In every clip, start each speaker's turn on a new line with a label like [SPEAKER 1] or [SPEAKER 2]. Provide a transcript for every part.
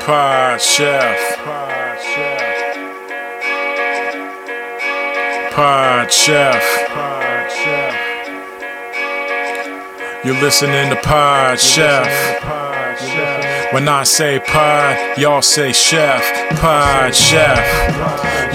[SPEAKER 1] Pod Chef. Pod Chef. You're listening to Pod Chef. When I say pod, y'all say chef. Pod Chef.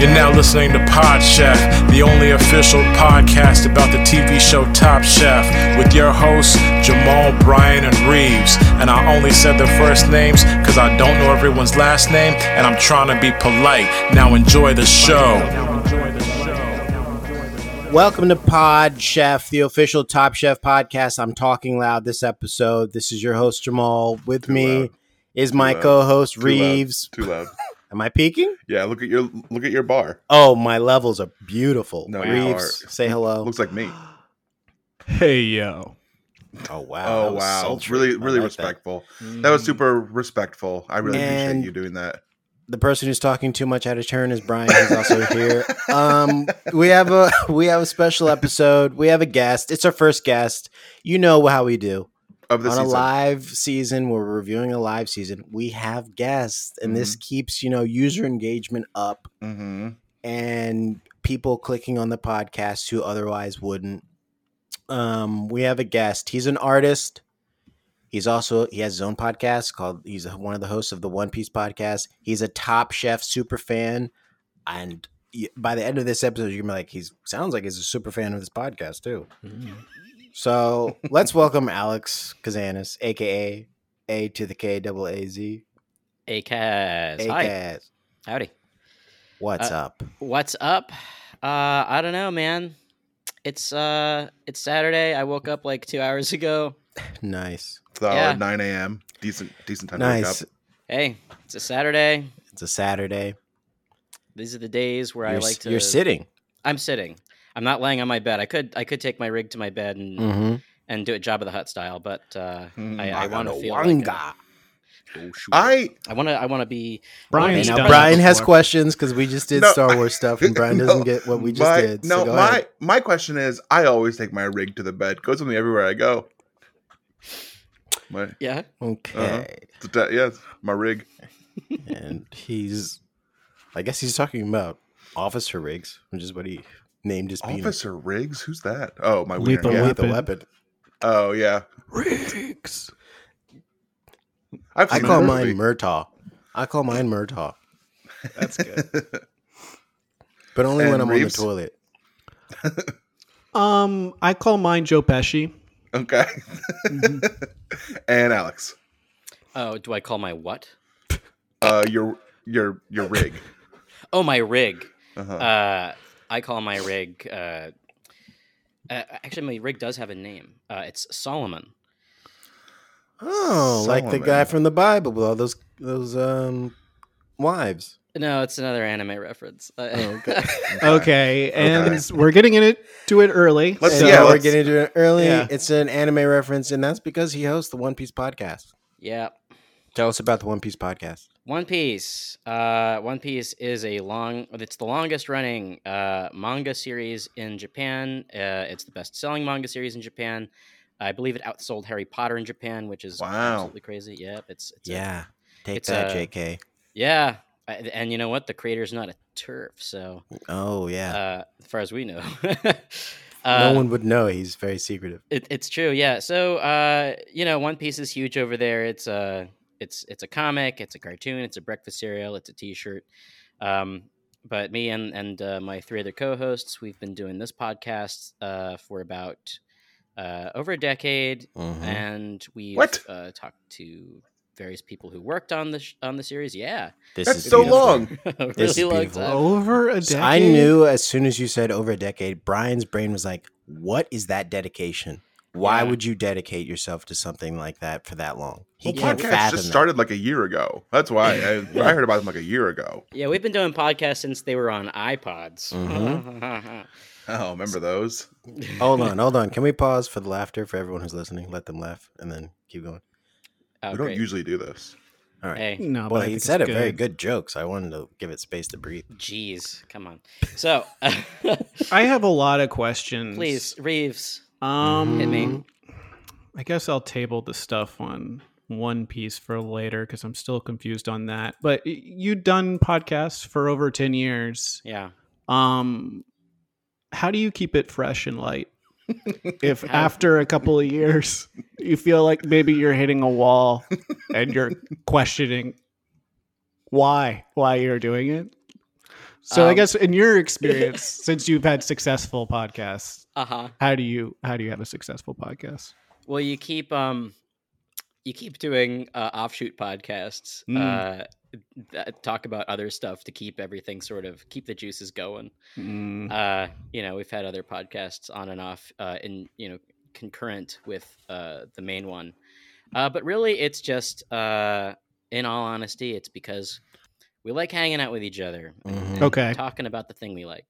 [SPEAKER 1] You're now listening to Pod Chef, the only official podcast about the TV show Top Chef, with your hosts, Jamal, Bryan, and Reeves. And I only said their first names because I don't know everyone's last name, and I'm trying to be polite. Now enjoy the show.
[SPEAKER 2] Welcome to Pod Chef, the official Top Chef podcast. I'm talking loud this episode. This is your host Jamal. With me
[SPEAKER 3] loud.
[SPEAKER 2] is my
[SPEAKER 3] loud.
[SPEAKER 2] co-host
[SPEAKER 3] Too loud.
[SPEAKER 2] Reeves.
[SPEAKER 3] Too loud.
[SPEAKER 2] Am I peeking?
[SPEAKER 3] Yeah, look at your look at your bar.
[SPEAKER 2] Oh, my levels are beautiful.
[SPEAKER 3] No, you
[SPEAKER 2] Reeves,
[SPEAKER 3] are.
[SPEAKER 2] say hello.
[SPEAKER 3] Looks like me.
[SPEAKER 4] Hey yo.
[SPEAKER 2] oh wow.
[SPEAKER 3] Oh
[SPEAKER 2] that was
[SPEAKER 3] wow,
[SPEAKER 2] sultry.
[SPEAKER 3] really
[SPEAKER 2] I
[SPEAKER 3] really
[SPEAKER 2] like that. Hmm.
[SPEAKER 3] respectful. That was super respectful. I really
[SPEAKER 2] And-
[SPEAKER 3] appreciate you doing that.
[SPEAKER 2] The person who's talking too much out of turn is Brian, who's also here. Um, we have a we have a special episode. We have a guest. It's our first guest. You know how we do.
[SPEAKER 3] Of the
[SPEAKER 2] on
[SPEAKER 3] season,
[SPEAKER 2] a live season we're reviewing a live season we have guests and
[SPEAKER 3] Mm-hmm.
[SPEAKER 2] this keeps you know user engagement up
[SPEAKER 3] hmm
[SPEAKER 2] and people clicking on the podcast who otherwise wouldn't um we have a guest he's an artist he's also he has his own podcast called he's one of the hosts of the one piece podcast he's a top chef super fan and y- by the end of this episode you're gonna be like he's sounds like he's a super fan of this podcast too so let's welcome Alex Kazanis, aka A to the K double A Z.
[SPEAKER 5] ACAS. Hi.
[SPEAKER 2] AKAZ.
[SPEAKER 5] Howdy.
[SPEAKER 2] What's up?
[SPEAKER 5] What's up? Uh, I don't know, man. It's uh, it's Saturday. I woke up like two hours ago.
[SPEAKER 2] Nice.
[SPEAKER 3] Solid
[SPEAKER 5] Yeah.
[SPEAKER 3] nine a.m. Decent decent time
[SPEAKER 2] Nice.
[SPEAKER 3] to
[SPEAKER 5] Hey, it's a Saturday.
[SPEAKER 2] It's a Saturday.
[SPEAKER 5] These are the days where
[SPEAKER 2] you're,
[SPEAKER 5] I like
[SPEAKER 2] s-
[SPEAKER 5] to.
[SPEAKER 2] you're sitting.
[SPEAKER 5] I'm sitting. I'm not laying on my bed. I could I could take my rig to my bed and,
[SPEAKER 2] Mm-hmm.
[SPEAKER 5] and do it job of the hut style, but uh,
[SPEAKER 3] Mm,
[SPEAKER 5] I,
[SPEAKER 3] I
[SPEAKER 5] I want to
[SPEAKER 3] got
[SPEAKER 5] feel. Like a-
[SPEAKER 3] wake up. I
[SPEAKER 5] I want to I want to be.
[SPEAKER 4] Brian's
[SPEAKER 2] now
[SPEAKER 4] done
[SPEAKER 2] Brian
[SPEAKER 4] it
[SPEAKER 2] has
[SPEAKER 4] before.
[SPEAKER 2] questions because we just did
[SPEAKER 3] No,
[SPEAKER 2] Star Wars stuff, and Brian doesn't
[SPEAKER 3] No,
[SPEAKER 2] get what we just
[SPEAKER 3] my,
[SPEAKER 2] did.
[SPEAKER 3] No,
[SPEAKER 2] so go
[SPEAKER 3] my
[SPEAKER 2] ahead.
[SPEAKER 3] my question is, I always take my rig to the bed. Goes with me everywhere I go. My
[SPEAKER 5] Yeah.
[SPEAKER 2] Okay,
[SPEAKER 3] it's a ta- yeah, it's my rig. Uh-huh.
[SPEAKER 2] and he's. I guess he's talking about Officer Riggs, which is what he named his penis.
[SPEAKER 3] Officer Riggs, who's that? Oh, my wiener.
[SPEAKER 4] Lethal
[SPEAKER 3] Yeah.
[SPEAKER 2] Lethal
[SPEAKER 4] Weapon.
[SPEAKER 2] weapon.
[SPEAKER 3] Oh yeah,
[SPEAKER 4] Riggs.
[SPEAKER 3] I've
[SPEAKER 2] I
[SPEAKER 3] seen
[SPEAKER 2] call
[SPEAKER 3] that
[SPEAKER 2] mine
[SPEAKER 3] movie.
[SPEAKER 2] Murtaugh. I call mine Murtaugh,
[SPEAKER 4] That's good.
[SPEAKER 2] but only when
[SPEAKER 3] And
[SPEAKER 2] I'm
[SPEAKER 3] Reeves?
[SPEAKER 2] on the toilet.
[SPEAKER 4] um, I call mine Joe Pesci.
[SPEAKER 3] Okay. and Alex,
[SPEAKER 5] Oh, do I call my what?
[SPEAKER 3] uh, your your your rig.
[SPEAKER 5] Oh, my rig.
[SPEAKER 3] Uh-huh.
[SPEAKER 5] Uh, I call my rig. Uh, uh, actually, my rig does have a name. Uh, it's Solomon.
[SPEAKER 2] Oh, like the guy
[SPEAKER 3] Solomon.
[SPEAKER 2] from the Bible with all those those um wives.
[SPEAKER 5] No, it's another anime reference. Uh,
[SPEAKER 3] Oh,
[SPEAKER 4] Okay, and we're getting in it to it early.
[SPEAKER 3] Let's-
[SPEAKER 2] And
[SPEAKER 3] yeah,
[SPEAKER 2] yeah, we're
[SPEAKER 3] let's-
[SPEAKER 2] getting into it early.
[SPEAKER 4] Yeah.
[SPEAKER 2] It's an anime reference, and that's because he hosts the One Piece podcast.
[SPEAKER 5] yeah.
[SPEAKER 2] Tell us about the One Piece podcast.
[SPEAKER 5] One Piece. Uh, One Piece is a long. It's the longest running uh, manga series in Japan. Uh, it's the best selling manga series in Japan. I believe it outsold Harry Potter in Japan, which is
[SPEAKER 3] Wow.
[SPEAKER 5] absolutely crazy. Yep, it's, it's a-
[SPEAKER 2] Yeah, take
[SPEAKER 5] It's
[SPEAKER 2] that,
[SPEAKER 5] a-
[SPEAKER 2] J.K.
[SPEAKER 5] yeah. I- And you know what? The creator's not a turf, so
[SPEAKER 2] Oh yeah,
[SPEAKER 5] uh, as far as we know,
[SPEAKER 2] no
[SPEAKER 5] Uh,
[SPEAKER 2] one would know. He's very secretive.
[SPEAKER 5] It, it's true, yeah. So uh, you know, One Piece is huge over there. It's a it's it's a comic, it's a cartoon, it's a breakfast cereal, it's a T-shirt. Um, but me and and uh, my three other co-hosts, we've been doing this podcast uh, for about uh, over a decade,
[SPEAKER 2] Mhm.
[SPEAKER 5] and we
[SPEAKER 3] What?
[SPEAKER 5] uh, talked to various people who worked on the sh- on the series. Yeah,
[SPEAKER 2] This
[SPEAKER 3] That's
[SPEAKER 2] is
[SPEAKER 3] so
[SPEAKER 2] beautiful.
[SPEAKER 3] long.
[SPEAKER 5] A really
[SPEAKER 2] This is
[SPEAKER 5] long
[SPEAKER 2] beautiful.
[SPEAKER 5] time.
[SPEAKER 4] Over a decade.
[SPEAKER 2] I knew as soon as you said over a decade, Brian's brain was like, "What is that dedication? Why
[SPEAKER 5] Yeah.
[SPEAKER 2] would you dedicate yourself to something like that for that long?" He
[SPEAKER 3] Well,
[SPEAKER 2] can't
[SPEAKER 3] podcast
[SPEAKER 2] fathom
[SPEAKER 3] just
[SPEAKER 2] that.
[SPEAKER 3] started like a year ago. That's why I, I heard about them like a year ago.
[SPEAKER 2] Mm-hmm.
[SPEAKER 5] Yeah, we've been doing podcasts since they were on iPods.
[SPEAKER 3] Oh, remember those?
[SPEAKER 2] Hold on, hold on. Can we pause for the laughter for everyone who's listening? Let them laugh and then keep going.
[SPEAKER 5] Oh,
[SPEAKER 3] we don't
[SPEAKER 5] great.
[SPEAKER 3] usually do this.
[SPEAKER 2] All right.
[SPEAKER 5] Hey,
[SPEAKER 4] No, but
[SPEAKER 2] Well,
[SPEAKER 4] I
[SPEAKER 2] he
[SPEAKER 4] think it's
[SPEAKER 2] said a very good joke, so I wanted to give it space to breathe.
[SPEAKER 5] jeez, come on. So,
[SPEAKER 4] I have a lot of questions.
[SPEAKER 5] please, Reeves,
[SPEAKER 4] Um,
[SPEAKER 5] hit me.
[SPEAKER 4] I guess I'll table the stuff on One Piece for later because I'm still confused on that. But y- you done podcasts for over ten years.
[SPEAKER 5] Yeah.
[SPEAKER 4] Um, how do you keep it fresh and light? if
[SPEAKER 5] How-
[SPEAKER 4] after a couple of years you feel like maybe you're hitting a wall and you're questioning why why you're doing it. So I
[SPEAKER 5] Um,
[SPEAKER 4] guess in your experience, since you've had successful podcasts,
[SPEAKER 5] Uh huh.
[SPEAKER 4] how do you how do you have a successful podcast?
[SPEAKER 5] Well, you keep um, you keep doing uh, offshoot podcasts,
[SPEAKER 4] Mm.
[SPEAKER 5] uh, that talk about other stuff to keep everything sort of keep the juices going.
[SPEAKER 4] Hmm.
[SPEAKER 5] Uh, you know, we've had other podcasts on and off, uh, in you know, concurrent with uh, the main one, uh, but really, it's just uh, in all honesty, it's because we like hanging out with each other, and-
[SPEAKER 2] Mhm.
[SPEAKER 5] and
[SPEAKER 4] Okay.
[SPEAKER 5] talking about the thing we like.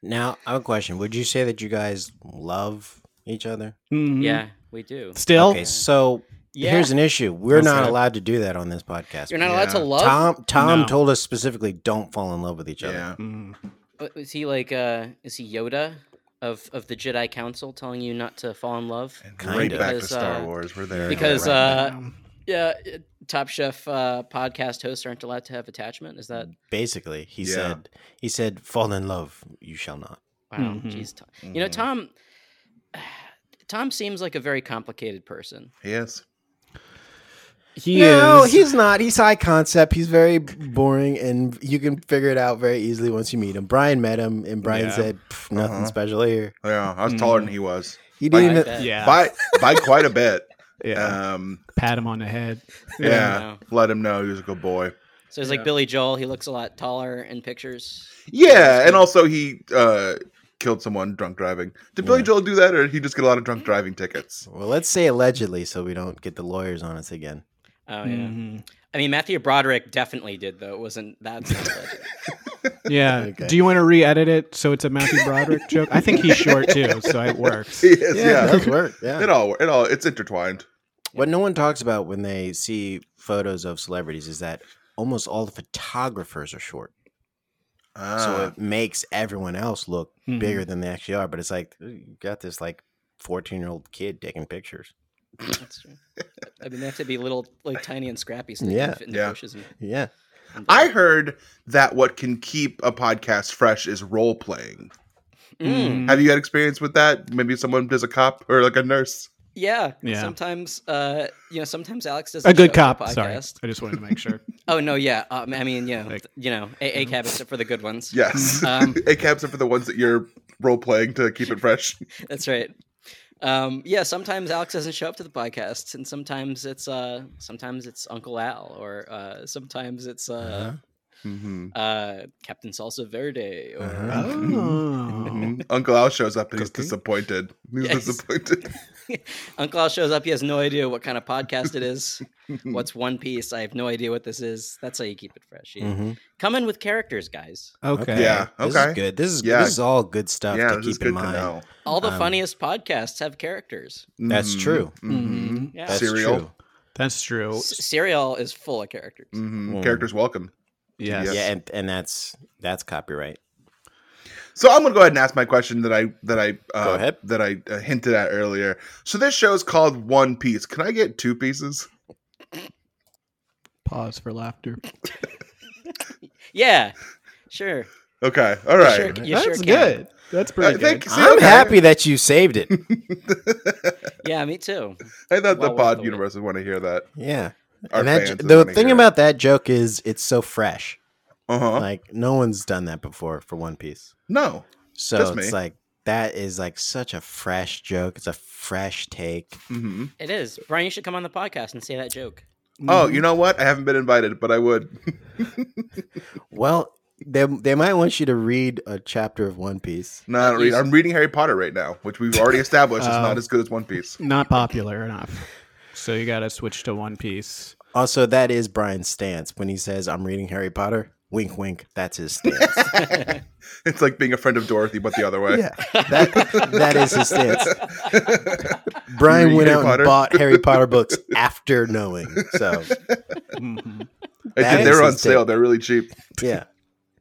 [SPEAKER 2] Now, I have a question. Would you say that you guys love each other?
[SPEAKER 3] Mm-hmm.
[SPEAKER 4] Mhm.
[SPEAKER 5] Yeah, we do.
[SPEAKER 4] Still.
[SPEAKER 2] Okay, so
[SPEAKER 5] Yeah,
[SPEAKER 2] here's an issue. We're
[SPEAKER 4] That's
[SPEAKER 2] not
[SPEAKER 4] it.
[SPEAKER 2] allowed to do that on this podcast.
[SPEAKER 5] you're not allowed to
[SPEAKER 3] Yeah.
[SPEAKER 5] love.
[SPEAKER 2] Tom Tom
[SPEAKER 4] No.
[SPEAKER 2] told us specifically don't fall in love with each other.
[SPEAKER 3] Yeah.
[SPEAKER 4] Mm.
[SPEAKER 5] Uh, Is he like uh is he Yoda of of the Jedi Council telling you not to fall in love?
[SPEAKER 3] And
[SPEAKER 2] Kinda.
[SPEAKER 3] right back to
[SPEAKER 5] Because,
[SPEAKER 3] Star
[SPEAKER 5] uh,
[SPEAKER 3] Wars. We're there.
[SPEAKER 5] because,
[SPEAKER 3] Right.
[SPEAKER 5] Uh,
[SPEAKER 4] Um,
[SPEAKER 5] Yeah, uh, Top Chef uh, podcast hosts aren't allowed to have attachment. Is that
[SPEAKER 2] Basically, he
[SPEAKER 3] Yeah.
[SPEAKER 2] said he said fall in love, you shall not.
[SPEAKER 5] wow?
[SPEAKER 4] Mhm.
[SPEAKER 5] Jeez, Tom. you know
[SPEAKER 3] Mhm.
[SPEAKER 5] Tom. Tom seems like a very complicated person.
[SPEAKER 3] Yes.
[SPEAKER 4] he
[SPEAKER 2] no,
[SPEAKER 4] is.
[SPEAKER 2] he's not. He's high concept. He's very boring, and you can figure it out very easily once you meet him. Brian met him, and Brian
[SPEAKER 4] Yeah.
[SPEAKER 2] said "Pff, nothing
[SPEAKER 3] Uh-huh.
[SPEAKER 2] special here.
[SPEAKER 3] Yeah. I was taller
[SPEAKER 4] Mhm.
[SPEAKER 3] than he was
[SPEAKER 2] He
[SPEAKER 3] Like
[SPEAKER 2] didn't.
[SPEAKER 5] I
[SPEAKER 2] even-
[SPEAKER 5] bet.
[SPEAKER 4] yeah.
[SPEAKER 3] by by quite a bit.
[SPEAKER 4] yeah.
[SPEAKER 3] Um.
[SPEAKER 4] Pat him on the head.
[SPEAKER 3] Yeah.
[SPEAKER 5] Wow.
[SPEAKER 3] Let him know he was a good boy.
[SPEAKER 5] So he's
[SPEAKER 4] Yeah.
[SPEAKER 5] like Billy Joel. He looks a lot taller in pictures.
[SPEAKER 3] Yeah, and also he uh, killed someone drunk driving. Did Billy
[SPEAKER 2] Yeah.
[SPEAKER 3] Joel do that, or did he just get a lot of drunk driving tickets?
[SPEAKER 2] Well, let's say allegedly, so we don't get the lawyers on us again.
[SPEAKER 5] Oh yeah.
[SPEAKER 3] Mm-hmm.
[SPEAKER 4] Mhm.
[SPEAKER 5] I mean Matthew Broderick definitely did though. It wasn't that's not legend.
[SPEAKER 4] Yeah.
[SPEAKER 2] Okay.
[SPEAKER 4] Do you want to re-edit it so it's a Matthew Broderick joke? I think he's short too, so it works.
[SPEAKER 3] Yes, yeah,
[SPEAKER 2] does work. Yeah.
[SPEAKER 3] it all it all it's intertwined.
[SPEAKER 2] What no one talks about when they see photos of celebrities is that almost all the photographers are short. so
[SPEAKER 3] Ah,
[SPEAKER 2] it makes everyone else look
[SPEAKER 4] Mhm.
[SPEAKER 2] bigger than they actually are. But it's like you got this like fourteen year old kid taking pictures.
[SPEAKER 5] That's true. I mean they have to be little like tiny and scrappy so they
[SPEAKER 2] Yeah.
[SPEAKER 5] can fit in the
[SPEAKER 3] Yeah.
[SPEAKER 5] bushes and,
[SPEAKER 2] Yeah,
[SPEAKER 5] and
[SPEAKER 3] I heard that what can keep a podcast fresh is role playing.
[SPEAKER 5] Mm.
[SPEAKER 3] Have you had experience with that? Maybe someone is a cop or like a nurse.
[SPEAKER 5] Yeah.
[SPEAKER 4] Yeah.
[SPEAKER 5] Sometimes, uh, you know, sometimes Alex doesn't.
[SPEAKER 4] A
[SPEAKER 5] show
[SPEAKER 4] good
[SPEAKER 5] up
[SPEAKER 4] cop.
[SPEAKER 5] to
[SPEAKER 4] Sorry, I
[SPEAKER 5] podcasts.
[SPEAKER 4] just wanted to make sure.
[SPEAKER 5] Oh no, yeah. Um, I mean, you know,
[SPEAKER 4] Like-
[SPEAKER 5] you know, a a cab except for the good ones.
[SPEAKER 3] Yes,
[SPEAKER 5] Um.
[SPEAKER 3] it caps it for the ones that you're role playing to keep it fresh.
[SPEAKER 5] that's right. Um, yeah. Sometimes Alex doesn't show up to the podcast, and sometimes it's uh, sometimes it's Uncle Al, or uh, sometimes it's uh,
[SPEAKER 2] Mm-hmm.
[SPEAKER 3] Mhm.
[SPEAKER 5] uh Captain Salsa Verde, or
[SPEAKER 2] Uh-huh.
[SPEAKER 4] Oh.
[SPEAKER 3] Mhm. Uncle Al shows up and he's
[SPEAKER 2] Cooking?
[SPEAKER 3] disappointed. He's
[SPEAKER 5] Yes.
[SPEAKER 3] disappointed.
[SPEAKER 5] Uncle Al shows up. He has no idea what kind of podcast it is. What's One Piece? I have no idea what this is. That's how you keep it fresh.
[SPEAKER 4] Mm-hmm.
[SPEAKER 5] You
[SPEAKER 2] Mhm.
[SPEAKER 5] Come in with characters, guys.
[SPEAKER 4] Okay.
[SPEAKER 3] Yeah,
[SPEAKER 2] This
[SPEAKER 3] okay.
[SPEAKER 2] is good. This is
[SPEAKER 3] Yeah.
[SPEAKER 2] this is all good stuff
[SPEAKER 3] yeah,
[SPEAKER 2] to
[SPEAKER 3] this is
[SPEAKER 2] keep
[SPEAKER 3] good
[SPEAKER 2] in mind.
[SPEAKER 3] to know.
[SPEAKER 5] All the
[SPEAKER 2] Um,
[SPEAKER 5] funniest podcasts have characters.
[SPEAKER 2] That's
[SPEAKER 3] Mhm.
[SPEAKER 2] true. Mm-hmm.
[SPEAKER 3] Mhm.
[SPEAKER 4] Mhm.
[SPEAKER 5] Yeah.
[SPEAKER 2] That's
[SPEAKER 3] Cereal.
[SPEAKER 2] true.
[SPEAKER 4] That's true.
[SPEAKER 5] S- Serial is full of characters.
[SPEAKER 3] Mhm.
[SPEAKER 2] Mm.
[SPEAKER 3] Characters welcome.
[SPEAKER 4] Yes.
[SPEAKER 3] Yes.
[SPEAKER 2] Yeah, and, and that's that's copyright.
[SPEAKER 3] So I'm gonna go ahead and ask my question that I that I uh,
[SPEAKER 2] Go ahead.
[SPEAKER 3] that I uh, hinted at earlier. So this show is called One Piece. Can I get two pieces?
[SPEAKER 4] Pause for laughter.
[SPEAKER 5] Yeah, sure.
[SPEAKER 3] Okay, all right.
[SPEAKER 5] Sure, you
[SPEAKER 4] That's
[SPEAKER 5] sure can.
[SPEAKER 4] good. That's pretty
[SPEAKER 3] I think-
[SPEAKER 4] good.
[SPEAKER 3] See,
[SPEAKER 2] I'm
[SPEAKER 3] okay.
[SPEAKER 2] happy that you saved it.
[SPEAKER 5] Yeah, me too.
[SPEAKER 3] I thought the
[SPEAKER 5] Well worth
[SPEAKER 3] pod
[SPEAKER 5] the wait.
[SPEAKER 3] universe would want to hear that.
[SPEAKER 2] yeah,
[SPEAKER 3] Our
[SPEAKER 2] and that
[SPEAKER 3] fans
[SPEAKER 2] j-
[SPEAKER 3] would
[SPEAKER 2] the
[SPEAKER 3] wanna
[SPEAKER 2] thing
[SPEAKER 3] hear
[SPEAKER 2] about that joke is it's so fresh.
[SPEAKER 3] it. uh-huh.
[SPEAKER 2] Like no one's done that before for One Piece.
[SPEAKER 3] no,
[SPEAKER 2] So
[SPEAKER 3] Just
[SPEAKER 2] it's
[SPEAKER 3] me.
[SPEAKER 2] like that is like such a fresh joke. It's a fresh take.
[SPEAKER 3] hmm
[SPEAKER 5] It is. Brian, you should come on the podcast and say that joke.
[SPEAKER 3] oh,
[SPEAKER 2] mm-hmm.
[SPEAKER 3] you know what? I haven't been invited, but I would.
[SPEAKER 2] Well, they they might want you to read a chapter of One Piece.
[SPEAKER 3] no, I don't read. I'm reading Harry Potter right now, which we've already established is
[SPEAKER 4] Oh.
[SPEAKER 2] Um,
[SPEAKER 3] not as good as One Piece.
[SPEAKER 4] not popular enough. So you got to switch to One Piece.
[SPEAKER 2] Also, that is Brian's stance when he says, "I'm reading Harry Potter." Wink, wink. That's his stance.
[SPEAKER 3] it's like being a friend of Dorothy, but the other way.
[SPEAKER 2] yeah, that that is his stance.
[SPEAKER 3] You
[SPEAKER 2] Brian
[SPEAKER 3] read
[SPEAKER 2] went
[SPEAKER 3] Harry
[SPEAKER 2] out
[SPEAKER 3] Potter?
[SPEAKER 2] and bought Harry Potter books after knowing. So
[SPEAKER 4] Mhm.
[SPEAKER 2] That
[SPEAKER 3] It's-
[SPEAKER 2] is
[SPEAKER 3] they're on
[SPEAKER 2] his
[SPEAKER 3] sale.
[SPEAKER 2] take.
[SPEAKER 3] They're really cheap.
[SPEAKER 2] yeah,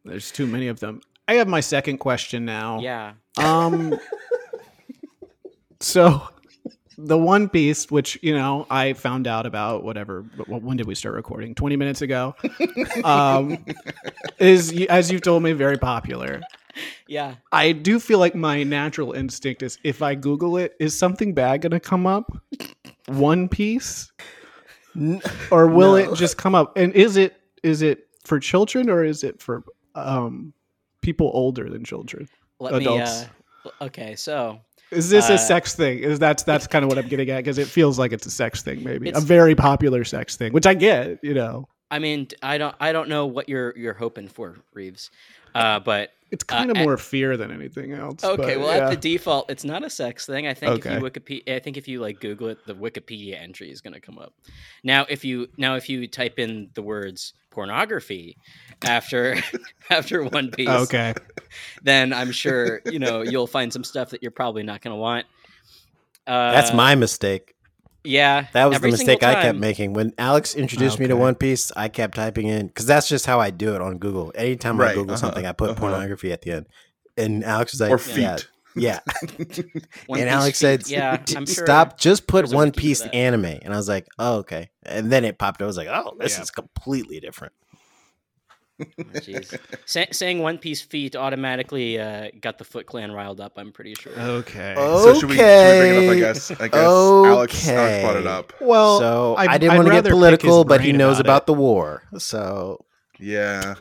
[SPEAKER 4] There's too many of them. I have my second question now.
[SPEAKER 2] Oh.
[SPEAKER 5] yeah.
[SPEAKER 4] Um. so, the One Piece, which you know, I found out about whatever. But wh- when did we start recording? Twenty minutes ago. Um, is y- as you've told me, very popular.
[SPEAKER 5] Yeah.
[SPEAKER 4] I do feel like my natural instinct is if I Google it, is something bad going to come up? One Piece, or will it just come up? And is it is it for children or is it for um, people older than children?
[SPEAKER 5] Let
[SPEAKER 4] Adults.
[SPEAKER 5] me. Uh, okay, so
[SPEAKER 4] Is this
[SPEAKER 5] Uh,
[SPEAKER 4] a sex thing? Is that's that's kind of what I'm getting at because it feels like it's a sex thing, maybe a
[SPEAKER 5] It's-
[SPEAKER 4] very popular sex thing, which I get, you know.
[SPEAKER 5] I mean, I don't, I don't know what you're you're hoping for, Reeves, uh, but
[SPEAKER 4] It's kind of
[SPEAKER 5] and-
[SPEAKER 4] more fear than anything else.
[SPEAKER 5] Okay,
[SPEAKER 4] but
[SPEAKER 5] well,
[SPEAKER 4] yeah.
[SPEAKER 5] at the default, it's not a sex thing. I think if
[SPEAKER 4] Okay.
[SPEAKER 5] you Wikipedia, I think if you like Google it, the Wikipedia entry is going to come up. Now, if you now if you type in the words pornography after after One Piece,
[SPEAKER 4] okay,
[SPEAKER 5] then I'm sure you know you'll find some stuff that you're probably not going to want. Uh,
[SPEAKER 2] that's my mistake.
[SPEAKER 5] yeah.
[SPEAKER 2] That was
[SPEAKER 5] every
[SPEAKER 2] the
[SPEAKER 5] single
[SPEAKER 2] mistake I kept
[SPEAKER 5] time-
[SPEAKER 2] making when Alex introduced me to
[SPEAKER 4] Okay.
[SPEAKER 2] One Piece. I kept typing in because that's just how I do it on Google. Anytime I
[SPEAKER 3] Right,
[SPEAKER 2] Google
[SPEAKER 3] uh-huh,
[SPEAKER 2] something, I put
[SPEAKER 3] uh-huh.
[SPEAKER 2] pornography at the end. And Alex was like,
[SPEAKER 3] or feet.
[SPEAKER 2] Yeah, yeah.
[SPEAKER 5] One
[SPEAKER 2] and
[SPEAKER 5] Piece
[SPEAKER 2] Alex
[SPEAKER 5] feed-
[SPEAKER 2] said,
[SPEAKER 5] "Yeah,
[SPEAKER 2] "D-
[SPEAKER 5] I'm sure
[SPEAKER 2] stop. Just put
[SPEAKER 5] there's a
[SPEAKER 2] One
[SPEAKER 5] wiki for
[SPEAKER 2] Piece
[SPEAKER 5] that."
[SPEAKER 2] anime." And I was like, "Oh, okay." And then it popped. up. I was like, "Oh, this
[SPEAKER 4] Yeah.
[SPEAKER 2] is completely different."
[SPEAKER 5] Oh, jeez. Sa- saying One Piece feet automatically uh, got the Foot Clan riled up. I'm pretty sure.
[SPEAKER 2] Oh.
[SPEAKER 4] okay.
[SPEAKER 3] So should we, should we bring it up? I guess. I guess Alex, Alex
[SPEAKER 2] Okay.
[SPEAKER 3] brought it up.
[SPEAKER 4] well,
[SPEAKER 2] so
[SPEAKER 4] I'd-
[SPEAKER 2] I didn't
[SPEAKER 4] I'd
[SPEAKER 2] want to
[SPEAKER 4] rather
[SPEAKER 2] get
[SPEAKER 4] pick
[SPEAKER 2] political,
[SPEAKER 4] his
[SPEAKER 2] but he
[SPEAKER 4] brain
[SPEAKER 2] knows
[SPEAKER 4] about
[SPEAKER 2] about
[SPEAKER 4] it.
[SPEAKER 2] the war. So
[SPEAKER 3] Yeah.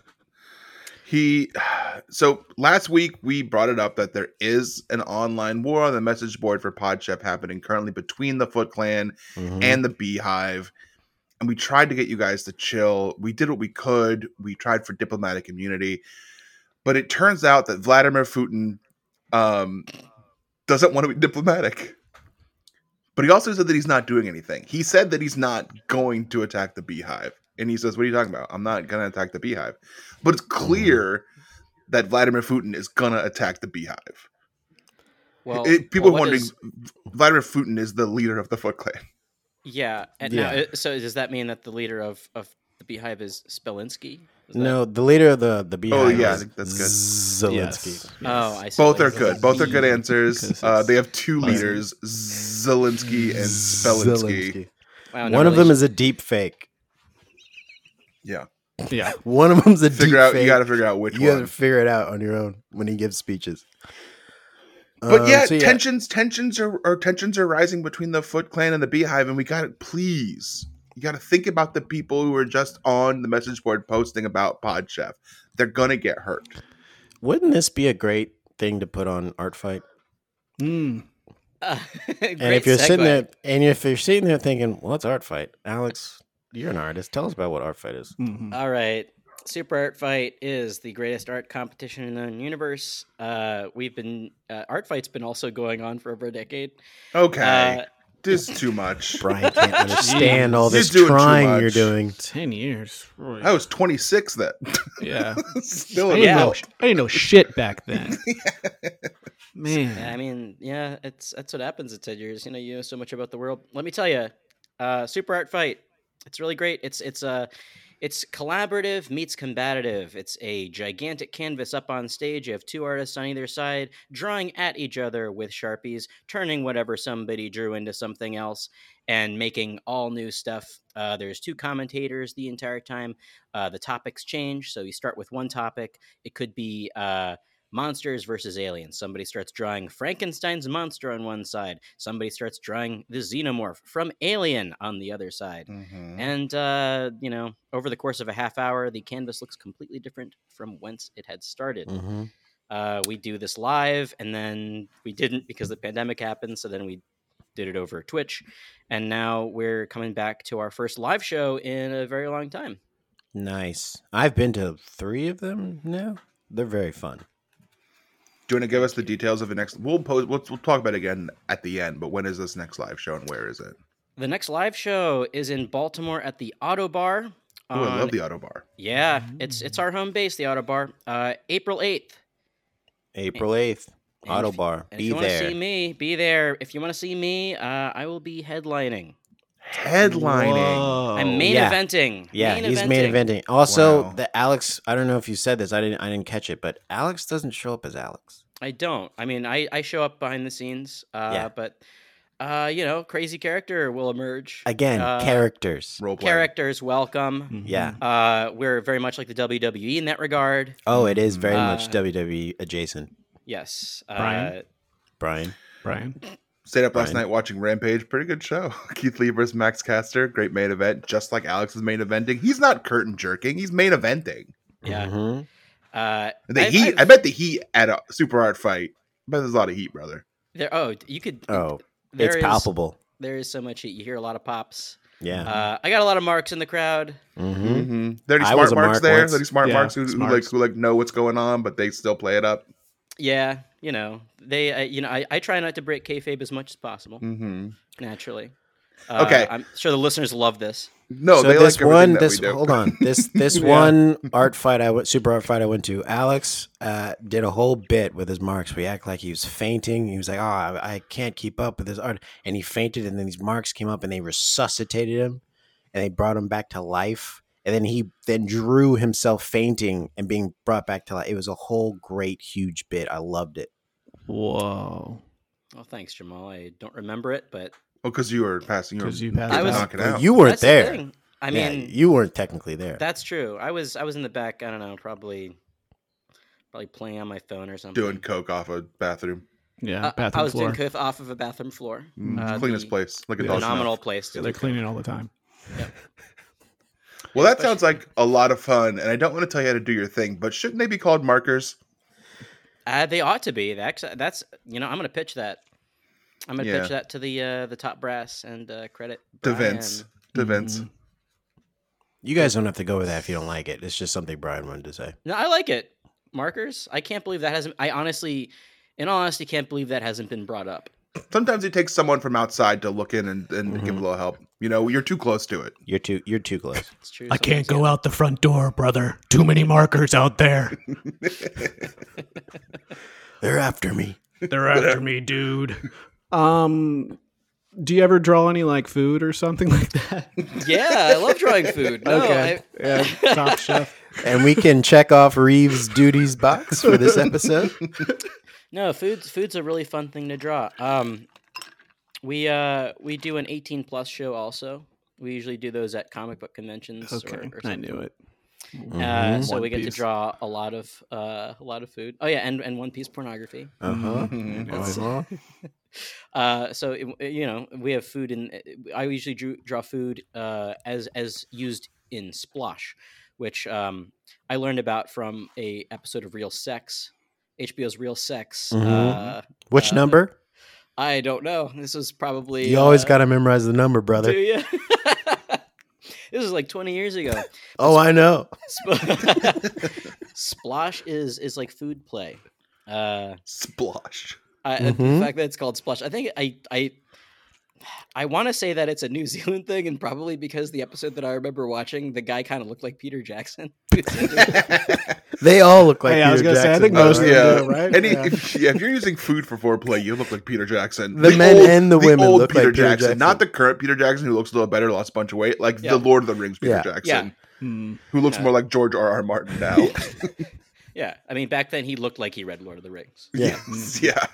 [SPEAKER 3] He so last week we brought it up that there is an online war on the message board for Podchef happening currently between the Foot Clan
[SPEAKER 2] mhm.
[SPEAKER 5] Mm-hmm.
[SPEAKER 3] and the Beehive. And we tried to get you guys to chill. We did what we could. We tried for diplomatic immunity. But it turns out that Vladimir Putin um, doesn't want to be diplomatic. But he also said that he's not doing anything. He said that he's not going to attack the Beehive. And he says, What are you talking about? I'm not going to attack the Beehive. But it's
[SPEAKER 5] Mm-hmm.
[SPEAKER 3] clear that Vladimir Putin is going to attack the Beehive.
[SPEAKER 5] Well,
[SPEAKER 3] It- people are
[SPEAKER 5] well, what
[SPEAKER 3] wondering
[SPEAKER 5] is-
[SPEAKER 3] Vladimir Putin is the leader of the Foot Clan.
[SPEAKER 5] Yeah, and now,
[SPEAKER 2] Yeah.
[SPEAKER 5] uh, so does that mean that the leader of of the Beehive is Spelinsky? Is that-
[SPEAKER 2] no, the leader of the the Beehive.
[SPEAKER 3] yeah,
[SPEAKER 2] is
[SPEAKER 3] that's good.
[SPEAKER 2] Zelensky.
[SPEAKER 5] Oh, I see.
[SPEAKER 3] Both
[SPEAKER 5] like
[SPEAKER 3] are good. Both are good answers.
[SPEAKER 4] Because
[SPEAKER 3] Uh,
[SPEAKER 4] it's
[SPEAKER 3] they have two
[SPEAKER 4] Russian.
[SPEAKER 3] leaders, Zelensky and Spelinsky.
[SPEAKER 2] Zelensky.
[SPEAKER 5] wow,
[SPEAKER 2] One
[SPEAKER 5] never
[SPEAKER 2] of them
[SPEAKER 5] Oh, really-
[SPEAKER 2] is a deep fake.
[SPEAKER 3] Yeah,
[SPEAKER 4] yeah.
[SPEAKER 2] One of them's a deep
[SPEAKER 3] figure out.
[SPEAKER 2] fake.
[SPEAKER 3] You got to figure out which
[SPEAKER 2] You
[SPEAKER 3] one.
[SPEAKER 2] gotta figure it out on your own when he gives speeches.
[SPEAKER 3] But
[SPEAKER 2] Um,
[SPEAKER 3] yeah,
[SPEAKER 2] so
[SPEAKER 3] tensions, tensions are, are tensions are rising between the Foot Clan and the Beehive, and we got to please. You got to think about the people who are just on the message board posting about Pod Chef. They're gonna get hurt.
[SPEAKER 2] Wouldn't this be a great thing to put on Art Fight?
[SPEAKER 4] Mm.
[SPEAKER 5] Uh,
[SPEAKER 2] And if you're sitting there, and if you're sitting there thinking, "Well, it's Art Fight," Alex, you're an artist. Tell us about what Art Fight is.
[SPEAKER 4] mhm.
[SPEAKER 5] all right. Super Art Fight is the greatest art competition in the known universe. Uh, we've been uh, Art Fight's been also going on for over a decade.
[SPEAKER 3] Okay,
[SPEAKER 5] Uh,
[SPEAKER 3] this is too much.
[SPEAKER 2] Brian can't understand all this
[SPEAKER 3] You're doing too
[SPEAKER 2] trying you're
[SPEAKER 3] much.
[SPEAKER 2] doing.
[SPEAKER 4] Ten years.
[SPEAKER 3] I was 26 then.
[SPEAKER 4] yeah.
[SPEAKER 3] Still
[SPEAKER 4] I
[SPEAKER 3] an
[SPEAKER 4] didn't,
[SPEAKER 5] Yeah.
[SPEAKER 4] know,
[SPEAKER 3] adult.
[SPEAKER 4] I didn't know shit back then. Man.
[SPEAKER 5] I mean, yeah, it's that's what happens at ten years. You know, you know so much about the world. Let me tell you, uh, Super Art Fight. It's really great. It's it's uh, it's collaborative meets combative. It's a gigantic canvas up on stage. You have two artists on either side drawing at each other with sharpies, turning whatever somebody drew into something else, and making all new stuff. Uh, there's two commentators the entire time. Uh, the topics change, so you start with one topic. It could be uh, monsters versus aliens. Somebody starts drawing Frankenstein's monster on one side. Somebody starts drawing the xenomorph from Alien on the other side.
[SPEAKER 3] Mhm.
[SPEAKER 5] And, uh, you know, over the course of a half hour, the canvas looks completely different from whence it had started.
[SPEAKER 2] Mhm.
[SPEAKER 5] Uh, we do this live, and then we didn't because the pandemic happened. So then we did it over Twitch. And now we're coming back to our first live show in a very long time.
[SPEAKER 2] Nice. I've been to three of them now. They're very fun.
[SPEAKER 3] Do you want to give us the details of the next? We'll post. We'll, we'll talk about it again at the end. But when is this next live show and where is it?
[SPEAKER 5] The next live show is in Baltimore at the Auto Bar
[SPEAKER 3] Ooh, I love the auto bar.
[SPEAKER 5] yeah, it's it's our home base, the Auto Bar. Uh, April eighth.
[SPEAKER 2] April eighth,
[SPEAKER 5] And
[SPEAKER 2] Auto
[SPEAKER 5] if-
[SPEAKER 2] Bar.
[SPEAKER 5] And if
[SPEAKER 2] Be
[SPEAKER 5] you want to see
[SPEAKER 2] there.
[SPEAKER 5] me, be there. If you want to see me, uh, I will be headlining.
[SPEAKER 3] Headlining.
[SPEAKER 5] I'm main
[SPEAKER 2] Oh, Yeah.
[SPEAKER 5] eventing.
[SPEAKER 2] Yeah, he's main eventing. Also,
[SPEAKER 3] Wow.
[SPEAKER 2] the Alex. I don't know if you said this. I didn't. I didn't catch it, but Alex doesn't show up as Alex.
[SPEAKER 5] I don't. I mean, I, I show up behind the scenes, uh,
[SPEAKER 2] Yeah.
[SPEAKER 5] but uh, you know, crazy character will emerge.
[SPEAKER 2] Again,
[SPEAKER 5] Uh,
[SPEAKER 2] characters.
[SPEAKER 3] Role play.
[SPEAKER 5] Characters welcome.
[SPEAKER 2] Yeah.
[SPEAKER 5] Uh, we're very much like the WWE in that regard.
[SPEAKER 2] Oh, it is very much
[SPEAKER 5] Uh,
[SPEAKER 2] WWE adjacent.
[SPEAKER 5] Yes.
[SPEAKER 4] Brian?
[SPEAKER 5] Uh,
[SPEAKER 2] Brian,
[SPEAKER 4] Brian.
[SPEAKER 3] Stayed up last
[SPEAKER 2] Brian.
[SPEAKER 3] night watching Rampage. Pretty good show. Keith Lee versus Max Caster. Great main event. Just like Alex is main eventing. He's not curtain jerking. He's main eventing.
[SPEAKER 5] Yeah.
[SPEAKER 2] Mhm.
[SPEAKER 5] uh,
[SPEAKER 3] The
[SPEAKER 5] I've-
[SPEAKER 3] heat.
[SPEAKER 5] I've-
[SPEAKER 3] I bet the heat at a super art fight. But there's a lot of heat, brother.
[SPEAKER 5] there. Oh, you could.
[SPEAKER 2] Oh,
[SPEAKER 5] there
[SPEAKER 2] it's
[SPEAKER 5] is-
[SPEAKER 2] palpable.
[SPEAKER 5] There is so much heat. You hear a lot of pops.
[SPEAKER 2] Yeah.
[SPEAKER 5] Uh, I got a lot of marks in the crowd.
[SPEAKER 2] hmm
[SPEAKER 3] Mm-hmm. There are these
[SPEAKER 2] I
[SPEAKER 3] smart
[SPEAKER 2] was a
[SPEAKER 3] marks
[SPEAKER 2] mark
[SPEAKER 3] there.
[SPEAKER 2] once.
[SPEAKER 3] There are these smart
[SPEAKER 4] Yeah,
[SPEAKER 3] marks who, who like
[SPEAKER 4] smarts.
[SPEAKER 3] who like know what's going on, but they still play it up.
[SPEAKER 5] Yeah. You know, they. I, you know, I, I try not to break kayfabe as much as possible.
[SPEAKER 3] Mm-hmm.
[SPEAKER 5] Naturally. Uh,
[SPEAKER 3] Okay.
[SPEAKER 5] I'm sure the listeners love this.
[SPEAKER 3] No,
[SPEAKER 2] so
[SPEAKER 3] they
[SPEAKER 2] this
[SPEAKER 3] like everything
[SPEAKER 2] one,
[SPEAKER 3] that
[SPEAKER 2] this
[SPEAKER 3] we do.
[SPEAKER 2] hold on, this this
[SPEAKER 4] Yeah.
[SPEAKER 2] one art fight I went super art fight I went to. Alex uh, did a whole bit with his marks. We act like he was fainting. He was like, "Oh, I, I can't keep up with this art," and he fainted. And then these marks came up and they resuscitated him, and they brought him back to life. And then he then drew himself fainting and being brought back to life. It was a whole great huge bit. I loved it.
[SPEAKER 4] Whoa.
[SPEAKER 5] Well, thanks, Jamal. I don't remember it, but
[SPEAKER 3] Oh, because you were passing. You were
[SPEAKER 4] 'Cause you passed
[SPEAKER 5] I was-
[SPEAKER 3] knocking
[SPEAKER 2] But
[SPEAKER 3] out.
[SPEAKER 2] you weren't
[SPEAKER 5] that's the
[SPEAKER 2] there.
[SPEAKER 5] thing. I
[SPEAKER 2] Yeah,
[SPEAKER 5] mean,
[SPEAKER 2] you weren't technically there.
[SPEAKER 5] that's true. I was I was in the back. I don't know, probably probably playing on my phone or something.
[SPEAKER 3] doing coke off a bathroom.
[SPEAKER 4] Yeah.
[SPEAKER 5] Uh,
[SPEAKER 4] bathroom
[SPEAKER 5] I was
[SPEAKER 4] floor.
[SPEAKER 5] doing coke off of a bathroom floor.
[SPEAKER 3] Mm,
[SPEAKER 5] Uh,
[SPEAKER 3] cleanest
[SPEAKER 5] the
[SPEAKER 3] place, like a
[SPEAKER 4] Yeah.
[SPEAKER 3] dog.
[SPEAKER 5] Phenomenal
[SPEAKER 3] Phenomenal.
[SPEAKER 5] place. To
[SPEAKER 4] Yeah, they're
[SPEAKER 5] do coke.
[SPEAKER 4] cleaning all the time.
[SPEAKER 3] Well, that sounds like a lot of fun, and I don't want to tell you how to do your thing, but shouldn't they be called markers?
[SPEAKER 5] Uh, they ought to be. That's that's you know I'm gonna pitch that. I'm gonna
[SPEAKER 3] Yeah.
[SPEAKER 5] pitch that to the uh, the top brass and uh, credit
[SPEAKER 3] To
[SPEAKER 5] Brian. Mm-hmm.
[SPEAKER 3] Vince. To Vince.
[SPEAKER 4] Mhm.
[SPEAKER 2] you guys don't have to go with that if you don't like it. It's just something Brian wanted to say.
[SPEAKER 5] No, I like it. Markers. I can't believe that hasn't. I honestly, in all honesty, can't believe that hasn't been brought up.
[SPEAKER 3] Sometimes it takes someone from outside to look in and, and give a
[SPEAKER 5] Mm-hmm.
[SPEAKER 3] little help. You know, you're too close to it.
[SPEAKER 2] You're too you're too close.
[SPEAKER 5] It's true.
[SPEAKER 6] I can't go out the front door, brother. Too many markers out there.
[SPEAKER 2] They're after me.
[SPEAKER 6] They're after me, dude.
[SPEAKER 4] Um, do you ever draw any like food or something like that?
[SPEAKER 5] Yeah, I love drawing food. No, I,
[SPEAKER 4] yeah, Top Chef.
[SPEAKER 2] And we can check off Reeves' duties box for this episode.
[SPEAKER 5] No, food's food's a really fun thing to draw. Um, we uh we do an eighteen plus show also. We usually do those at comic book conventions.
[SPEAKER 4] Okay,
[SPEAKER 5] or, or
[SPEAKER 4] I
[SPEAKER 5] something.
[SPEAKER 4] knew it.
[SPEAKER 2] Mm.
[SPEAKER 5] Uh, so
[SPEAKER 4] One
[SPEAKER 5] we get
[SPEAKER 4] Piece.
[SPEAKER 5] to draw a lot of uh, a lot of food. Oh yeah, and, and one piece pornography.
[SPEAKER 2] Uh huh.
[SPEAKER 5] Mm-hmm.
[SPEAKER 2] Uh-huh.
[SPEAKER 5] Uh, so it, you know we have food in. I usually drew, draw food uh, as as used in Splosh, which um, I learned about from a episode of Real Sex, HBO's Real Sex.
[SPEAKER 4] Mm-hmm.
[SPEAKER 2] Mhm.
[SPEAKER 5] Uh,
[SPEAKER 2] Which
[SPEAKER 5] Uh,
[SPEAKER 2] number?
[SPEAKER 5] I don't know. This was probably
[SPEAKER 2] You always
[SPEAKER 5] uh,
[SPEAKER 2] got to memorize the number, brother.
[SPEAKER 5] Do you? this is like 20 years ago.
[SPEAKER 2] Oh, I know.
[SPEAKER 5] Sp- Splosh is is like food play. Uh,
[SPEAKER 3] Splosh.
[SPEAKER 5] I,
[SPEAKER 2] Mhm.
[SPEAKER 5] The fact that it's called Splosh, I think I I I want to say that it's a New Zealand thing, and probably because the episode that I remember watching, the guy kind of looked like Peter Jackson.
[SPEAKER 2] They all look like.
[SPEAKER 4] Hey, I was
[SPEAKER 2] Peter
[SPEAKER 4] gonna say, I
[SPEAKER 2] Jackson,
[SPEAKER 4] think
[SPEAKER 2] by the
[SPEAKER 4] most of
[SPEAKER 2] way.
[SPEAKER 4] them
[SPEAKER 3] yeah.
[SPEAKER 4] do, right?
[SPEAKER 3] Any,
[SPEAKER 4] Yeah.
[SPEAKER 3] If, yeah, if you're using food for foreplay, you look like Peter Jackson.
[SPEAKER 2] The men and the women
[SPEAKER 3] old
[SPEAKER 2] look like
[SPEAKER 3] Peter,
[SPEAKER 2] Peter
[SPEAKER 3] Jackson,
[SPEAKER 2] Jackson.
[SPEAKER 3] not the current Peter Jackson who looks a little better, lost a bunch of weight, like
[SPEAKER 5] Yeah.
[SPEAKER 3] the Lord of the Rings Peter
[SPEAKER 2] Yeah.
[SPEAKER 3] Jackson,
[SPEAKER 4] Hmm.
[SPEAKER 3] who looks
[SPEAKER 5] Yeah.
[SPEAKER 3] more like George R. R. Martin now.
[SPEAKER 5] yeah, I mean back then he looked like he read Lord of the Rings.
[SPEAKER 2] Yeah.
[SPEAKER 3] Yes, yeah.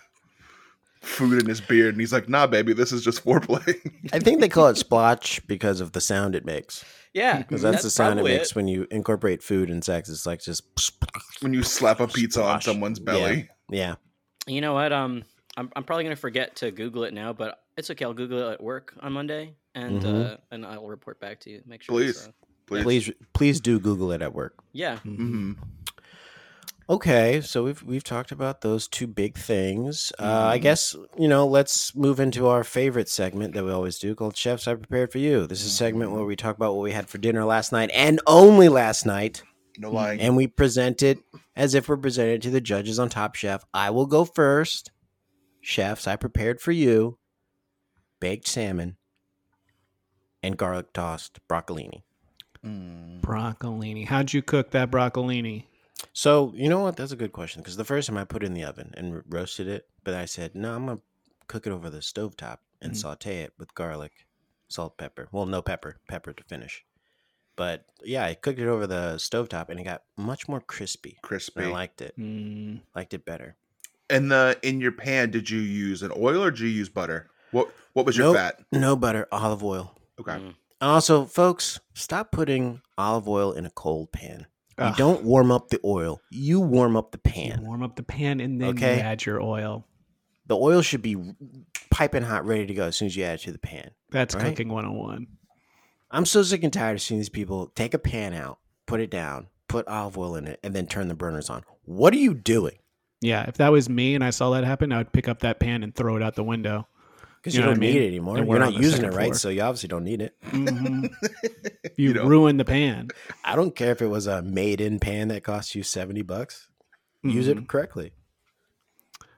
[SPEAKER 3] Food in his beard, and he's like, "Nah, baby, this is just foreplay."
[SPEAKER 2] I think they call it splotch because of the sound it makes.
[SPEAKER 5] Yeah,
[SPEAKER 2] Because that's, the sound it
[SPEAKER 5] probably
[SPEAKER 2] makes when you incorporate food and sex. It's like just.
[SPEAKER 3] when you slap a pizza on
[SPEAKER 2] Splash.
[SPEAKER 3] someone's belly.
[SPEAKER 2] Yeah.
[SPEAKER 5] You know what? Um, I'm, I'm probably gonna forget to Google it now, but it's okay. I'll Google it at work on Monday, and
[SPEAKER 2] Mhm.
[SPEAKER 5] uh, and I'll report back to you. Make sure.
[SPEAKER 3] Please.
[SPEAKER 5] it's, uh,
[SPEAKER 3] Please.
[SPEAKER 2] Please, please do Google it at work.
[SPEAKER 5] yeah.
[SPEAKER 3] hmm
[SPEAKER 2] Okay, so we've we've talked about those two big things. Uh, I guess you know. Let's move into our favorite segment that we always do, called "Chefs I Prepared for You." This is a segment where we talk about what we had for dinner last night and only last night,
[SPEAKER 3] No lying.
[SPEAKER 2] Mm-hmm. and we present it as if we're presented to the judges on Top Chef. I will go first. Chefs I prepared for you: baked salmon and garlic tossed broccolini.
[SPEAKER 3] Mm.
[SPEAKER 4] Broccolini. How'd you cook that broccolini?
[SPEAKER 2] So you know what? That's a good question because the first time I put it in the oven and r- roasted it, but I said no, I'm gonna cook it over the stove top and
[SPEAKER 4] Mhm.
[SPEAKER 2] saute it with garlic, salt, pepper. Well, no pepper, pepper to finish. But yeah, I cooked it over the stove top and it got much more crispy.
[SPEAKER 3] Crispy.
[SPEAKER 2] And I liked it.
[SPEAKER 4] Mm,
[SPEAKER 2] Liked it better.
[SPEAKER 3] and the in your pan, did you use an oil or did you use butter? What what was your
[SPEAKER 2] Nope.
[SPEAKER 3] fat?
[SPEAKER 2] No butter, olive oil.
[SPEAKER 3] Okay.
[SPEAKER 5] Mm.
[SPEAKER 2] And also, folks, stop putting olive oil in a cold pan. You
[SPEAKER 4] Ugh.
[SPEAKER 2] don't warm up the oil. You warm up the
[SPEAKER 4] you
[SPEAKER 2] pan.
[SPEAKER 4] warm up the pan and then
[SPEAKER 2] Okay.
[SPEAKER 4] you add your oil.
[SPEAKER 2] The oil should be piping hot, ready to go as soon as you add it to the pan.
[SPEAKER 4] That's
[SPEAKER 2] Right.
[SPEAKER 4] cooking 101.
[SPEAKER 2] I'm so sick and tired of seeing these people take a pan out, put it down, put olive oil in it, and then turn the burners on. What are you doing?
[SPEAKER 4] Yeah, if that was me and I saw that happen, I would pick up that pan and throw it out the window.
[SPEAKER 2] Because
[SPEAKER 4] You
[SPEAKER 2] you,
[SPEAKER 4] know what
[SPEAKER 2] don't
[SPEAKER 4] I mean?
[SPEAKER 2] need it anymore.
[SPEAKER 4] And
[SPEAKER 2] You're
[SPEAKER 4] we're
[SPEAKER 2] not
[SPEAKER 4] on the
[SPEAKER 2] using it,
[SPEAKER 4] second
[SPEAKER 2] right?
[SPEAKER 4] floor.
[SPEAKER 2] So you obviously don't need it. Mm-hmm.
[SPEAKER 4] Mhm. you
[SPEAKER 3] know.
[SPEAKER 4] ruin the pan.
[SPEAKER 2] I don't care if it was a made-in pan that cost you seventy bucks. Use
[SPEAKER 4] Mhm.
[SPEAKER 2] it correctly.
[SPEAKER 4] I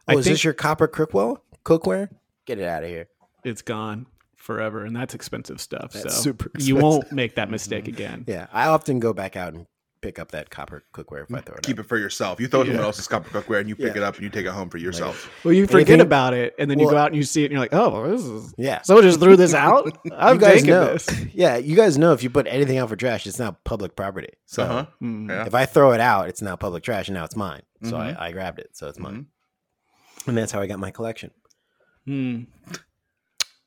[SPEAKER 2] Oh, is
[SPEAKER 4] think-
[SPEAKER 2] this your copper cookwell cookware? Get it out of here.
[SPEAKER 4] It's gone forever, and that's expensive stuff.
[SPEAKER 2] That's
[SPEAKER 4] so
[SPEAKER 2] super expensive.
[SPEAKER 4] you
[SPEAKER 2] Mm-hmm.
[SPEAKER 4] won't make that mistake again.
[SPEAKER 2] Yeah, I often go back out and pick up that copper cookware if I throw it.
[SPEAKER 3] Keep
[SPEAKER 2] out.
[SPEAKER 3] it for yourself. You throw someone
[SPEAKER 4] Yeah.
[SPEAKER 3] else's cup of cookware and you pick
[SPEAKER 2] Yeah.
[SPEAKER 3] it up and you take it home for yourself.
[SPEAKER 4] Well, you
[SPEAKER 2] Anything-
[SPEAKER 4] forget about it, and then you
[SPEAKER 2] Well-
[SPEAKER 4] go out and you see it, and you're like, "Oh, this is
[SPEAKER 2] Yeah,
[SPEAKER 4] someone just threw this out." I'm
[SPEAKER 2] guys
[SPEAKER 4] taking
[SPEAKER 2] know.
[SPEAKER 4] this.
[SPEAKER 2] yeah. You guys know if you put anything out for trash, it's now public property. So
[SPEAKER 3] uh-huh.
[SPEAKER 4] Mm.
[SPEAKER 3] Yeah.
[SPEAKER 2] if I throw it out, it's now public trash, and now it's mine. So
[SPEAKER 4] Mm-hmm.
[SPEAKER 2] I, I grabbed it, so it's mine,
[SPEAKER 3] Mm-hmm.
[SPEAKER 2] and that's how I got my collection.
[SPEAKER 4] Mm.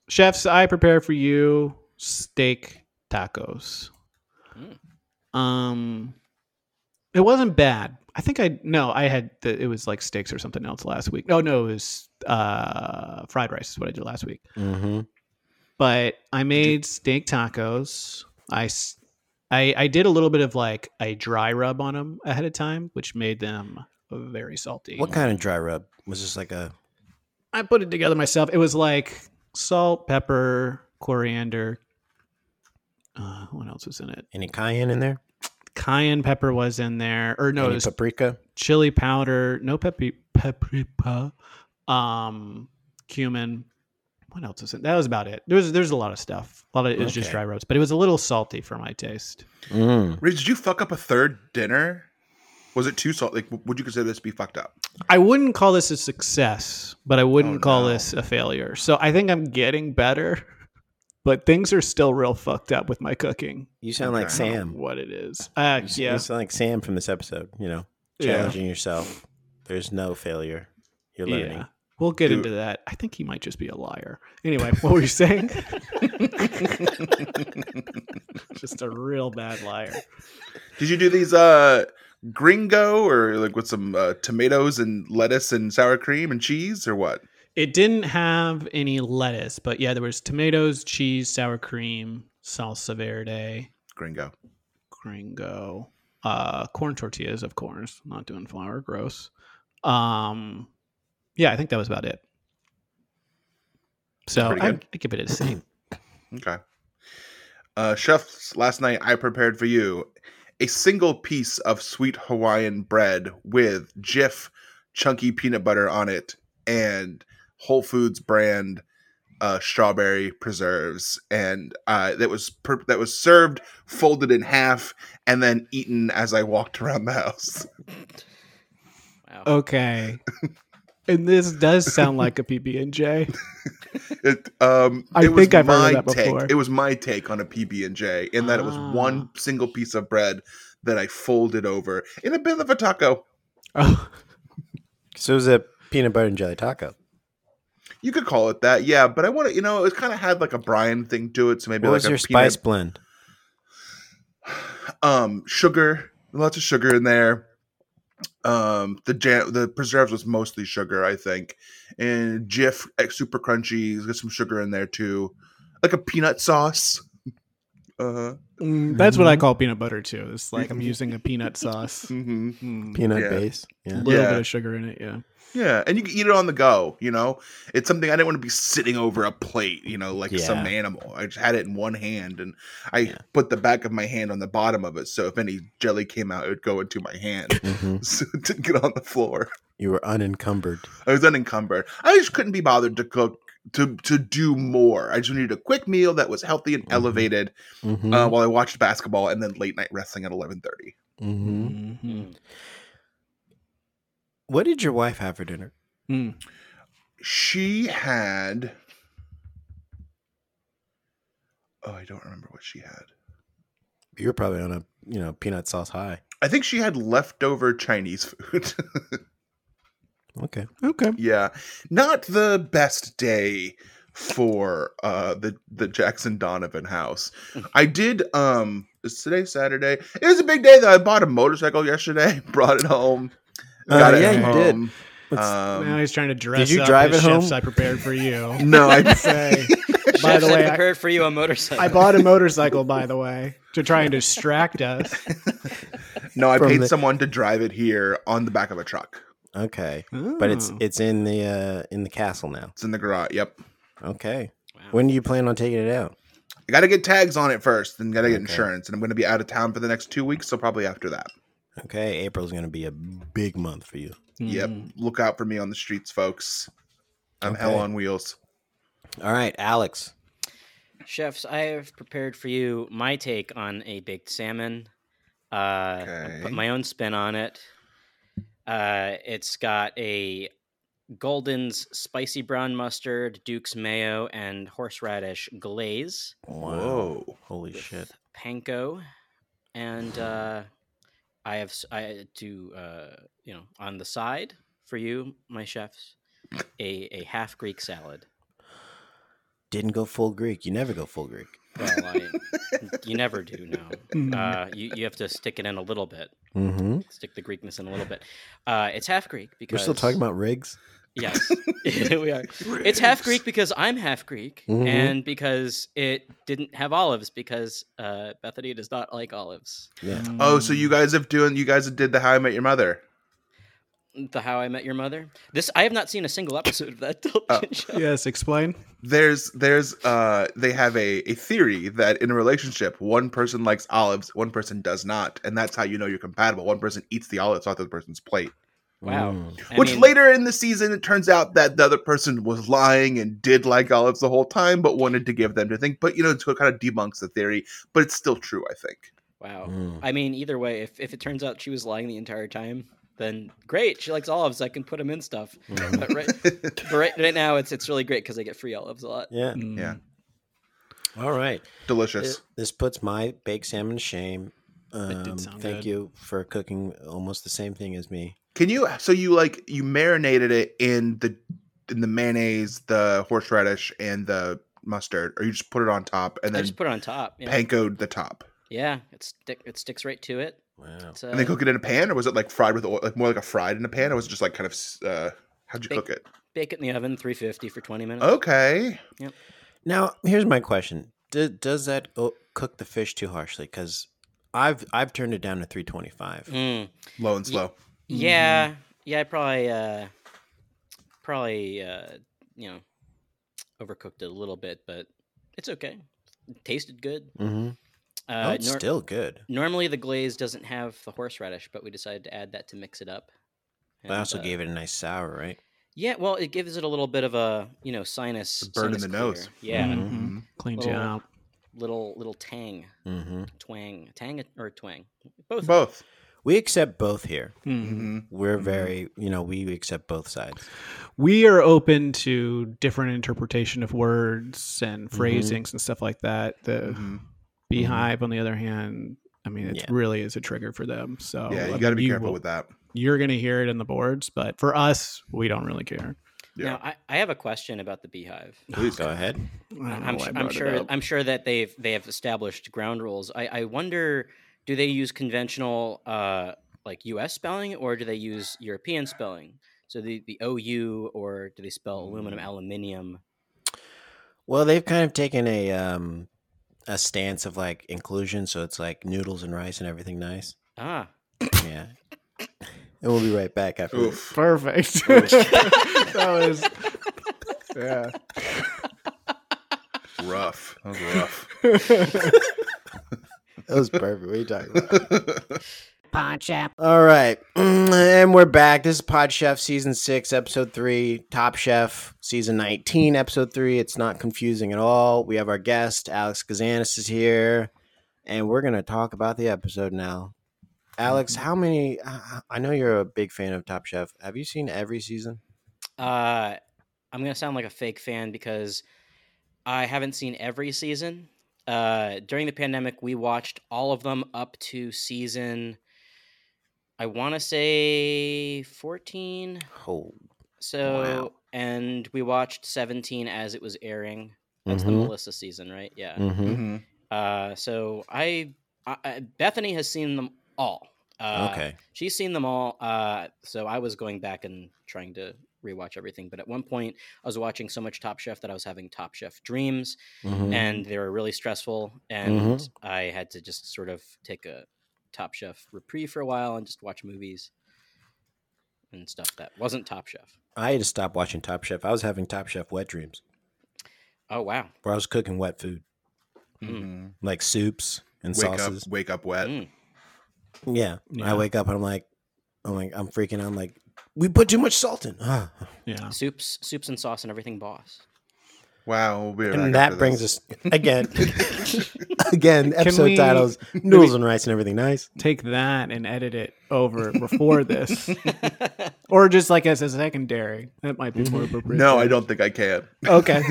[SPEAKER 4] Chefs, I prepare for you steak tacos. Um, it wasn't bad. I think I no, I had the, it was like steaks or something else last week. No, no, it was uh fried rice is what I did last week.
[SPEAKER 2] Mm-hmm.
[SPEAKER 4] But I made steak tacos. I s- I I did a little bit of like a dry rub on them ahead of time, which made them very salty.
[SPEAKER 2] What kind of dry rub was this? Like a
[SPEAKER 4] I put it together myself. It was like salt, pepper, coriander. Uh, what else was in it?
[SPEAKER 2] any cayenne in there?
[SPEAKER 4] Cayenne pepper was in there, or no, it
[SPEAKER 2] any
[SPEAKER 4] was
[SPEAKER 2] paprika?
[SPEAKER 4] chili powder, no pepi- paprika, um, cumin. What else was in? That was about it. There's there's a lot of stuff. A lot of it was just
[SPEAKER 2] Okay.
[SPEAKER 4] dry roads, but it was a little salty for my taste.
[SPEAKER 2] Mm.
[SPEAKER 3] Rich, did you fuck up a third dinner? Was it too salt? Like, w- would you consider this to be fucked up?
[SPEAKER 4] I wouldn't call this a success, but I wouldn't
[SPEAKER 3] Oh,
[SPEAKER 4] call
[SPEAKER 3] no.
[SPEAKER 4] this a failure. So I think I'm getting better, but things are still real fucked up with my cooking.
[SPEAKER 2] You sound like
[SPEAKER 3] Okay.
[SPEAKER 4] I don't know
[SPEAKER 2] Sam.
[SPEAKER 4] What it is. Uh,
[SPEAKER 2] You s-
[SPEAKER 4] yeah.
[SPEAKER 2] You sound like Sam from this episode. You know,
[SPEAKER 4] yeah.
[SPEAKER 2] challenging yourself. There's no failure. You're learning.
[SPEAKER 4] Yeah. We'll get
[SPEAKER 3] Do-
[SPEAKER 4] into that. I think he might just be a liar. Anyway, what were you saying? just a real bad liar.
[SPEAKER 3] Did you do these uh gringo or like with some uh, tomatoes and lettuce and sour cream and cheese or what?
[SPEAKER 4] It didn't have any lettuce, but yeah, there was tomatoes, cheese, sour cream, salsa verde,
[SPEAKER 3] Gringo.
[SPEAKER 4] gringo, uh, corn tortillas, of course. Not doing flour, gross. Um, yeah, I think that was about it. So
[SPEAKER 3] Pretty
[SPEAKER 4] I,
[SPEAKER 3] good.
[SPEAKER 4] I give it a C.
[SPEAKER 3] Okay. Uh, chefs, last night I prepared for you a single piece of sweet Hawaiian bread with Jif chunky peanut butter on it and Whole Foods brand uh, strawberry preserves, and uh, that was per- that was served folded in half and then eaten as I walked around the house.
[SPEAKER 5] Wow.
[SPEAKER 4] Oh, Okay. and this does sound like a PB and J.
[SPEAKER 3] It, um,
[SPEAKER 4] I
[SPEAKER 3] it was
[SPEAKER 4] think I've heard of
[SPEAKER 3] my
[SPEAKER 4] that before.
[SPEAKER 3] Take. It was my take on a PB and J, in that it was
[SPEAKER 4] Ah.
[SPEAKER 3] one single piece of bread that I folded over in a bit of a taco.
[SPEAKER 4] Oh,
[SPEAKER 2] So it was a peanut butter and jelly taco.
[SPEAKER 3] You could call it that, yeah. But I want to, you know, it kind of had like a brine thing to it, so maybe
[SPEAKER 2] What
[SPEAKER 3] like
[SPEAKER 2] was
[SPEAKER 3] a
[SPEAKER 2] your
[SPEAKER 3] peanut-
[SPEAKER 2] spice blend?
[SPEAKER 3] um, sugar, lots of sugar in there. Um, the jam, the preserves was mostly sugar, I think, and Jif eh, super crunchy. There's some sugar in there too, like a peanut sauce. Uh huh.
[SPEAKER 4] mm, that's what I call peanut butter too. It's like I'm using a peanut sauce.
[SPEAKER 3] Mm-hmm.
[SPEAKER 4] Mm,
[SPEAKER 2] Peanut
[SPEAKER 3] Yeah.
[SPEAKER 2] base.
[SPEAKER 4] a
[SPEAKER 2] Yeah.
[SPEAKER 4] little
[SPEAKER 3] Yeah.
[SPEAKER 4] bit of sugar in it, yeah.
[SPEAKER 3] Yeah, and you can eat it on the go. You know, it's something I didn't want to be sitting over a plate. You know, like some
[SPEAKER 2] Yeah.
[SPEAKER 3] animal. I just had it in one hand, and I
[SPEAKER 2] Yeah.
[SPEAKER 3] put the back of my hand on the bottom of it, so if any jelly came out, it would go into my hand,
[SPEAKER 2] Mhm.
[SPEAKER 3] so it didn't get on the floor.
[SPEAKER 2] You were unencumbered.
[SPEAKER 3] I was unencumbered. I just couldn't be bothered to cook to to do more. I just needed a quick meal that was healthy and
[SPEAKER 2] Mhm.
[SPEAKER 3] elevated
[SPEAKER 2] Mhm.
[SPEAKER 4] Um,
[SPEAKER 3] uh, while I watched basketball and then late night wrestling at eleven thirty.
[SPEAKER 2] Mhm.
[SPEAKER 5] Mm.
[SPEAKER 4] Mhm.
[SPEAKER 2] What did your wife have for dinner?
[SPEAKER 4] Mm.
[SPEAKER 3] She had. Oh, I don't remember what she had.
[SPEAKER 2] You're probably on a you know peanut sauce high.
[SPEAKER 3] I think she had leftover Chinese food.
[SPEAKER 2] Okay.
[SPEAKER 4] Okay.
[SPEAKER 3] yeah, not the best day for uh the the Jackson Donovan house. I did um is today Saturday. It was a big day though. I bought a motorcycle yesterday, brought it home.
[SPEAKER 2] Uh,
[SPEAKER 3] Got
[SPEAKER 2] yeah,
[SPEAKER 3] it
[SPEAKER 2] you did.
[SPEAKER 3] home.
[SPEAKER 2] Let's-
[SPEAKER 3] Um,
[SPEAKER 4] now he's trying to dress.
[SPEAKER 2] you
[SPEAKER 4] up
[SPEAKER 2] drive
[SPEAKER 4] his
[SPEAKER 2] it home?
[SPEAKER 4] shifts I prepared for you.
[SPEAKER 3] no, I
[SPEAKER 4] Say, by
[SPEAKER 5] By
[SPEAKER 4] the way, I,
[SPEAKER 5] prepared for you a motorcycle.
[SPEAKER 4] I bought a motorcycle. By the way, to try and distract us.
[SPEAKER 3] no, I
[SPEAKER 2] From
[SPEAKER 3] paid
[SPEAKER 2] the-
[SPEAKER 3] someone to drive it here on the back of a truck.
[SPEAKER 2] Okay. But it's
[SPEAKER 3] hmm.
[SPEAKER 4] Oh.
[SPEAKER 2] it's in the uh in the castle now.
[SPEAKER 3] It's in the garage. Yep.
[SPEAKER 2] Okay.
[SPEAKER 5] Wow.
[SPEAKER 2] When do you plan on taking it out?
[SPEAKER 3] I gotta get tags on it first, then gotta get
[SPEAKER 2] Okay.
[SPEAKER 3] insurance, and I'm gonna be out of town for the next two weeks, so probably after that.
[SPEAKER 2] Okay, April's gonna be a big month for you.
[SPEAKER 4] Hmm.
[SPEAKER 3] Yep. Look out for me on the streets, folks. I'm hell
[SPEAKER 2] Okay.
[SPEAKER 3] on wheels.
[SPEAKER 2] All right, Alex.
[SPEAKER 5] Chefs, I have prepared for you my take on a baked salmon. Uh, I
[SPEAKER 3] Okay.
[SPEAKER 5] Put my own spin on it. Uh, it's got a Golden's spicy brown mustard, Duke's mayo, and horseradish glaze,
[SPEAKER 3] Whoa.
[SPEAKER 2] Holy shit.
[SPEAKER 5] panko, and uh, I have s- I do uh, you know on the side for you, my chefs, a a half Greek salad.
[SPEAKER 2] Didn't go full Greek. You never go full Greek.
[SPEAKER 5] Well, I, you never do know. uh, you, you have to stick it in a little bit.
[SPEAKER 2] Mm-hmm.
[SPEAKER 5] Stick the Greekness in a little bit. Uh, it's half Greek because
[SPEAKER 2] We're still talking about rigs.
[SPEAKER 5] yes, we are. It's half Greek because I'm half Greek,
[SPEAKER 2] Mhm.
[SPEAKER 5] and because it didn't have olives because uh, Bethany does not like olives.
[SPEAKER 2] Yeah.
[SPEAKER 3] Oh, so you guys have doing you guys did the How I Met Your Mother.
[SPEAKER 5] The How I Met Your Mother. This I have not seen a single episode of that television
[SPEAKER 3] Oh.
[SPEAKER 5] show.
[SPEAKER 4] Yes. Explain.
[SPEAKER 3] There's there's uh they have a, a theory that in a relationship one person likes olives, one person does not, and that's how you know you're compatible. One person eats the olives off the other person's plate.
[SPEAKER 5] Wow.
[SPEAKER 2] Mm.
[SPEAKER 5] I
[SPEAKER 3] Which
[SPEAKER 5] mean,
[SPEAKER 3] later in the season, it turns out that the other person was lying and did like olives the whole time, but wanted to give them to think. But you know, it kind of debunks the theory, but it's still true, I think.
[SPEAKER 5] Wow.
[SPEAKER 2] Mm.
[SPEAKER 5] I mean, either way, if, if it turns out she was lying the entire time, then great. She likes olives. I can put them in stuff.
[SPEAKER 2] Mm.
[SPEAKER 5] But right, but right, right now, it's it's really great because I get free olives a lot.
[SPEAKER 2] Yeah.
[SPEAKER 3] Yeah.
[SPEAKER 2] All right.
[SPEAKER 3] Delicious.
[SPEAKER 2] This, this puts my baked salmon to shame.
[SPEAKER 4] That did
[SPEAKER 2] Um,
[SPEAKER 4] sound
[SPEAKER 2] thank
[SPEAKER 4] good.
[SPEAKER 2] you for cooking almost the same thing as me.
[SPEAKER 3] Can you? So you like you marinated it in the in the mayonnaise, the horseradish, and the mustard, or you just put it on top and
[SPEAKER 5] I
[SPEAKER 3] then
[SPEAKER 5] just put it on top. Yeah,
[SPEAKER 3] pankoed the top,
[SPEAKER 5] yeah it, stick, it sticks right to it.
[SPEAKER 2] Wow.
[SPEAKER 5] It's, uh,
[SPEAKER 3] Oh. and then cook it in a pan, or was it like fried with oil, like more like a fried in a pan, or was it just like kind of uh, how'd you
[SPEAKER 5] Bake-
[SPEAKER 3] cook it?
[SPEAKER 5] Bake it in the oven, 350 for 20 minutes.
[SPEAKER 3] Oh. Okay,
[SPEAKER 2] Now, here's my question: Do, Does that o- cook the fish too harshly? Because I've I've turned it down to 325.
[SPEAKER 5] Mm.
[SPEAKER 3] low and
[SPEAKER 5] Ye-
[SPEAKER 3] slow.
[SPEAKER 5] Yeah, yeah, I probably, uh, probably, uh, you know, overcooked it a little bit, but it's okay. It tasted good.
[SPEAKER 2] Mm-hmm.
[SPEAKER 5] Uh,
[SPEAKER 2] oh, it's
[SPEAKER 5] nor-
[SPEAKER 2] still good.
[SPEAKER 5] normally the glaze doesn't have the horseradish, but we decided to add that to mix it up.
[SPEAKER 2] But I also
[SPEAKER 5] gave
[SPEAKER 2] gave it a nice sour, right?
[SPEAKER 5] Yeah, well, it gives it a little bit of a you know sinus
[SPEAKER 3] A burn in
[SPEAKER 5] sinus
[SPEAKER 3] the nose.
[SPEAKER 5] clear. Yeah,
[SPEAKER 4] Mhm. Cleaned you
[SPEAKER 5] Oh.
[SPEAKER 4] out.
[SPEAKER 5] little little tang,
[SPEAKER 2] Mm-hmm.
[SPEAKER 5] twang, tang or twang, both.
[SPEAKER 3] Both.
[SPEAKER 2] We accept both here.
[SPEAKER 5] Mm-hmm.
[SPEAKER 4] Mhm.
[SPEAKER 3] hmm
[SPEAKER 2] We're very, you know, we accept both sides.
[SPEAKER 4] we are open to different interpretation of words and
[SPEAKER 5] Mm-hmm.
[SPEAKER 4] phrasings and stuff like that. The
[SPEAKER 3] Mhm.
[SPEAKER 4] beehive, on the other hand, I mean, it
[SPEAKER 2] Yeah.
[SPEAKER 4] really is a trigger for them.
[SPEAKER 2] Oh,
[SPEAKER 4] So
[SPEAKER 3] yeah,
[SPEAKER 4] I
[SPEAKER 3] you
[SPEAKER 4] mean,
[SPEAKER 3] got to be careful
[SPEAKER 4] will-
[SPEAKER 3] with that.
[SPEAKER 4] You're going to hear it in the boards, but for us, we don't really care.
[SPEAKER 3] Yeah.
[SPEAKER 5] Now, I, I have a question about the beehive.
[SPEAKER 2] Please go ahead.
[SPEAKER 4] I don't know
[SPEAKER 5] I'm,
[SPEAKER 4] why I
[SPEAKER 5] su- I'm
[SPEAKER 4] brought it
[SPEAKER 5] sure
[SPEAKER 4] up.
[SPEAKER 5] I'm sure that they've they have established ground rules. I, I wonder, do they use conventional uh, like U.S. spelling or do they use European spelling? So the the OU or do they spell aluminum
[SPEAKER 4] Mm.
[SPEAKER 5] aluminium?
[SPEAKER 2] Well, they've kind of taken a um a stance of like inclusion, so it's like noodles and rice and everything nice.
[SPEAKER 5] Ah,
[SPEAKER 2] Yeah. and we'll be right back after. this.
[SPEAKER 3] Oof.
[SPEAKER 4] Perfect. that was, yeah.
[SPEAKER 3] rough. That was rough.
[SPEAKER 2] That was perfect. What are you talking about?
[SPEAKER 7] Pod Chef.
[SPEAKER 2] All right. And we're back. This is Pod Chef season 6, episode 3, Top Chef season 19, episode 3. It's not confusing at all. We have our guest, Alex Kazanis is here, and we're going to talk about the episode now. Alex,
[SPEAKER 5] Mm-hmm.
[SPEAKER 2] how many I- I know you're a big fan of Top Chef. Have you seen every season?
[SPEAKER 5] Uh, I'm gonna sound like a fake fan because I haven't seen every season. Uh, during the pandemic, we watched all of them up to season. I want to say 14.
[SPEAKER 2] Oh.
[SPEAKER 5] So and we watched 17 as it was airing. That's the
[SPEAKER 2] Mhm.
[SPEAKER 5] Melissa season, right? Yeah.
[SPEAKER 2] Mhm.
[SPEAKER 3] Mhm.
[SPEAKER 5] Uh, so I, I, I, Bethany has seen them all. Uh,
[SPEAKER 2] Okay.
[SPEAKER 5] She's seen them all. Uh, so I was going back and trying to rewatch everything. But at one point, I was watching so much Top Chef that I was having Top Chef dreams,
[SPEAKER 2] Mhm.
[SPEAKER 5] and they were really stressful. And
[SPEAKER 2] Mhm.
[SPEAKER 5] I had to just sort of take a Top Chef reprieve for a while and just watch movies and stuff that wasn't Top Chef.
[SPEAKER 2] I had to stop watching Top Chef. I was having Top Chef wet dreams
[SPEAKER 5] Oh wow!
[SPEAKER 2] where I was cooking wet food,
[SPEAKER 3] Mhm.
[SPEAKER 2] like soups and
[SPEAKER 3] Wake up,
[SPEAKER 2] sauces.
[SPEAKER 3] wake up wet.
[SPEAKER 5] Mm.
[SPEAKER 2] Yeah.
[SPEAKER 6] Yeah.
[SPEAKER 2] I wake up and I'm like, I'm like, I'm freaking out. I'm like, we put too much salt in. Ah.
[SPEAKER 6] Yeah.
[SPEAKER 5] Soups, soups and sauce and everything, boss.
[SPEAKER 3] Wow, we'll be right
[SPEAKER 2] And
[SPEAKER 3] back after
[SPEAKER 2] that brings
[SPEAKER 3] this.
[SPEAKER 2] us again, again, episode
[SPEAKER 4] we-
[SPEAKER 2] titles, noodles and rice and everything nice.
[SPEAKER 4] Take that and edit it over before this, or just like as a secondary. That might be more appropriate.
[SPEAKER 3] No, I don't think I can.
[SPEAKER 4] Okay.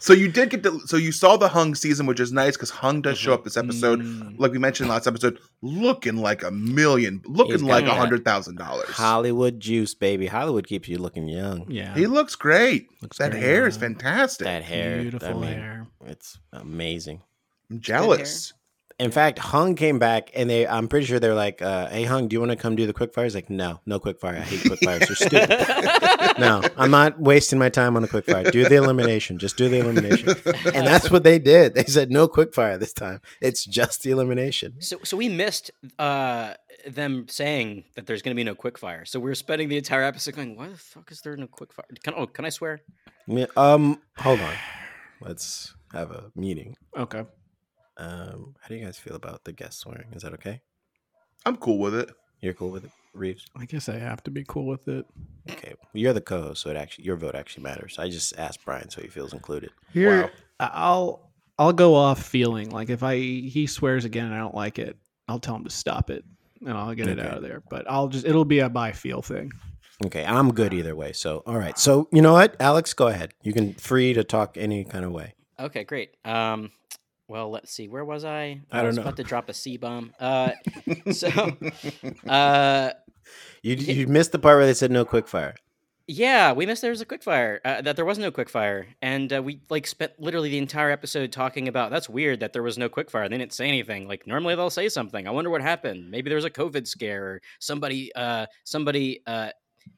[SPEAKER 3] So you did get to, so you saw the Hung season, which is nice because Hung does show up this episode, like we mentioned last episode, looking like a million, looking
[SPEAKER 2] He's got
[SPEAKER 3] like a
[SPEAKER 5] that
[SPEAKER 3] hundred thousand dollars.
[SPEAKER 2] Hollywood juice, baby. Hollywood keeps you looking young.
[SPEAKER 6] Yeah.
[SPEAKER 3] He looks great.
[SPEAKER 6] Looks
[SPEAKER 3] that
[SPEAKER 6] very
[SPEAKER 3] hair is
[SPEAKER 6] young.
[SPEAKER 3] fantastic.
[SPEAKER 2] That hair,
[SPEAKER 6] Beautiful
[SPEAKER 2] I mean,
[SPEAKER 6] hair.
[SPEAKER 2] it's amazing.
[SPEAKER 3] I'm jealous.
[SPEAKER 2] In fact, Hung came back and they, I'm pretty sure they're like, uh, "Hey, Hung, do you want to come do the quick fire?" He's like, "No, no quick fire. I hate quick fires. They're stupid. no, I'm not wasting my time on the quick fire. Do the elimination. Just do the elimination." And that's what they did. They said no quick fire this time. It's just the elimination.
[SPEAKER 5] So, so we missed uh, them saying that there's going to be no quickfire. So we were spending the entire episode going, "Why the fuck is there no quickfire?" Can oh, can I swear?
[SPEAKER 2] Me- Um, hold on. Let's have a meeting.
[SPEAKER 4] okay.
[SPEAKER 2] Um, how do you guys feel about the guest swearing? Is that okay?
[SPEAKER 3] I'm cool with it.
[SPEAKER 2] You're cool with it, Reeves?
[SPEAKER 4] I guess I have to be cool with it.
[SPEAKER 2] Okay. Well, you're the co-host, so it actually your vote actually matters. I just asked Brian, so he feels included.
[SPEAKER 4] Here,
[SPEAKER 3] Wow.
[SPEAKER 4] I- I'll I'll go off feeling like if I he swears again and I don't like it, I'll tell him to stop it and I'll get it
[SPEAKER 2] Okay.
[SPEAKER 4] out of there. But I'll just it'll be a by feel thing.
[SPEAKER 2] Okay, I'm good either way. So, all right. So, you know what, Alex, go ahead. You can free to talk any kind of way.
[SPEAKER 5] Okay, great. Um, well, let's see. Where was I?
[SPEAKER 2] I don't
[SPEAKER 5] was
[SPEAKER 2] know.
[SPEAKER 5] About to drop a C bomb. Uh, so, uh,
[SPEAKER 2] You you missed the part where they said no quick fire.
[SPEAKER 5] yeah, we missed there was a quickfire. Uh, that there was no quickfire, and uh, we like spent literally the entire episode talking about. That's weird that there was no quickfire. They didn't say anything. Like normally they'll say something. I wonder what happened. Maybe there was a COVID scare or somebody uh, somebody uh,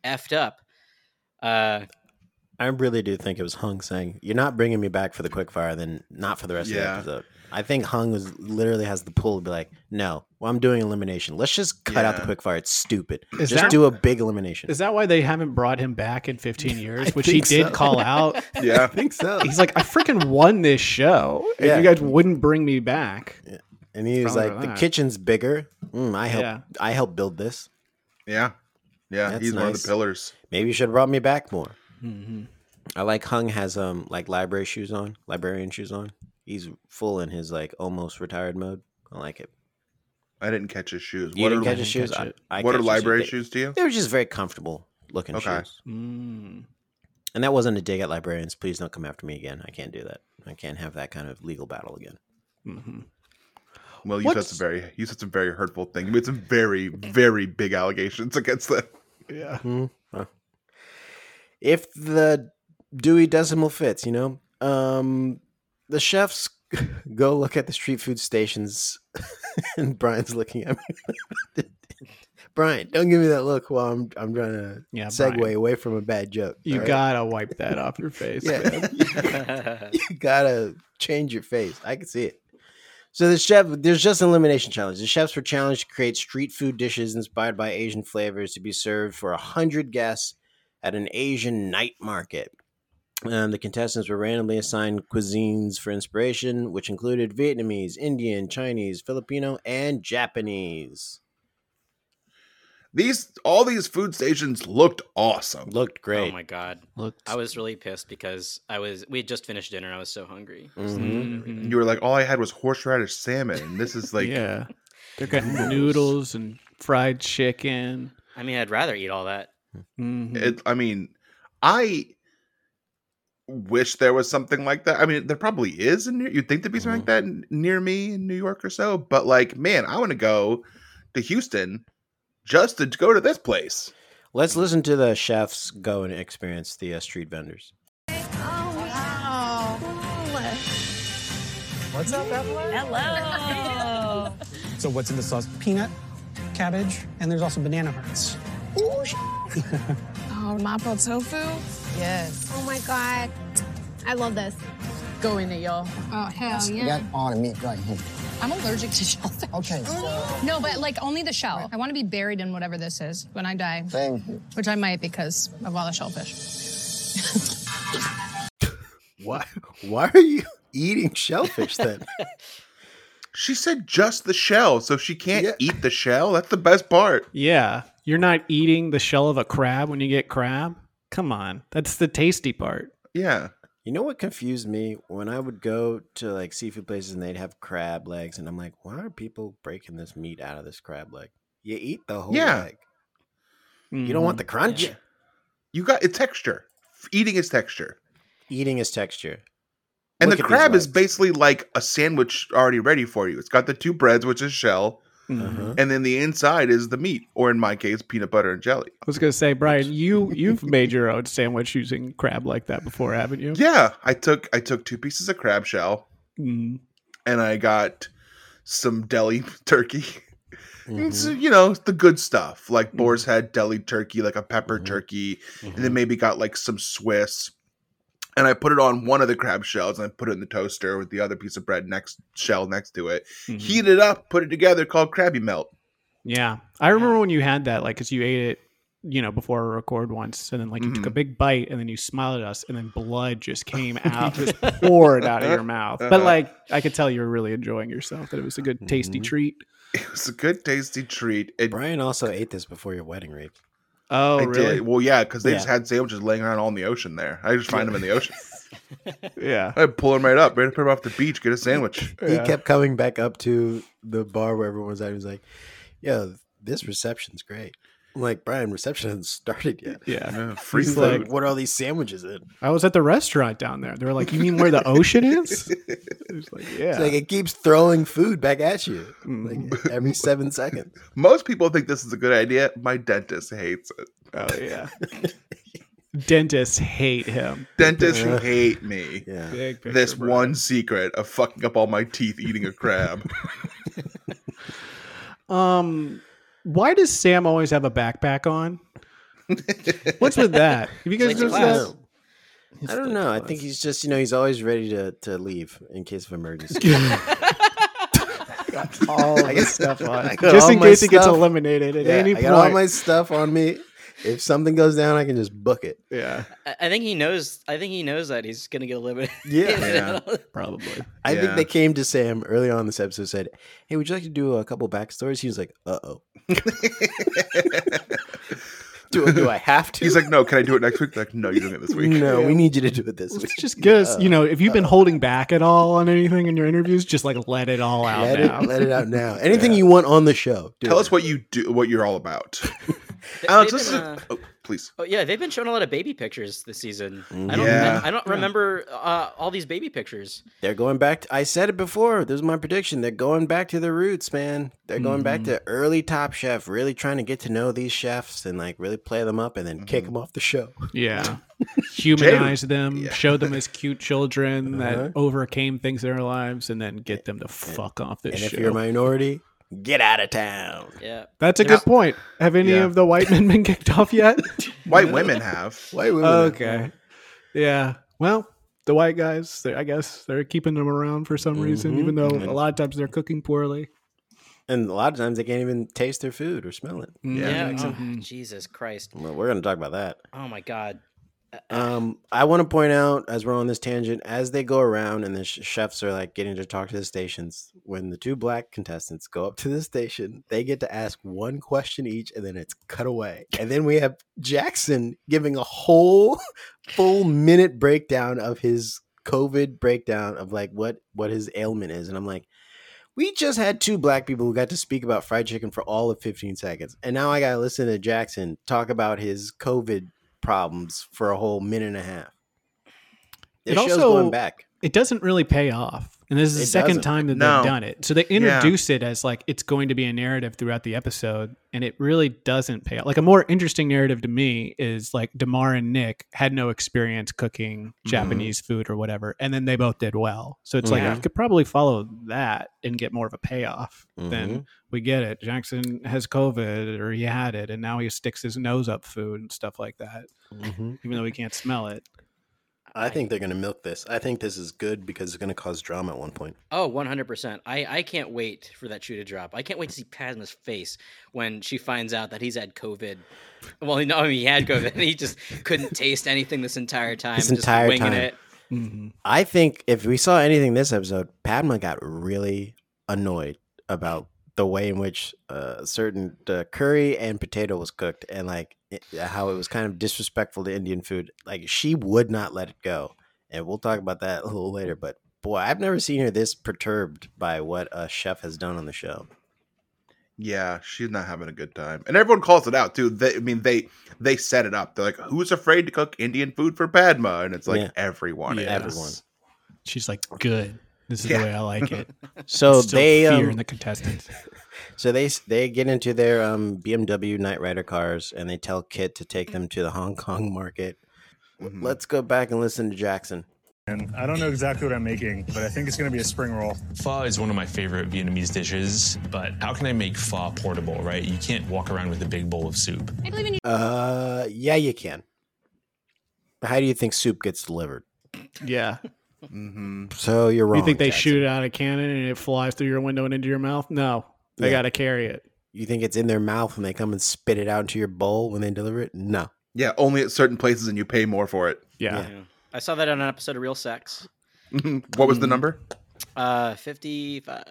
[SPEAKER 5] effed up. Uh,
[SPEAKER 2] I really do think it was Hung saying, "You're not bringing me back for the quick fire, then not for the rest
[SPEAKER 3] Yeah.
[SPEAKER 2] of the episode." I think Hung was literally has the pull to be like, "No, well, I'm doing elimination. Let's just cut out the
[SPEAKER 3] Yeah.
[SPEAKER 2] quick fire. It's stupid.
[SPEAKER 4] Is
[SPEAKER 2] just
[SPEAKER 4] that-
[SPEAKER 2] do a big elimination."
[SPEAKER 4] Is that why they haven't brought him back in 15 years, which he
[SPEAKER 2] think
[SPEAKER 4] did
[SPEAKER 2] so.
[SPEAKER 4] call out?
[SPEAKER 3] Yeah.
[SPEAKER 2] think so.
[SPEAKER 4] He's like, I freaking won this show, and
[SPEAKER 2] Yeah.
[SPEAKER 4] you guys wouldn't bring me back.
[SPEAKER 2] and he was
[SPEAKER 4] Probably
[SPEAKER 2] like, "The
[SPEAKER 4] that.
[SPEAKER 2] kitchen's bigger. Mm, I helped.
[SPEAKER 4] Yeah.
[SPEAKER 2] I helped build this.
[SPEAKER 3] Yeah. Yeah.
[SPEAKER 2] That's
[SPEAKER 3] He's one of
[SPEAKER 2] nice.
[SPEAKER 3] the pillars.
[SPEAKER 2] Maybe you should have brought me back more."
[SPEAKER 6] hmm
[SPEAKER 2] I like Hung has um like library shoes on, librarian shoes on. He's full in his like almost retired mode. I like it.
[SPEAKER 3] I didn't catch his shoes.
[SPEAKER 2] You
[SPEAKER 3] what
[SPEAKER 2] didn't
[SPEAKER 3] are,
[SPEAKER 2] catch his
[SPEAKER 4] I didn't
[SPEAKER 2] shoes.
[SPEAKER 4] catch
[SPEAKER 2] I-
[SPEAKER 4] it.
[SPEAKER 2] I
[SPEAKER 3] what are
[SPEAKER 2] catch his
[SPEAKER 3] library
[SPEAKER 2] They-
[SPEAKER 3] shoes to you?
[SPEAKER 2] They were just very comfortable looking
[SPEAKER 3] Okay.
[SPEAKER 2] shoes.
[SPEAKER 4] Mm.
[SPEAKER 2] And that wasn't a dig at librarians. Please don't come after me again. I can't do that. I can't have that kind of legal battle again.
[SPEAKER 3] Well, you said
[SPEAKER 4] What's-
[SPEAKER 3] some very you said some very hurtful things. You made some very very big allegations against them.
[SPEAKER 4] Yeah.
[SPEAKER 2] Hmm, If the Dewey Decimal fits, you know, um, the chefs go look at the street food stations, and Brian's looking at me. Brian, don't give me that look while I'm I'm trying to
[SPEAKER 4] Yeah,
[SPEAKER 2] segue
[SPEAKER 4] Brian.
[SPEAKER 2] away from a bad joke.
[SPEAKER 4] You
[SPEAKER 2] all right?
[SPEAKER 4] gotta wipe that off your face. man.
[SPEAKER 2] yeah,
[SPEAKER 5] oh
[SPEAKER 2] you gotta change your face. I can see it. So the chef, there's just an elimination challenge. The chefs were challenged to create street food dishes inspired by Asian flavors to be served for hundred guests at an Asian night market. Um, the contestants were randomly assigned cuisines for inspiration, which included Vietnamese, Indian, Chinese, Filipino, and Japanese.
[SPEAKER 3] These all these food stations looked awesome.
[SPEAKER 2] Looked great.
[SPEAKER 5] Oh my god,
[SPEAKER 4] Looked.
[SPEAKER 5] I was really pissed because I was we had just finished dinner. and I was so hungry.
[SPEAKER 3] Mm.
[SPEAKER 2] Mhm.
[SPEAKER 5] Mm-hmm.
[SPEAKER 3] You were like, all I had was horseradish salmon, and this is like
[SPEAKER 4] yeah. They're getting noodles and fried chicken.
[SPEAKER 5] I mean, I'd rather eat all that.
[SPEAKER 4] Mhm.
[SPEAKER 3] It, I mean, I wish there was something like that. I mean, there probably is. In New- you'd think there'd be something like that n- near me in New York or so. But like, man, I want to go to Houston just to go to this place.
[SPEAKER 2] Let's listen to the chefs go and experience the uh, street vendors.
[SPEAKER 7] wow.
[SPEAKER 8] What's up, Evelyn?
[SPEAKER 7] Hello.
[SPEAKER 8] So what's in the sauce? Peanut, cabbage, and there's also banana hearts.
[SPEAKER 9] Oh, mapo tofu?
[SPEAKER 7] yes.
[SPEAKER 10] Oh my god. I love this.
[SPEAKER 7] Go in it, y'all.
[SPEAKER 9] Oh, hell yeah.
[SPEAKER 8] all the meat right here.
[SPEAKER 9] I'm allergic to shellfish.
[SPEAKER 8] Okay.
[SPEAKER 9] No, but like only the shell. I want to be buried in whatever this is when I die,
[SPEAKER 8] Thank you.
[SPEAKER 9] which I might because of all the shellfish.
[SPEAKER 2] Why? Why are you eating shellfish then?
[SPEAKER 3] She said just the shell, so she can't
[SPEAKER 2] Yeah.
[SPEAKER 3] eat the shell. That's the best part.
[SPEAKER 4] Yeah. You're not eating the shell of a crab when you get crab? Come on. That's the tasty part.
[SPEAKER 3] Yeah,
[SPEAKER 2] you know what confused me when I would go to like seafood places and they'd have crab legs, and I'm like, why are people breaking this meat out of this crab leg? You eat the whole
[SPEAKER 3] Yeah.
[SPEAKER 2] leg. You don't want the crunch.
[SPEAKER 5] Yeah.
[SPEAKER 3] you got it. Texture. Eating is texture,
[SPEAKER 2] Eating is texture.
[SPEAKER 3] and
[SPEAKER 2] Look
[SPEAKER 3] the
[SPEAKER 2] at these
[SPEAKER 3] crab is
[SPEAKER 2] legs.
[SPEAKER 3] basically like a sandwich already ready for you. It's got the two breads, which is shell,
[SPEAKER 4] Mm-hmm.
[SPEAKER 2] Uh-huh.
[SPEAKER 3] and then the inside is the meat, or in my case, peanut butter and jelly.
[SPEAKER 4] I was gonna say, Brian, you you've made your own sandwich using crab like that before, haven't you?
[SPEAKER 3] Yeah, I took I took two pieces of crab shell
[SPEAKER 4] Mm.
[SPEAKER 3] and I got some deli turkey.
[SPEAKER 2] Mm-hmm.
[SPEAKER 3] And so, you know, the good stuff like boar's head deli turkey, like a
[SPEAKER 2] Mm-hmm.
[SPEAKER 3] pepper turkey, and then maybe got like some Swiss. And I put it on one of the crab shells and I put it in the toaster with the other piece of bread next shell next to it.
[SPEAKER 2] Mm-hmm.
[SPEAKER 4] Mhm.
[SPEAKER 3] Heat it up, put it together, called Krabby Melt.
[SPEAKER 4] Yeah, I remember when you had that, like, because you ate it, you know, before a record once, and then like you took a
[SPEAKER 3] Mhm.
[SPEAKER 4] big bite, and then you smiled at us, and then blood just came out, just poured out of your mouth. But like, I could tell you were really enjoying yourself; that it was a good, tasty
[SPEAKER 2] Mhm.
[SPEAKER 4] treat.
[SPEAKER 3] It was a good tasty treat. It
[SPEAKER 2] Brian also ate this before your wedding, Reap.
[SPEAKER 4] Oh,
[SPEAKER 3] I
[SPEAKER 4] really?
[SPEAKER 3] did. Well, yeah, because they
[SPEAKER 2] Yeah.
[SPEAKER 3] just had sandwiches laying around all in the ocean there. I just find them in the ocean.
[SPEAKER 4] Yeah.
[SPEAKER 3] I pull him right up, ready to put him off the beach, get a sandwich.
[SPEAKER 4] Yeah.
[SPEAKER 2] He kept coming back up to the bar where everyone was at. He was like, "Yo, this reception's great." I'm like, "Brian, reception hasn't started yet."
[SPEAKER 4] Yeah.
[SPEAKER 3] Yeah, free
[SPEAKER 4] He's
[SPEAKER 3] food.
[SPEAKER 2] Like, what are all these sandwiches in?
[SPEAKER 4] I was at the restaurant down there. They were like, "You mean where the ocean is?" It was like,
[SPEAKER 2] It's
[SPEAKER 4] yeah.
[SPEAKER 2] like it keeps throwing food back at you,
[SPEAKER 4] Mm.
[SPEAKER 2] like every seven seconds.
[SPEAKER 3] Most people think this is a good idea. My dentist hates it.
[SPEAKER 4] oh yeah. Dentists hate him.
[SPEAKER 3] Dentists hate me.
[SPEAKER 2] Yeah,
[SPEAKER 4] Big picture,
[SPEAKER 3] This
[SPEAKER 4] Brian.
[SPEAKER 3] one secret of fucking up all my teeth eating a crab.
[SPEAKER 4] Um, why does Sam always have a backpack on? What's with that? Have you guys
[SPEAKER 5] It's like
[SPEAKER 4] noticed
[SPEAKER 5] class.
[SPEAKER 4] that?
[SPEAKER 2] I don't know. I think he's just you know he's always ready to to leave in case of emergency.
[SPEAKER 4] all
[SPEAKER 2] I
[SPEAKER 4] the
[SPEAKER 2] got-
[SPEAKER 4] stuff on,
[SPEAKER 2] I got
[SPEAKER 4] just
[SPEAKER 2] all
[SPEAKER 4] in
[SPEAKER 2] my
[SPEAKER 4] case he gets
[SPEAKER 2] stuff.
[SPEAKER 4] eliminated at
[SPEAKER 2] Yeah,
[SPEAKER 4] any
[SPEAKER 2] I
[SPEAKER 4] point.
[SPEAKER 2] got all my stuff on me. If something goes down, I can just book it.
[SPEAKER 4] yeah,
[SPEAKER 5] I, I think he knows. I think he knows that he's gonna get eliminated.
[SPEAKER 3] Yeah.
[SPEAKER 4] probably.
[SPEAKER 2] I
[SPEAKER 3] Yeah.
[SPEAKER 2] think they came to Sam early on in this episode said, Hey, would you like to do a couple backstories? He was like, Uh oh. do, do I have to?
[SPEAKER 3] He's like, no, can I do it next week? They're like, no, you're doing it this week.
[SPEAKER 2] No, we need you to do it this week.
[SPEAKER 4] Let's just guess. you know, if you've
[SPEAKER 2] Uh,
[SPEAKER 4] been holding back at all on anything in your interviews, just like let it all out
[SPEAKER 2] Let
[SPEAKER 4] now.
[SPEAKER 2] it, let it out now. Anything you want on the show. Do
[SPEAKER 3] Tell
[SPEAKER 2] it.
[SPEAKER 3] us what you do, what you're all about.
[SPEAKER 5] They-
[SPEAKER 3] Alex,
[SPEAKER 5] they've
[SPEAKER 3] this is
[SPEAKER 5] been,
[SPEAKER 3] a-
[SPEAKER 5] uh,
[SPEAKER 3] oh, please.
[SPEAKER 5] oh, yeah, they've been showing a lot of baby pictures this season. I don't.
[SPEAKER 3] Yeah.
[SPEAKER 5] I, I don't remember uh, all these baby pictures.
[SPEAKER 2] They're going back. To, I said it before. This is my prediction. They're going back to their roots, man. They're going back to early Top Chef, really trying to get to know these chefs and like really play them up and then kick 'em kick them off the show.
[SPEAKER 4] Yeah, humanize them,
[SPEAKER 3] Yeah.
[SPEAKER 4] show them as cute children
[SPEAKER 2] Uh-huh.
[SPEAKER 4] that overcame things in their lives, and then get them to fuck off this
[SPEAKER 2] And
[SPEAKER 4] shit.
[SPEAKER 2] if you're a minority, get out of town.
[SPEAKER 5] Yeah.
[SPEAKER 4] That's a
[SPEAKER 5] Yeah.
[SPEAKER 4] good point. Have any
[SPEAKER 3] Yeah.
[SPEAKER 4] of the white men been kicked off yet?
[SPEAKER 3] White women have.
[SPEAKER 2] Why women?
[SPEAKER 4] okay. Yeah. Well, the white guys, they- I guess they're keeping them around for some reason,
[SPEAKER 2] Mm-hmm.
[SPEAKER 4] even though a lot of times they're cooking poorly.
[SPEAKER 2] And a lot of times they can't even taste their food or smell it.
[SPEAKER 5] Yeah.
[SPEAKER 3] Yeah.
[SPEAKER 2] Mm-hmm.
[SPEAKER 5] oh, Jesus Christ.
[SPEAKER 2] Well, we're going to talk about that.
[SPEAKER 5] Oh my God.
[SPEAKER 2] Um, I want to point out as we're on this tangent, as they go around and the sh- chefs are like getting to talk to the stations, when the two black contestants go up to the station, they get to ask one question each, and then it's cut away. And then we have Jackson giving a whole full minute breakdown of his COVID breakdown of like what what his ailment is, and I'm like. We just had two black people who got to speak about fried chicken for all of 15 seconds. And now I got to listen to Jackson talk about his COVID problems for a whole minute and a half.
[SPEAKER 4] It
[SPEAKER 2] It show's
[SPEAKER 4] also-
[SPEAKER 2] going back.
[SPEAKER 4] It doesn't really pay off. And this is the
[SPEAKER 2] It
[SPEAKER 4] 2nd
[SPEAKER 2] doesn't.
[SPEAKER 4] time that
[SPEAKER 3] No.
[SPEAKER 4] they've done it. So they introduce it as like it's going to be a narrative throughout the episode, and it really doesn't pay off. Like a more interesting narrative to me is like Damar and Nick had no experience cooking
[SPEAKER 2] Mm-hmm.
[SPEAKER 4] Japanese food or whatever, and then they both did well. So it's
[SPEAKER 5] Yeah.
[SPEAKER 2] Mm-hmm.
[SPEAKER 4] like I could probably follow that and get more of a payoff
[SPEAKER 2] Mhm.
[SPEAKER 4] than we get it. Jackson has COVID or he had it, and now he sticks his nose up food and stuff like that, even though he can't smell it.
[SPEAKER 2] I think they're going to milk this. I think this is good because it's going to cause drama at one point.
[SPEAKER 5] Oh, 100%. I, I can't wait for that shoe to drop. I can't wait to see Padma's face when she finds out that he's had COVID. Well, no, he had COVID. He just couldn't taste anything this entire time.
[SPEAKER 2] This
[SPEAKER 5] just
[SPEAKER 2] entire
[SPEAKER 5] winging
[SPEAKER 2] time.
[SPEAKER 5] it.
[SPEAKER 2] I think if we saw anything this episode, Padma got really annoyed about the way in which uh, certain uh, curry and potato was cooked and like it, how it was kind of disrespectful to Indian food. Like she would not let it go. And we'll talk about that a little later. But boy, I've never seen her this perturbed by what a chef has done on the show.
[SPEAKER 3] Yeah, she's not having a good time, and everyone calls it out too. They, I mean, they they set it up. They're like, "Who's afraid to cook Indian food for Padma?" And it's like
[SPEAKER 2] Yeah.
[SPEAKER 3] everyone.
[SPEAKER 4] Yeah.
[SPEAKER 2] Everyone.
[SPEAKER 6] She's like, good.
[SPEAKER 4] This is
[SPEAKER 3] Yeah.
[SPEAKER 4] the way I like it.
[SPEAKER 2] So
[SPEAKER 4] Still
[SPEAKER 2] they
[SPEAKER 4] fear
[SPEAKER 2] um,
[SPEAKER 4] in the contestants.
[SPEAKER 2] So they they get into their um, BMW Knight Rider cars and they tell Kit to take them to the Hong Kong market.
[SPEAKER 4] Mm-hmm.
[SPEAKER 3] Mhm.
[SPEAKER 2] Let's go back and listen to Jackson.
[SPEAKER 1] I don't know exactly what I'm making, but I think it's going to be a spring roll.
[SPEAKER 11] Pho is one of my favorite Vietnamese dishes, but how can I make pho portable, right? You can't walk around with a big bowl of soup.
[SPEAKER 10] I believe in you.
[SPEAKER 2] Uh, yeah, you can. How do you think soup gets delivered?
[SPEAKER 4] Yeah.
[SPEAKER 3] Mm-hmm.
[SPEAKER 2] So you're wrong.
[SPEAKER 4] you think they
[SPEAKER 2] Jackson.
[SPEAKER 4] shoot it out of cannon and it flies through your window and into your mouth? No, they
[SPEAKER 2] Yeah.
[SPEAKER 4] got to carry it.
[SPEAKER 2] You think it's in their mouth when they come and spit it out into your bowl when they deliver it? No.
[SPEAKER 3] Yeah, only at certain places, and you pay more for it.
[SPEAKER 4] Yeah.
[SPEAKER 5] Yeah. I saw that on an episode of Real Sex.
[SPEAKER 3] Mhm. what was
[SPEAKER 2] Mm-hmm.
[SPEAKER 3] the number?
[SPEAKER 5] Uh, 55.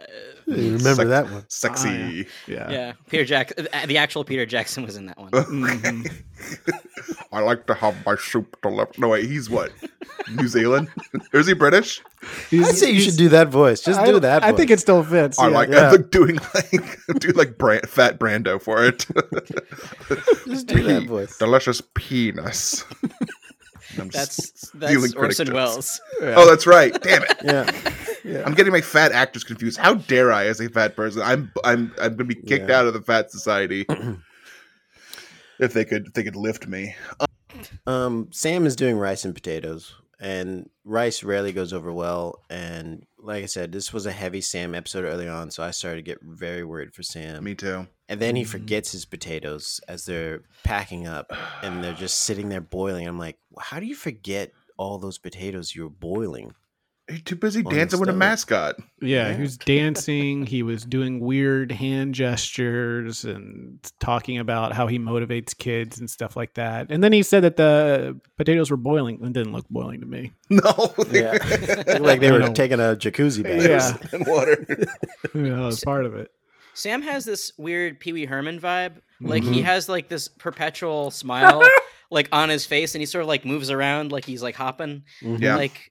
[SPEAKER 2] remember
[SPEAKER 3] Sex-
[SPEAKER 2] that one?
[SPEAKER 3] Sexy.
[SPEAKER 4] Yeah.
[SPEAKER 5] Yeah. Peter Jack, uh, the actual Peter Jackson was in that one.
[SPEAKER 3] I like to have my soup delivered. No wait, he's what? New Zealand? or is he British?
[SPEAKER 2] I say you should do that voice. Just
[SPEAKER 4] I-
[SPEAKER 2] do that.
[SPEAKER 4] I think
[SPEAKER 2] voice.
[SPEAKER 4] it still fits.
[SPEAKER 3] I
[SPEAKER 4] yeah.
[SPEAKER 3] like
[SPEAKER 2] yeah.
[SPEAKER 3] I'm like doing like do like brand, fat Brando for it.
[SPEAKER 2] just do that
[SPEAKER 3] Pea-
[SPEAKER 2] voice.
[SPEAKER 3] Delicious penis. I'm just
[SPEAKER 5] That's, that's
[SPEAKER 3] stealing critic
[SPEAKER 5] Orson
[SPEAKER 3] jokes.
[SPEAKER 5] Welles.
[SPEAKER 3] Oh, that's right. Damn it.
[SPEAKER 2] Yeah.
[SPEAKER 3] I'm getting my fat actors confused. How dare I, as a fat person, I'm I'm I'm gonna be kicked
[SPEAKER 2] Yeah.
[SPEAKER 3] out of the fat society. if they could, if they could lift me.
[SPEAKER 2] Um, Sam is doing rice and potatoes, and rice rarely goes over well. And like I said, this was a heavy Sam episode early on, so I started to get very worried for Sam.
[SPEAKER 3] Uh, Me too.
[SPEAKER 2] and then he forgets his potatoes as they're packing up, and they're just sitting there boiling. I'm like, how do you forget all those potatoes you were boiling?
[SPEAKER 3] You're too busy
[SPEAKER 2] On the
[SPEAKER 3] dancing with a
[SPEAKER 2] stove.
[SPEAKER 3] mascot.
[SPEAKER 4] Yeah, he was dancing. He was doing weird hand gestures and talking about how he motivates kids and stuff like that. And then he said that the potatoes were boiling. It didn't look boiling to me.
[SPEAKER 3] No,
[SPEAKER 2] Yeah, like they
[SPEAKER 4] I
[SPEAKER 2] were
[SPEAKER 4] know.
[SPEAKER 2] taking a jacuzzi bath.
[SPEAKER 4] Yeah.
[SPEAKER 3] and water.
[SPEAKER 4] Yeah, that was part of it.
[SPEAKER 5] Sam has this weird Pee Wee Herman vibe. Like he has like this perpetual smile like on his face, and he sort of like moves around like he's like hopping.
[SPEAKER 3] Yeah.
[SPEAKER 5] Like I-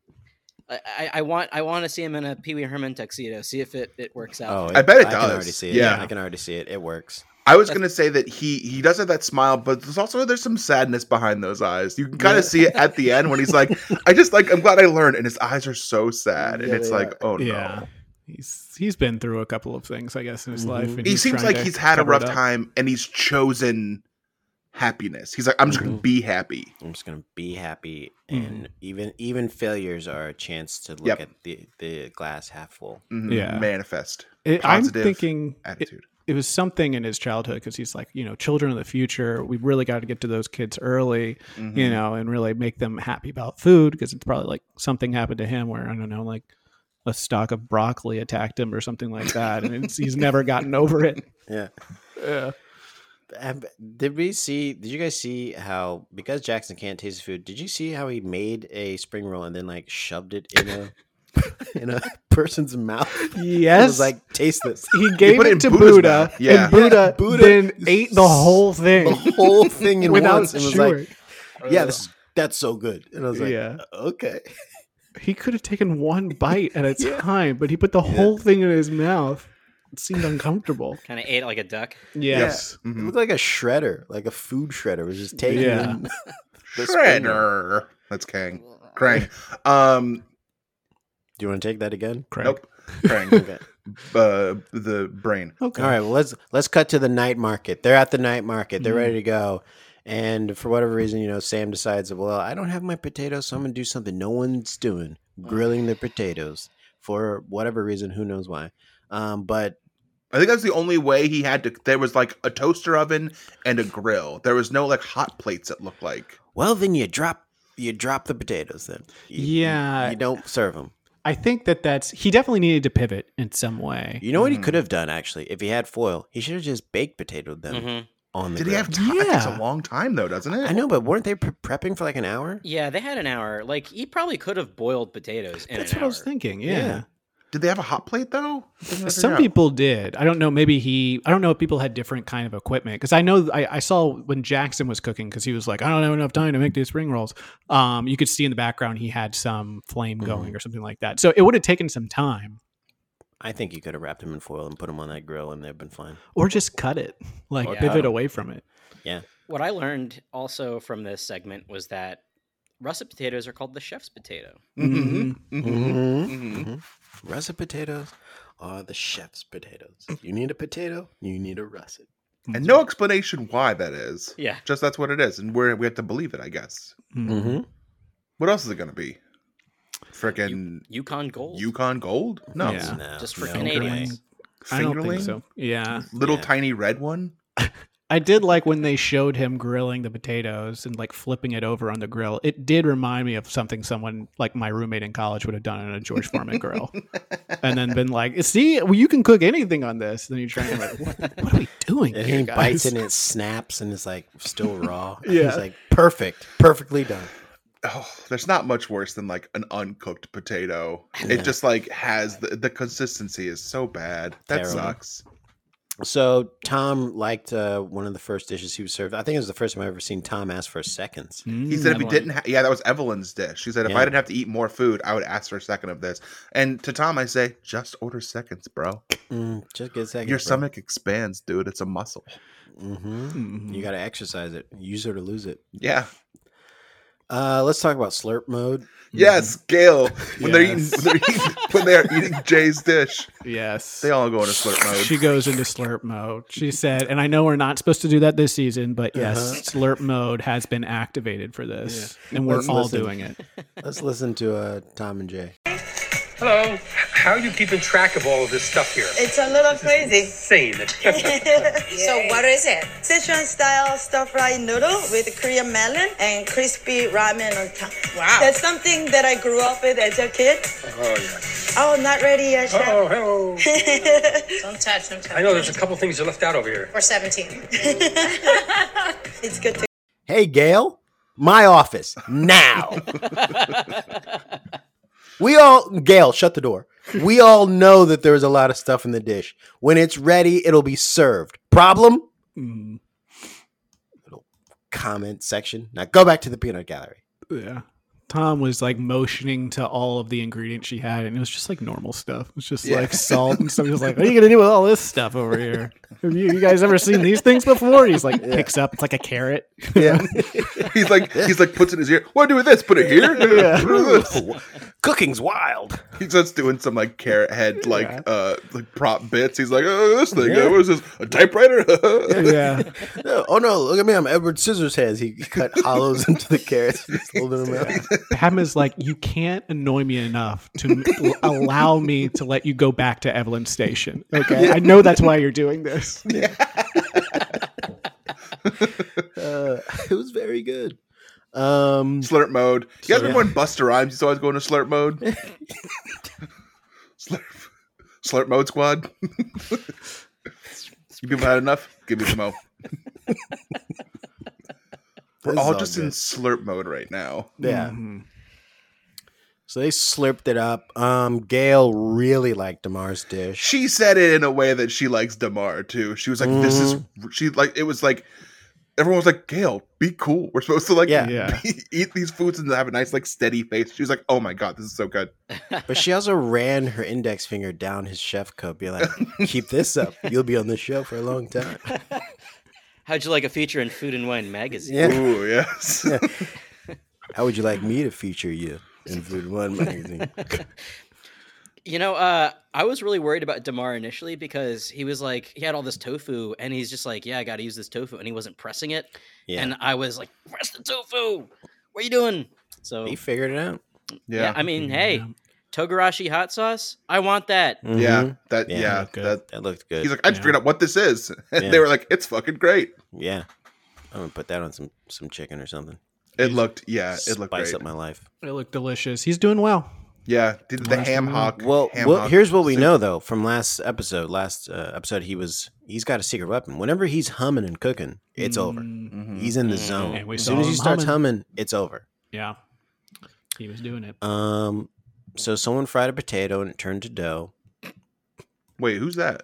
[SPEAKER 5] I, I want I want to see him in a Pee Wee Herman tuxedo. See if it, it works
[SPEAKER 2] Oh,
[SPEAKER 5] out.
[SPEAKER 3] I bet it
[SPEAKER 2] I can already
[SPEAKER 3] does.
[SPEAKER 2] see it.
[SPEAKER 3] Yeah.
[SPEAKER 2] I can already see it. It works.
[SPEAKER 3] I was gonna say that he he does have that smile, but there's also there's some sadness behind those eyes. You can kind of see it at the end when he's like, "I just like I'm glad I learned," and his eyes are so sad, and
[SPEAKER 2] Yeah,
[SPEAKER 3] it's
[SPEAKER 2] they
[SPEAKER 3] like, "Oh no."
[SPEAKER 4] Yeah. He's he's been through a couple of things, I guess, in his life. and
[SPEAKER 3] Mm-hmm. he
[SPEAKER 4] he's
[SPEAKER 3] seems
[SPEAKER 4] trying
[SPEAKER 3] like
[SPEAKER 4] to
[SPEAKER 3] he's had a
[SPEAKER 4] cover it
[SPEAKER 3] rough
[SPEAKER 4] up.
[SPEAKER 3] time and he's chosen happiness. He's like, I'm just
[SPEAKER 4] Mm-hmm.
[SPEAKER 3] gonna be happy.
[SPEAKER 2] I'm just gonna be happy,
[SPEAKER 12] Mm-hmm.
[SPEAKER 2] and even even failures are a chance to look
[SPEAKER 3] Yep.
[SPEAKER 2] at the the glass half full.
[SPEAKER 3] Mhm.
[SPEAKER 4] Yeah.
[SPEAKER 3] Manifest.
[SPEAKER 4] It- I'm
[SPEAKER 3] Positive
[SPEAKER 4] thinking it,
[SPEAKER 3] attitude.
[SPEAKER 4] it was something in his childhood because he's like, you know, children of the future. We really got to get to those kids early,
[SPEAKER 3] Mm-hmm.
[SPEAKER 4] you know, and really make them happy about food because it's probably like something happened to him where I don't know, like a stalk of broccoli attacked him or something like that, and it's, he's never gotten over it.
[SPEAKER 2] Yeah. have, did we see? Did you guys see how because Jackson can't taste the food? Did you see how he made a spring roll and then like shoved it in a in a person's mouth? It
[SPEAKER 12] Yes.
[SPEAKER 2] was like taste this.
[SPEAKER 12] He gave
[SPEAKER 2] put
[SPEAKER 12] it,
[SPEAKER 2] it in
[SPEAKER 12] to
[SPEAKER 2] Buddha's
[SPEAKER 12] Buddha,
[SPEAKER 2] mouth. Yeah.
[SPEAKER 12] and Buddha,
[SPEAKER 2] Buddha
[SPEAKER 12] then ate the whole thing.
[SPEAKER 2] the whole thing in
[SPEAKER 12] Without
[SPEAKER 2] once and was like, "Yeah,
[SPEAKER 12] Ugh.
[SPEAKER 2] this is, that's so good." And I was like,
[SPEAKER 12] Yeah.
[SPEAKER 2] "Okay."
[SPEAKER 12] He could have taken one bite at a time, but he put the whole thing in his mouth. It seemed uncomfortable.
[SPEAKER 5] Kind of ate it like a duck.
[SPEAKER 12] Yes.
[SPEAKER 2] Yeah.
[SPEAKER 3] Mm-hmm.
[SPEAKER 2] It looked like a shredder, like a food shredder, was just taking
[SPEAKER 12] Mm-hmm. Yeah.
[SPEAKER 2] in the spring roll.
[SPEAKER 3] Shredder. That's Kang. Krang. Um,
[SPEAKER 2] Do you want to take that again?
[SPEAKER 12] Craig.
[SPEAKER 3] nope. Krang.
[SPEAKER 2] Okay.
[SPEAKER 3] Uh, the brain.
[SPEAKER 12] Okay.
[SPEAKER 2] All right, well let's let's cut to the night market. They're at the night market.
[SPEAKER 3] Mm-hmm.
[SPEAKER 2] They're ready to go. And for whatever reason, you know, Sam decides, well, I don't have my potatoes, so I'm gonna do something no one's doing, grilling their potatoes for whatever reason, who knows why. Um, but
[SPEAKER 3] I think that's the only way he had to. There was like a toaster oven and a grill. There was no like hot plates. It looked like.
[SPEAKER 2] well, then you drop you drop the potatoes then. You- you-
[SPEAKER 12] Yeah.
[SPEAKER 2] you don't serve them.
[SPEAKER 4] I think that that's he definitely needed to pivot in some way.
[SPEAKER 2] You know what he
[SPEAKER 3] Mm-hmm.
[SPEAKER 2] could have done actually, if he had foil, he should have just baked potatoed them
[SPEAKER 5] Mhm.
[SPEAKER 2] on the.
[SPEAKER 3] Mm-hmm. Did he
[SPEAKER 2] grill.
[SPEAKER 3] have time? It's
[SPEAKER 12] Yeah.
[SPEAKER 3] a long time though, doesn't it?
[SPEAKER 2] I know, but weren't they pre- prepping for like an hour?
[SPEAKER 5] Yeah, they had an hour. Like he probably could have boiled potatoes. In
[SPEAKER 4] That's
[SPEAKER 5] an
[SPEAKER 4] what I was
[SPEAKER 5] hour.
[SPEAKER 4] thinking.
[SPEAKER 2] Yeah.
[SPEAKER 4] Yeah.
[SPEAKER 3] Did they have a hot plate though?
[SPEAKER 4] Some people did. I don't know. Maybe he. I don't know if people had different kind of equipment because I know I, I saw when Jackson was cooking because he was like, I don't have enough time to make these spring rolls. Um, you could see in the background he had some flame going or something like that. So it would have taken some time,
[SPEAKER 2] I think you could have wrapped them in foil and put them on that grill, and they've been fine.
[SPEAKER 4] or just cut it, like
[SPEAKER 5] Or cut
[SPEAKER 4] pivot
[SPEAKER 5] 'em.
[SPEAKER 4] away from it.
[SPEAKER 5] What I learned also from this segment was that russet potatoes are called the chef's potato.
[SPEAKER 3] Mm-hmm.
[SPEAKER 2] Mhm.
[SPEAKER 3] Mm-hmm.
[SPEAKER 2] Russet potatoes are the chef's potatoes. You need a potato, you need a russet.
[SPEAKER 3] And no explanation why that is.
[SPEAKER 5] Yeah.
[SPEAKER 3] Just that's what it is, and we're we have to believe it, I guess.
[SPEAKER 2] Mm-hmm.
[SPEAKER 3] What else is it gonna be? Frickin'
[SPEAKER 5] Yukon gold.
[SPEAKER 3] Yukon Gold? No,
[SPEAKER 4] Yeah.
[SPEAKER 5] Just for
[SPEAKER 2] no
[SPEAKER 5] Canadians.
[SPEAKER 2] way.
[SPEAKER 4] I don't
[SPEAKER 3] Fingerling?
[SPEAKER 4] think so. Yeah.
[SPEAKER 3] little
[SPEAKER 2] Yeah.
[SPEAKER 3] tiny red one.
[SPEAKER 4] I did like when they showed him grilling the potatoes and like flipping it over on the grill. It did remind me of something someone like my roommate in college would have done on a George Foreman grill, and then been like, "See, well, you can cook anything on this." And then you're trying to like, "What, what are we doing?"
[SPEAKER 2] And
[SPEAKER 4] here,
[SPEAKER 2] he
[SPEAKER 4] guys?"
[SPEAKER 2] bites it and it snaps and it's like still raw.
[SPEAKER 12] Yeah.
[SPEAKER 2] It's like perfect, perfectly done.
[SPEAKER 3] Oh, there's not much worse than like an uncooked potato. It just like has the, the consistency is so bad. That
[SPEAKER 2] Terrible.
[SPEAKER 3] sucks.
[SPEAKER 2] So Tom liked uh, one of the first dishes he was served. I think it was the first time I've ever seen Tom ask for seconds.
[SPEAKER 4] Mm,
[SPEAKER 3] He said if he
[SPEAKER 5] Evelyn.
[SPEAKER 3] didn't ha- yeah, that was Evelyn's dish. She said if
[SPEAKER 2] Yeah.
[SPEAKER 3] I didn't have to eat more food, I would ask for a second of this. And to Tom I say, just order seconds, bro.
[SPEAKER 2] Mm, just get seconds.
[SPEAKER 3] Your stomach expands, dude. It's a muscle.
[SPEAKER 2] hmm
[SPEAKER 4] Mm-hmm.
[SPEAKER 2] You got to exercise it. Use it or lose it.
[SPEAKER 3] Yeah.
[SPEAKER 2] Uh, let's talk about slurp mode.
[SPEAKER 3] Yes, Gail. When they're eating,
[SPEAKER 4] Yes.
[SPEAKER 3] when they're eating, when they're eating Jay's dish,
[SPEAKER 4] Yes.
[SPEAKER 3] they all go into slurp mode.
[SPEAKER 4] she goes into slurp mode. She said, and I know we're not supposed to do that this season, but yes,
[SPEAKER 2] Uh-huh.
[SPEAKER 4] slurp mode has been activated for this, and we're
[SPEAKER 2] Let's
[SPEAKER 4] all
[SPEAKER 2] listen.
[SPEAKER 4] doing it.
[SPEAKER 2] Let's listen to uh, Tom and Jay.
[SPEAKER 13] Hello. How are you keeping track of all of this stuff here?
[SPEAKER 9] It's a little crazy.
[SPEAKER 13] Insane.
[SPEAKER 9] So what is it? Sichuan style stir fried noodle with Korean melon and crispy ramen on top. Wow. That's something that I grew up with as a kid.
[SPEAKER 13] Oh yeah.
[SPEAKER 9] Oh, not ready yet, chef.
[SPEAKER 13] Oh hello.
[SPEAKER 9] don't touch, don't touch.
[SPEAKER 13] I know there's a couple things you left out over here.
[SPEAKER 9] We're 17. it's good to
[SPEAKER 2] Hey, Gail, my office now. we all, Gail, shut the door. We all know that there is a lot of stuff in the dish. When it's ready, it'll be served. Problem?
[SPEAKER 4] Mm,
[SPEAKER 2] Comment section. Now go back to the peanut gallery.
[SPEAKER 4] yeah. Tom was like motioning to all of the ingredients she had, and it was just like normal stuff. It was just
[SPEAKER 3] Yeah.
[SPEAKER 4] like salt and stuff. He was like, "What are you gonna do with all this stuff over here? Have you, you guys ever seen these things before?" He's like, picks up, it's like a carrot.
[SPEAKER 2] Yeah.
[SPEAKER 3] He's like, he's like, puts it in his ear. What do with this? Put it here.
[SPEAKER 2] Cooking's wild.
[SPEAKER 3] He's just doing some like carrot head, like uh, like prop bits. He's like, oh, this thing. uh, What is this? A typewriter?
[SPEAKER 4] yeah,
[SPEAKER 2] Oh no, look at me. I'm Edward Scissorhands. He cut hollows into the carrots. Just holding them out.
[SPEAKER 4] Pam is like, you can't annoy me enough to m- l- allow me to let you go back to Evelyn's station. Okay, I know that's why you're doing this.
[SPEAKER 2] Uh, it was very good. Um,
[SPEAKER 3] slurp mode. You guys
[SPEAKER 2] So,
[SPEAKER 3] remember when Buster Rhymes used to always go into slurp mode? slurp, slurp mode squad. you people had enough? Give me some more. We're
[SPEAKER 2] This is
[SPEAKER 3] all
[SPEAKER 2] all
[SPEAKER 3] just in mm-hmm.
[SPEAKER 2] good.
[SPEAKER 3] slurp mode right now.
[SPEAKER 2] Yeah.
[SPEAKER 4] Mm-hmm.
[SPEAKER 2] So they slurped it up. Um, Gail really liked Damar's dish.
[SPEAKER 3] She said it in a way that she likes Damar too. She was like, "This is."
[SPEAKER 2] Mm.
[SPEAKER 3] She like it was like everyone was like, "Gail, be cool. We're supposed to like
[SPEAKER 2] Yeah.
[SPEAKER 3] eat these foods and have a nice like steady face." She was like, "Oh my god, this is so good."
[SPEAKER 2] But she also ran her index finger down his chef coat, be like, keep this up. You'll be on the show for a long time.
[SPEAKER 5] How'd you like a feature in Food and Wine magazine?
[SPEAKER 2] Yeah.
[SPEAKER 3] Ooh, yes.
[SPEAKER 2] How would you like me to feature you in Food One magazine?
[SPEAKER 5] You know, uh, I was really worried about Damar initially because he was like, he had all this tofu, and he's just like, yeah, I got to use this tofu, and he wasn't pressing it.
[SPEAKER 2] Yeah.
[SPEAKER 5] And I was like, press the tofu. What are you doing? So
[SPEAKER 2] He figured it out.
[SPEAKER 5] yeah. I mean, hey, Togarashi hot sauce, I want that.
[SPEAKER 3] Yeah, that
[SPEAKER 2] Mm-hmm. Yeah, that
[SPEAKER 3] yeah,
[SPEAKER 2] looked good.
[SPEAKER 3] that,
[SPEAKER 2] That looked good.
[SPEAKER 3] He's like, "I just
[SPEAKER 2] Yeah.
[SPEAKER 3] figured out what this is," and
[SPEAKER 2] Yeah.
[SPEAKER 3] they were like, "It's fucking great."
[SPEAKER 2] Yeah. I'm gonna put that on some some chicken or something.
[SPEAKER 3] It looked yeah, Uh, it looked
[SPEAKER 2] Spice
[SPEAKER 3] great.
[SPEAKER 2] up my life.
[SPEAKER 4] It looked delicious. He's doing well.
[SPEAKER 3] Yeah, did the
[SPEAKER 4] Last
[SPEAKER 3] ham
[SPEAKER 4] one.
[SPEAKER 3] hock?
[SPEAKER 2] Well,
[SPEAKER 3] ham
[SPEAKER 2] well
[SPEAKER 3] hock
[SPEAKER 2] here's what we
[SPEAKER 3] soup.
[SPEAKER 2] know though from last episode. Last uh, episode, he was he's got a secret weapon. Whenever he's humming and cooking, it's over.
[SPEAKER 3] Mm-hmm.
[SPEAKER 2] He's in the zone.
[SPEAKER 4] Mm-hmm. And we
[SPEAKER 2] as
[SPEAKER 4] saw
[SPEAKER 2] soon as he
[SPEAKER 4] him
[SPEAKER 2] starts
[SPEAKER 4] humming.
[SPEAKER 2] humming, it's over.
[SPEAKER 4] Yeah. He was doing it.
[SPEAKER 2] Um, so someone fried a potato and it turned to dough.
[SPEAKER 3] Wait, who's that?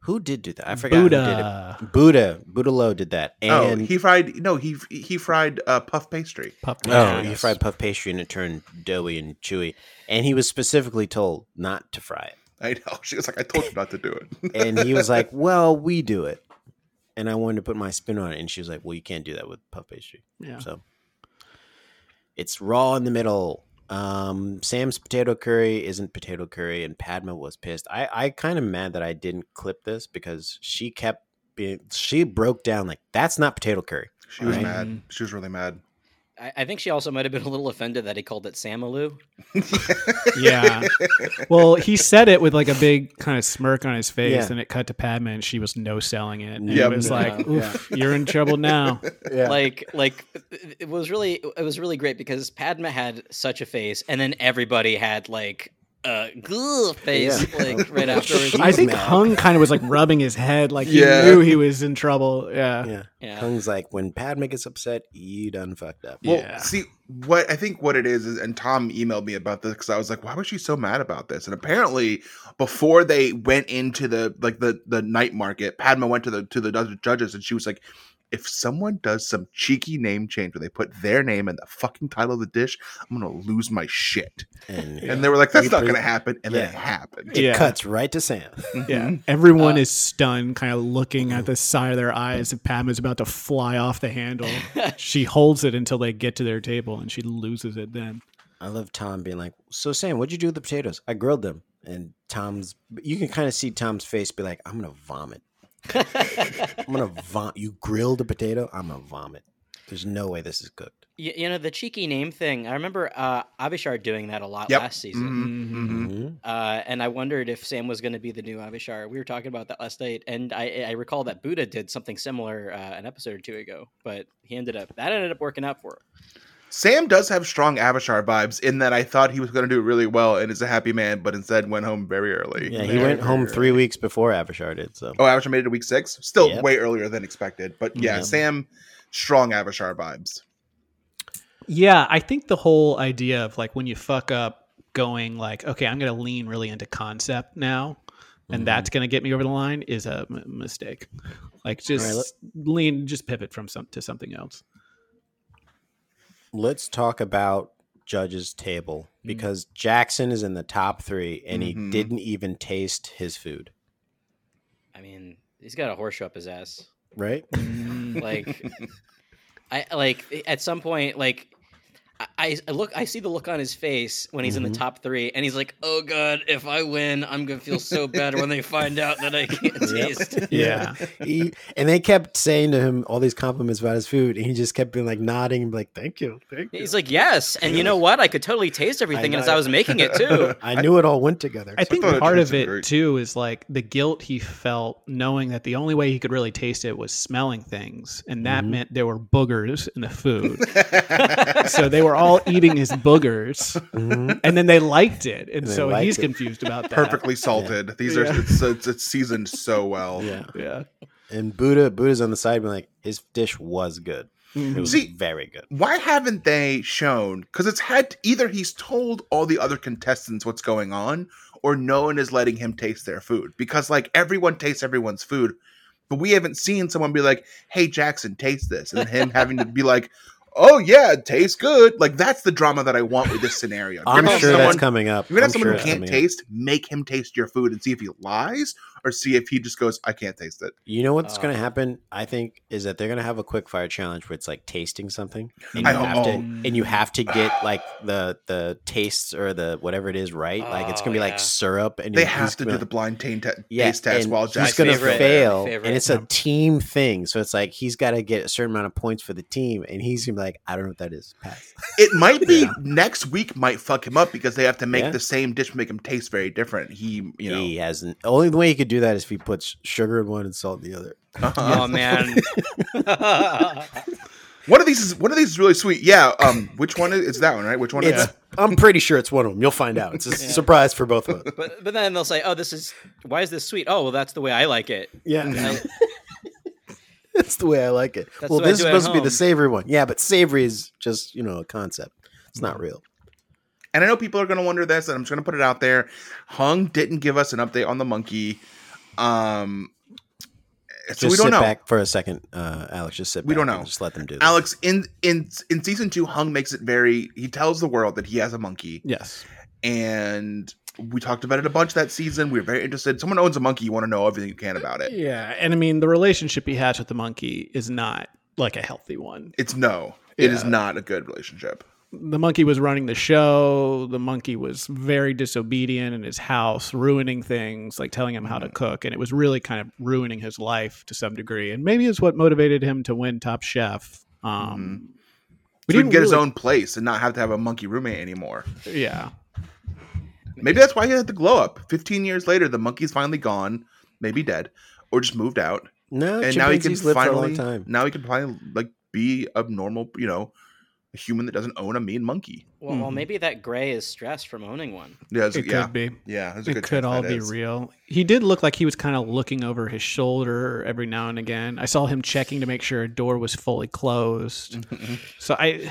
[SPEAKER 2] Who did do that? I forgot.
[SPEAKER 4] Buddha.
[SPEAKER 2] Who did it. Buddha. Buddha Low did that. And
[SPEAKER 3] oh, he fried no, he he fried uh, puff pastry.
[SPEAKER 4] Puff
[SPEAKER 2] Oh, he fried puff pastry and it turned doughy and chewy. And he was specifically told not to fry
[SPEAKER 3] I know. She was like, "I told you not to do it."
[SPEAKER 2] it. And he was like, "Well, we do it." And I wanted to put my spin on it, and she was like, "Well, you can't do that with puff pastry."
[SPEAKER 4] Yeah.
[SPEAKER 2] So it's raw in the middle. Um, Sam's potato curry isn't potato curry, and Padma was pissed. I I kind of mad that I didn't clip this because she kept being she broke down like that's not potato curry.
[SPEAKER 3] She was
[SPEAKER 2] Right.
[SPEAKER 3] mad. She was really mad.
[SPEAKER 5] I, I think she also might have been a little offended that he called it Samalu.
[SPEAKER 4] Yeah. well, he said it with like a big kind of smirk on his face,
[SPEAKER 2] Yeah.
[SPEAKER 4] and it cut to Padma, and she was no selling it. And
[SPEAKER 3] Yeah.
[SPEAKER 4] it was like,
[SPEAKER 5] Yeah.
[SPEAKER 4] Oof, you're in trouble now.
[SPEAKER 2] Yeah.
[SPEAKER 5] Like, like it- it was really, it was really great because Padma had such a face, and then everybody had like a "Ugh," face,
[SPEAKER 2] Yeah.
[SPEAKER 5] like right afterwards.
[SPEAKER 4] I think
[SPEAKER 2] mad.
[SPEAKER 4] Hung kind of was like rubbing his head, like he
[SPEAKER 3] Yeah.
[SPEAKER 4] knew he was in trouble. Yeah.
[SPEAKER 2] Yeah.
[SPEAKER 5] Yeah.
[SPEAKER 2] Kung's like, when Padma gets upset, you done fucked up.
[SPEAKER 3] Well,
[SPEAKER 4] Yeah.
[SPEAKER 3] see what I think what it is is, and Tom emailed me about this because I was like, "Why was she so mad about this?" And apparently, before they went into the like the the night market, Padma went to the to the other judges, and she was like, "If someone does some cheeky name change where they put their name in the fucking title of the dish, I'm gonna lose my shit."
[SPEAKER 2] And
[SPEAKER 3] And they were like, "That's
[SPEAKER 2] You
[SPEAKER 3] not
[SPEAKER 2] pre-
[SPEAKER 3] gonna happen," and then it
[SPEAKER 2] Yeah.
[SPEAKER 3] happened.
[SPEAKER 2] it
[SPEAKER 4] Yeah.
[SPEAKER 2] cuts right to Sam.
[SPEAKER 4] Yeah. Mm-hmm. Uh, Everyone is stunned, kind of looking at the side of their eyes. And Padma's about to fly off the handle. she holds it until they get to their table and she loses it then.
[SPEAKER 2] I love Tom being like, "So Sam, what'd you do with the potatoes? I grilled them." And Tom's, you can kind of see Tom's face be like, "I'm gonna vomit. I'm gonna vomit. You grilled a potato? I'm gonna vomit. There's no way this is cooked."
[SPEAKER 5] You, you know the cheeky name thing. I remember uh, Abishar doing that a lot
[SPEAKER 3] Yep.
[SPEAKER 5] last season.
[SPEAKER 2] Mm-hmm.
[SPEAKER 3] Mhm, mhm.
[SPEAKER 2] Mhm.
[SPEAKER 5] Uh, and I wondered if Sam was going to be the new Avishar. We were talking about that last night, and I, I recall that Buddha did something similar uh, an episode or two ago, but he ended up that ended up working out for him.
[SPEAKER 3] Sam does have strong Avishar vibes in that I thought he was gonna do really well and is a happy man, but instead went home very early.
[SPEAKER 2] Yeah, he
[SPEAKER 3] Very,
[SPEAKER 2] went
[SPEAKER 3] very
[SPEAKER 2] home
[SPEAKER 3] early.
[SPEAKER 2] three weeks before Avishar did. So
[SPEAKER 3] Oh, Avishar made it to week six. Still
[SPEAKER 2] Yep.
[SPEAKER 3] way earlier than expected. But yeah,
[SPEAKER 2] Yep.
[SPEAKER 3] Sam, strong Avishar vibes.
[SPEAKER 4] Yeah, I think the whole idea of like when you fuck up going like, okay, I'm going to lean really into concept now
[SPEAKER 2] Mm-hmm.
[SPEAKER 4] and that's going to get me over the line is a m- mistake. Like just
[SPEAKER 2] let-
[SPEAKER 4] lean just pivot from some to something else.
[SPEAKER 2] let's talk about judges table because Jackson is in the top three, and he
[SPEAKER 3] Mhm.
[SPEAKER 2] didn't even taste his food.
[SPEAKER 5] I mean, he's got a horseshoe up his ass.
[SPEAKER 2] Right?
[SPEAKER 5] Like, I like at some point, like I, I- I look, I see the look on his face when he's in
[SPEAKER 2] Mhm.
[SPEAKER 5] the top three, and he's like, "Oh God, if I win, I'm gonna feel so bad when they find out that I can't taste."
[SPEAKER 4] Yeah.
[SPEAKER 2] he, and they kept saying to him all these compliments about his food, and he just kept being like nodding, and be like thank you, thank you.
[SPEAKER 5] He's like, yes, and you know what? I could totally taste everything
[SPEAKER 2] know
[SPEAKER 5] as I was making it too.
[SPEAKER 2] I knew it all went together.
[SPEAKER 4] I think
[SPEAKER 3] thought it
[SPEAKER 4] part of
[SPEAKER 3] tasted
[SPEAKER 4] it
[SPEAKER 3] great.
[SPEAKER 4] too is like the guilt he felt knowing that the only way he could really taste it was smelling things, and that
[SPEAKER 2] Mm-hmm.
[SPEAKER 4] meant there were boogers in the food. so they were all eating his boogers, and then they liked it, and,
[SPEAKER 2] Mm-hmm. they
[SPEAKER 4] so
[SPEAKER 2] liked
[SPEAKER 4] he's
[SPEAKER 2] it.
[SPEAKER 4] confused about that.
[SPEAKER 3] Perfectly salted. These are it's, it's, it's seasoned so well.
[SPEAKER 2] yeah,
[SPEAKER 4] Yeah.
[SPEAKER 2] And Buddha, Buddha's on the side, being like, his dish was good. It was
[SPEAKER 3] See-
[SPEAKER 2] very good.
[SPEAKER 3] Why haven't they shown? Because it's had either he's told all the other contestants what's going on, or no one is letting him taste their food. Because like everyone tastes everyone's food, but we haven't seen someone be like, "Hey Jackson, taste this," and him having to be like, "Oh yeah, it tastes good." Like that's the drama that I want with this scenario. You're
[SPEAKER 2] I'm
[SPEAKER 3] gonna have
[SPEAKER 2] sure that's
[SPEAKER 3] someone-
[SPEAKER 2] coming up.
[SPEAKER 3] You're gonna have
[SPEAKER 2] I'm
[SPEAKER 3] someone
[SPEAKER 2] sure
[SPEAKER 3] who can't
[SPEAKER 2] that's coming up.
[SPEAKER 3] taste, make him taste your food and see if he lies or see if he just goes, "I can't taste it."
[SPEAKER 2] You know
[SPEAKER 3] Oh.
[SPEAKER 2] what's going to happen? I think is that they're going to have a quick fire challenge where it's like tasting something, and you
[SPEAKER 3] I
[SPEAKER 2] have
[SPEAKER 3] hope-
[SPEAKER 2] to,
[SPEAKER 3] oh.
[SPEAKER 2] and you have to get like the the tastes or the whatever it is right. like it's
[SPEAKER 3] Oh,
[SPEAKER 2] going to be
[SPEAKER 3] yeah.
[SPEAKER 2] like syrup, and
[SPEAKER 3] they
[SPEAKER 2] he's
[SPEAKER 3] have to
[SPEAKER 2] gonna-
[SPEAKER 3] do the blind taint te-
[SPEAKER 2] yeah,
[SPEAKER 3] taste test
[SPEAKER 2] and
[SPEAKER 3] while
[SPEAKER 2] he's
[SPEAKER 3] Jackson
[SPEAKER 2] going to
[SPEAKER 3] favorite.
[SPEAKER 2] fail,
[SPEAKER 5] favorite.
[SPEAKER 2] and it's a team thing. So it's like he's got to get a certain amount of points for the team, and he's going to be like, I don't know what that is. Pass.
[SPEAKER 3] It might be next week might fuck him up because they have to make
[SPEAKER 2] Yeah.
[SPEAKER 3] the same dish make him taste very different. He, you know,
[SPEAKER 2] He hasn't. Only way he could do that is if he puts sugar in one and salt in the other.
[SPEAKER 5] Oh man.
[SPEAKER 3] one of these is one of these is really sweet. Yeah, um, which one is it's that one, right? Which one
[SPEAKER 2] It's,
[SPEAKER 3] is
[SPEAKER 2] I'm pretty sure it's one of them. You'll find out. It's a
[SPEAKER 5] Yeah.
[SPEAKER 2] surprise for both of us.
[SPEAKER 5] But but then they'll say, "Oh, this is why is this sweet? Oh, well, that's the way I like it."
[SPEAKER 2] Yeah.
[SPEAKER 5] Like,
[SPEAKER 2] That's the way I like it.
[SPEAKER 5] That's
[SPEAKER 2] well,
[SPEAKER 5] the way I
[SPEAKER 2] this is
[SPEAKER 5] do it at
[SPEAKER 2] supposed to be the
[SPEAKER 5] home.
[SPEAKER 2] savory one. Yeah, but savory is just, you know, a concept. It's
[SPEAKER 5] Mm.
[SPEAKER 2] not real.
[SPEAKER 3] And I know people are going to wonder this, and I'm just going to put it out there. Hung didn't give us an update on the monkey. Um, so
[SPEAKER 2] just
[SPEAKER 3] we don't
[SPEAKER 2] sit
[SPEAKER 3] know.
[SPEAKER 2] back for a second, uh, Alex. Just sit back.
[SPEAKER 3] We don't
[SPEAKER 2] and
[SPEAKER 3] know.
[SPEAKER 2] Just let them do that.
[SPEAKER 3] Alex in in in season two, Hung makes it very. He tells the world that he has a monkey.
[SPEAKER 4] Yes.
[SPEAKER 3] and we talked about it a bunch that season. We were very interested. Someone owns a monkey. You want to know everything you can about it.
[SPEAKER 4] Yeah, and I mean the relationship he has with the monkey is not like a healthy one.
[SPEAKER 3] It's no. It is
[SPEAKER 4] Yeah.
[SPEAKER 3] not a good relationship.
[SPEAKER 4] The monkey was running the show. The monkey was very disobedient in his house, ruining things, like telling him how
[SPEAKER 3] Mm-hmm.
[SPEAKER 4] to cook, and it was really kind of ruining his life to some degree. And maybe it's what motivated him to win Top Chef.
[SPEAKER 3] We
[SPEAKER 4] Um, we
[SPEAKER 3] so he'd
[SPEAKER 4] didn't
[SPEAKER 3] Mm-hmm. get his
[SPEAKER 4] really-
[SPEAKER 3] own place and not have to have a monkey roommate anymore.
[SPEAKER 4] Yeah,
[SPEAKER 3] Maybe that's why he had the glow up. Fifteen years later, the monkey's finally gone, maybe dead, or just moved out.
[SPEAKER 2] No,
[SPEAKER 3] and now he can
[SPEAKER 2] chimpanzees live for a long
[SPEAKER 3] finally
[SPEAKER 2] time.
[SPEAKER 3] now he can finally like be a normal, you know, a human that doesn't own a mean monkey.
[SPEAKER 5] well, well, maybe that gray is stress from owning one.
[SPEAKER 3] Yeah, there's-
[SPEAKER 4] it
[SPEAKER 3] yeah.
[SPEAKER 4] could be.
[SPEAKER 3] Yeah, there's a
[SPEAKER 4] it
[SPEAKER 3] good
[SPEAKER 4] could
[SPEAKER 3] chance
[SPEAKER 4] all
[SPEAKER 3] that
[SPEAKER 4] be
[SPEAKER 3] is.
[SPEAKER 4] real. He did look like he was kind of looking over his shoulder every now and again. I saw him checking to make sure a door was fully closed.
[SPEAKER 3] Mm-hmm.
[SPEAKER 4] so I, I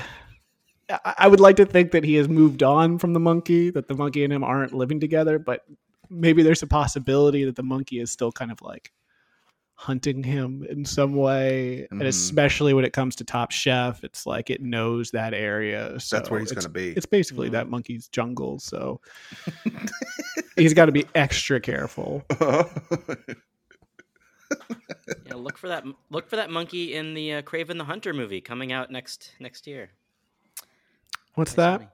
[SPEAKER 4] I would like to think that he has moved on from the monkey, that the monkey and him aren't living together, but maybe there's a possibility that the monkey is still kind of like hunting him in some way and
[SPEAKER 3] Mhm.
[SPEAKER 4] especially when it comes to top chef it's like it knows that area so
[SPEAKER 3] where he's
[SPEAKER 4] it's-
[SPEAKER 3] gonna be.
[SPEAKER 4] it's
[SPEAKER 2] Mm-hmm.
[SPEAKER 4] basically that monkey's jungle so he's got to be extra careful
[SPEAKER 5] Yeah, look for that. Look for that monkey in the uh, Craven the Hunter movie coming out next next year.
[SPEAKER 4] what's that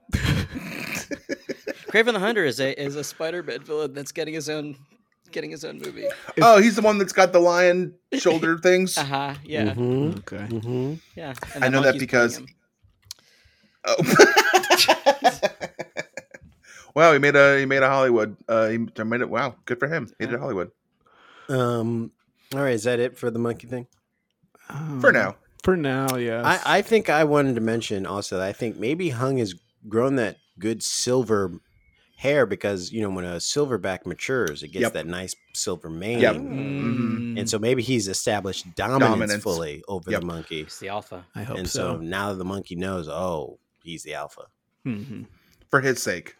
[SPEAKER 5] Craven the Hunter is a is a Spider-Man villain that's getting his own getting his own movie.
[SPEAKER 3] oh, he's the one that's got the lion shoulder things.
[SPEAKER 2] Uh-huh.
[SPEAKER 5] Uh huh. Yeah.
[SPEAKER 2] Mhm.
[SPEAKER 4] okay
[SPEAKER 2] Mhm.
[SPEAKER 5] Yeah.
[SPEAKER 3] Mm-hmm. I know that because. Oh. wow, he made a he made a Hollywood. Uh, he made it. Wow, good for him. He did Hollywood
[SPEAKER 2] Um, all right, is that it for the monkey thing?
[SPEAKER 3] for
[SPEAKER 4] Mm-hmm.
[SPEAKER 3] now.
[SPEAKER 4] for now yes
[SPEAKER 2] I, I think I wanted to mention also that I think maybe Hung has grown that good silver hair because you know when a silverback matures, it gets
[SPEAKER 3] Yep.
[SPEAKER 2] that nice silver mane.
[SPEAKER 3] Yep.
[SPEAKER 4] Mm-hmm. Mm.
[SPEAKER 2] And so maybe he's established dominance,
[SPEAKER 3] Dominance.
[SPEAKER 2] fully over
[SPEAKER 3] Yep.
[SPEAKER 2] the monkey.
[SPEAKER 5] It's the alpha.
[SPEAKER 4] I hope
[SPEAKER 2] and so.
[SPEAKER 4] so.
[SPEAKER 2] now the monkey knows, oh, he's the alpha.
[SPEAKER 4] Mhm.
[SPEAKER 3] For his sake,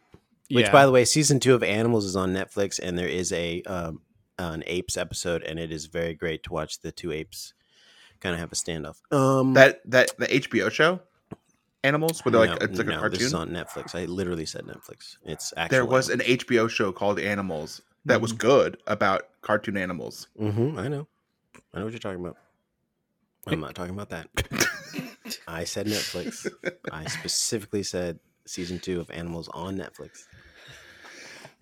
[SPEAKER 2] Which,
[SPEAKER 4] Yeah.
[SPEAKER 2] by the way, season two of Animals is on Netflix, and there is a um, an apes episode, and it is very great to watch the two apes kind of have a standoff. Um,
[SPEAKER 3] that that the HBO show, Animals, where they're like
[SPEAKER 2] no,
[SPEAKER 3] it's like a
[SPEAKER 2] no, This is
[SPEAKER 3] cartoon.
[SPEAKER 2] on Netflix. I literally said Netflix. It's actually
[SPEAKER 3] There was an HBO show called Animals that was
[SPEAKER 4] Mm-hmm.
[SPEAKER 3] good about cartoon animals.
[SPEAKER 2] Mm-hmm, I know. I know what you're talking about. I'm not talking about that. I said Netflix. I specifically said season two of Animals on Netflix.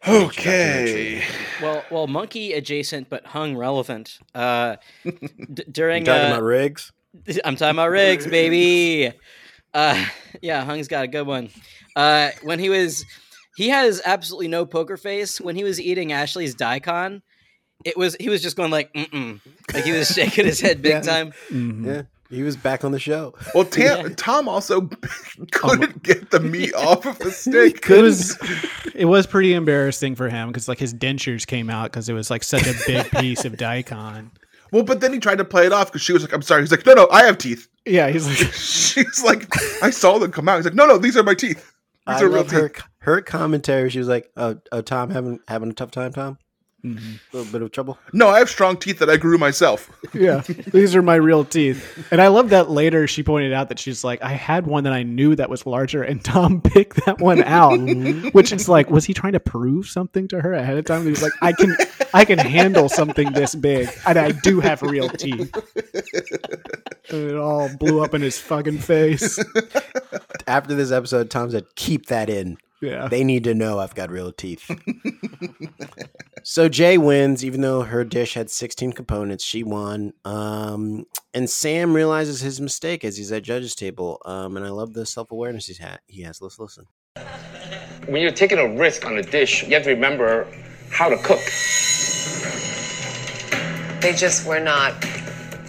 [SPEAKER 3] Okay,
[SPEAKER 5] Well, well, monkey adjacent but hung relevant. Uh, d-
[SPEAKER 2] You
[SPEAKER 5] during
[SPEAKER 2] talking
[SPEAKER 5] uh,
[SPEAKER 2] about rigs?
[SPEAKER 5] I'm talking about Riggs, baby. Uh, yeah, Hung's got a good one. Uh, when he was, he has absolutely no poker face. When he was eating Ashley's daikon, it was he was just going like, mm-mm. like he was shaking his head big
[SPEAKER 2] Yeah.
[SPEAKER 5] time.
[SPEAKER 3] Mm-hmm.
[SPEAKER 2] Yeah, he was back on the show.
[SPEAKER 3] Well, Tam, Tom also couldn't get the meat off of the stick.
[SPEAKER 4] Oh. it was it was pretty embarrassing for him because like his dentures came out because it was like such a big piece of daikon
[SPEAKER 3] Well, but then he tried to play it off because she was like, "I'm sorry." He's like, "No, no, I have teeth."
[SPEAKER 4] Yeah, he's like,
[SPEAKER 3] she's like, "I saw them come out." He's like, "No, no, these are my teeth.
[SPEAKER 2] I
[SPEAKER 3] These are
[SPEAKER 2] love her her commentary. She was like, "Oh, oh, Tom having having a tough time, Tom.
[SPEAKER 3] Mm-hmm.
[SPEAKER 2] A little bit of trouble."
[SPEAKER 3] No, I have strong teeth that I grew myself.
[SPEAKER 4] yeah, these are my real teeth. And I love that later she pointed out that she's like, I had one that I knew that was larger, and Tom picked that one out, which is like, was he trying to prove something to her ahead of time? He was like, I can, I can handle something this big, and I do have real teeth. And it all blew up in his fucking face.
[SPEAKER 2] After this episode, Tom said, "Keep that in."
[SPEAKER 4] Yeah.
[SPEAKER 2] They need to know I've got real teeth. so Jay wins, even though her dish had 16 components. She won. Um, and Sam realizes his mistake as he's at judges' table. Um, and I love the self awareness he's ha- he has. Let's listen.
[SPEAKER 14] When you're taking a risk on a dish, you have to remember how to cook.
[SPEAKER 15] They just were not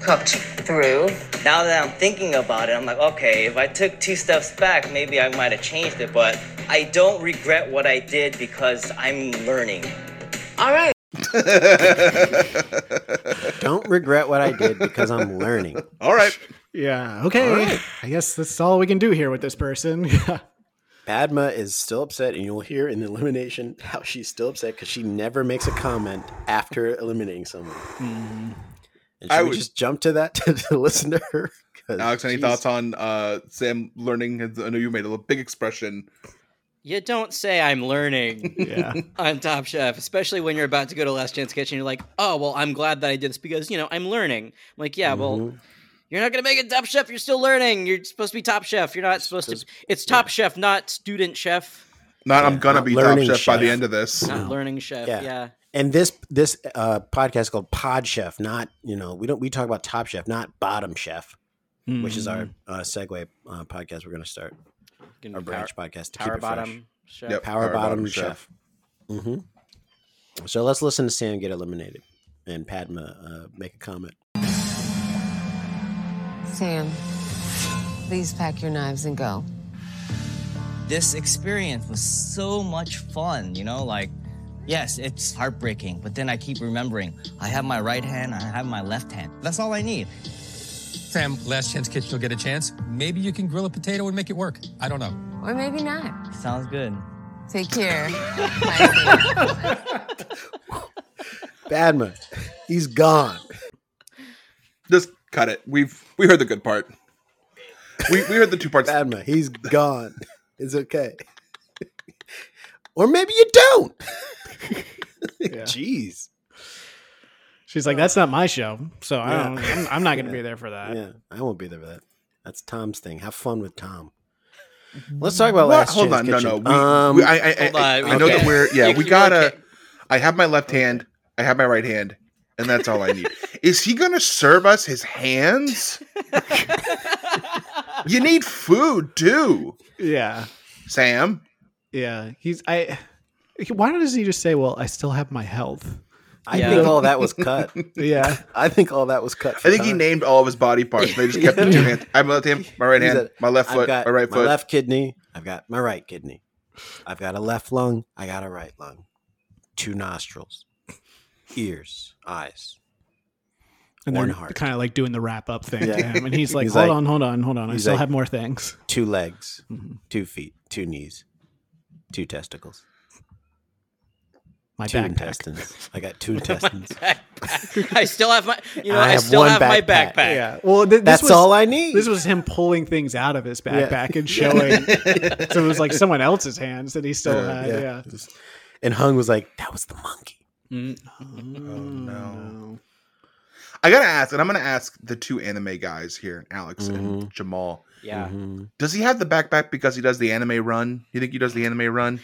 [SPEAKER 15] cooked through.
[SPEAKER 16] Now that I'm thinking about it, I'm like, okay, if I took two steps back, maybe I might have changed it, but I don't regret what I did because I'm learning.
[SPEAKER 15] All right.
[SPEAKER 2] Don't regret what I did because I'm learning.
[SPEAKER 3] All right.
[SPEAKER 4] Yeah. Okay.
[SPEAKER 2] All right.
[SPEAKER 4] I guess that's all we can do here with this person.
[SPEAKER 2] Padma is still upset, and you'll hear in the elimination how she's still upset because she never makes a comment after eliminating someone. And should
[SPEAKER 3] Mm-hmm. I
[SPEAKER 2] we
[SPEAKER 3] would-
[SPEAKER 2] just jump to that to, to listen to her? 'Cause
[SPEAKER 3] Alex, any
[SPEAKER 2] she's-
[SPEAKER 3] thoughts on uh, Sam learning? I know you made a little big expression.
[SPEAKER 5] You don't say I'm learning
[SPEAKER 4] Yeah.
[SPEAKER 5] on Top Chef, especially when you're about to go to Last Chance Kitchen. You're like, oh, well, I'm glad that I did this because, you know, I'm learning. I'm like, yeah,
[SPEAKER 2] Mm-hmm.
[SPEAKER 5] well, you're not going to make it Top Chef. You're still learning. You're supposed to be Top Chef. You're not supposed to. It's Top Chef, not Student Chef,
[SPEAKER 3] Not, I'm gonna
[SPEAKER 2] not
[SPEAKER 3] be top
[SPEAKER 2] learning,
[SPEAKER 3] chef, by the
[SPEAKER 2] chef.
[SPEAKER 3] end of this.
[SPEAKER 5] not Learning Chef.
[SPEAKER 2] Yeah.
[SPEAKER 5] Yeah.
[SPEAKER 2] And this this uh, podcast is called Pod Chef, not you know we don't we talk about Top Chef, not Bottom Chef, which is our uh, segue uh, podcast we're going to start
[SPEAKER 5] Gonna
[SPEAKER 2] our
[SPEAKER 5] be
[SPEAKER 2] branch podcast to
[SPEAKER 5] Power
[SPEAKER 2] keep it fresh.
[SPEAKER 5] Bottom Chef.
[SPEAKER 3] Yep.
[SPEAKER 2] Power, Bottom, Chef. hmm So let's listen to Sam get eliminated and Padma uh, make a comment.
[SPEAKER 15] Sam, please pack your knives and go.
[SPEAKER 17] this experience was so much fun, you know, like yes, it's heartbreaking, but then I keep remembering I have my right hand, I have my left hand. That's all I need.
[SPEAKER 18] Sam, last chance kitchen will get a chance. Maybe you can grill a potato and make it work. I don't know.
[SPEAKER 15] Or maybe not.
[SPEAKER 17] Sounds good.
[SPEAKER 15] Take care.
[SPEAKER 2] Padma, he's gone.
[SPEAKER 3] Just cut it. We've we heard the good part. We we heard the two parts.
[SPEAKER 2] Padma, he's gone. It's okay. or maybe you don't. Jeez.
[SPEAKER 4] She's like, that's not my show, so I
[SPEAKER 2] Yeah.
[SPEAKER 4] don't, I'm, I'm not going to
[SPEAKER 2] Yeah.
[SPEAKER 4] be there for that.
[SPEAKER 2] Yeah, I won't be there for that. That's Tom's thing. Have fun with Tom. Let's talk about last
[SPEAKER 3] hold on,
[SPEAKER 2] Chance
[SPEAKER 3] no, no.
[SPEAKER 2] Kitchen.
[SPEAKER 3] We,
[SPEAKER 2] Um,
[SPEAKER 3] we- I, I, I,
[SPEAKER 5] Hold on,
[SPEAKER 3] I
[SPEAKER 5] we
[SPEAKER 3] know that
[SPEAKER 5] can't.
[SPEAKER 3] we're yeah.
[SPEAKER 5] You-
[SPEAKER 3] we
[SPEAKER 5] you
[SPEAKER 3] gotta.
[SPEAKER 5] can't.
[SPEAKER 3] I have my left hand. I have my right hand, and that's all I need. Is he gonna serve us his hands? you need food too,
[SPEAKER 4] Yeah.
[SPEAKER 3] Sam.
[SPEAKER 4] Yeah. He's, I, why does he just say, well, I still have my health?
[SPEAKER 2] I
[SPEAKER 5] Yeah.
[SPEAKER 2] think all that was cut.
[SPEAKER 4] Yeah.
[SPEAKER 2] I think all that was cut.
[SPEAKER 3] I think he named all of his body parts. They just kept the two hands. I have my left hand, my right hand, my left foot, my right
[SPEAKER 2] my
[SPEAKER 3] foot.
[SPEAKER 2] left kidney. I've got my right kidney. I've got a left lung. I got a right lung. Two nostrils, ears, eyes.
[SPEAKER 4] And
[SPEAKER 2] One
[SPEAKER 4] they're
[SPEAKER 2] heart.
[SPEAKER 4] kind of like doing the wrap up thing to
[SPEAKER 2] Yeah.
[SPEAKER 4] him. And he's like,
[SPEAKER 2] He's
[SPEAKER 4] hold
[SPEAKER 2] like-
[SPEAKER 4] on, hold on, hold on. I
[SPEAKER 2] he's
[SPEAKER 4] still
[SPEAKER 2] like-
[SPEAKER 4] have more things.
[SPEAKER 2] Two legs,
[SPEAKER 3] Mm-hmm.
[SPEAKER 2] two feet, two knees, two testicles,
[SPEAKER 4] My
[SPEAKER 2] two
[SPEAKER 4] backpack.
[SPEAKER 2] intestines. I got two intestines.
[SPEAKER 5] I still have my, you know,
[SPEAKER 2] I
[SPEAKER 5] I,
[SPEAKER 2] have
[SPEAKER 5] still
[SPEAKER 2] one
[SPEAKER 5] have my
[SPEAKER 2] backpack.
[SPEAKER 5] backpack.
[SPEAKER 4] Yeah. Well, th- this
[SPEAKER 2] That's
[SPEAKER 4] was,
[SPEAKER 2] all I need.
[SPEAKER 4] This was him pulling things out of his backpack and showing. so it was like someone else's hands that he still
[SPEAKER 2] Yeah,
[SPEAKER 4] had.
[SPEAKER 2] yeah.
[SPEAKER 4] Uh, Yeah.
[SPEAKER 2] and Hung was like, "That was the monkey." Oh,
[SPEAKER 4] Mm,
[SPEAKER 3] I gotta ask, and I'm gonna ask the two anime guys here, Alex and
[SPEAKER 2] Mhm.
[SPEAKER 3] Jamal.
[SPEAKER 5] Yeah.
[SPEAKER 3] Does he have the backpack because he does the anime run? You think he does the anime run?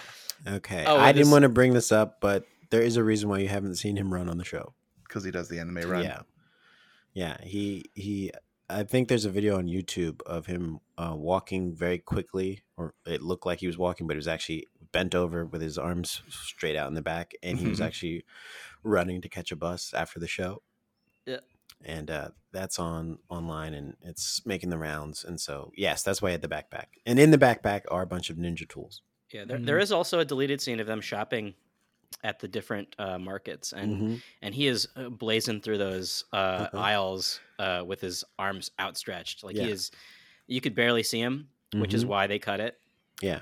[SPEAKER 2] Okay.
[SPEAKER 5] Oh,
[SPEAKER 2] I
[SPEAKER 5] it
[SPEAKER 2] didn't
[SPEAKER 5] is-
[SPEAKER 2] want to bring this up, but there is a reason why you haven't seen him run on the show.
[SPEAKER 3] Because he does the anime run.
[SPEAKER 2] Yeah. Yeah. He he I think there's a video on YouTube of him uh, walking very quickly, or it looked like he was walking, but he was actually bent over with his arms straight out in the back, and he was
[SPEAKER 5] Mm-hmm.
[SPEAKER 3] Mhm.
[SPEAKER 2] actually running to catch a bus after the show.
[SPEAKER 5] Yeah.
[SPEAKER 2] And uh, that's on online, and it's making the rounds. And so, yes, that's why I had the backpack. And in the backpack are a bunch of ninja tools.
[SPEAKER 5] Yeah, there, there is also a deleted scene of them shopping at the different uh, markets, and
[SPEAKER 2] Mhm.
[SPEAKER 5] and he is uh, blazing through those uh,
[SPEAKER 2] Uh-huh.
[SPEAKER 5] aisles uh, with his arms outstretched. Like
[SPEAKER 2] Yeah.
[SPEAKER 5] he is, you could barely see him, which is
[SPEAKER 2] Mhm.
[SPEAKER 5] why they cut it.
[SPEAKER 2] Yeah.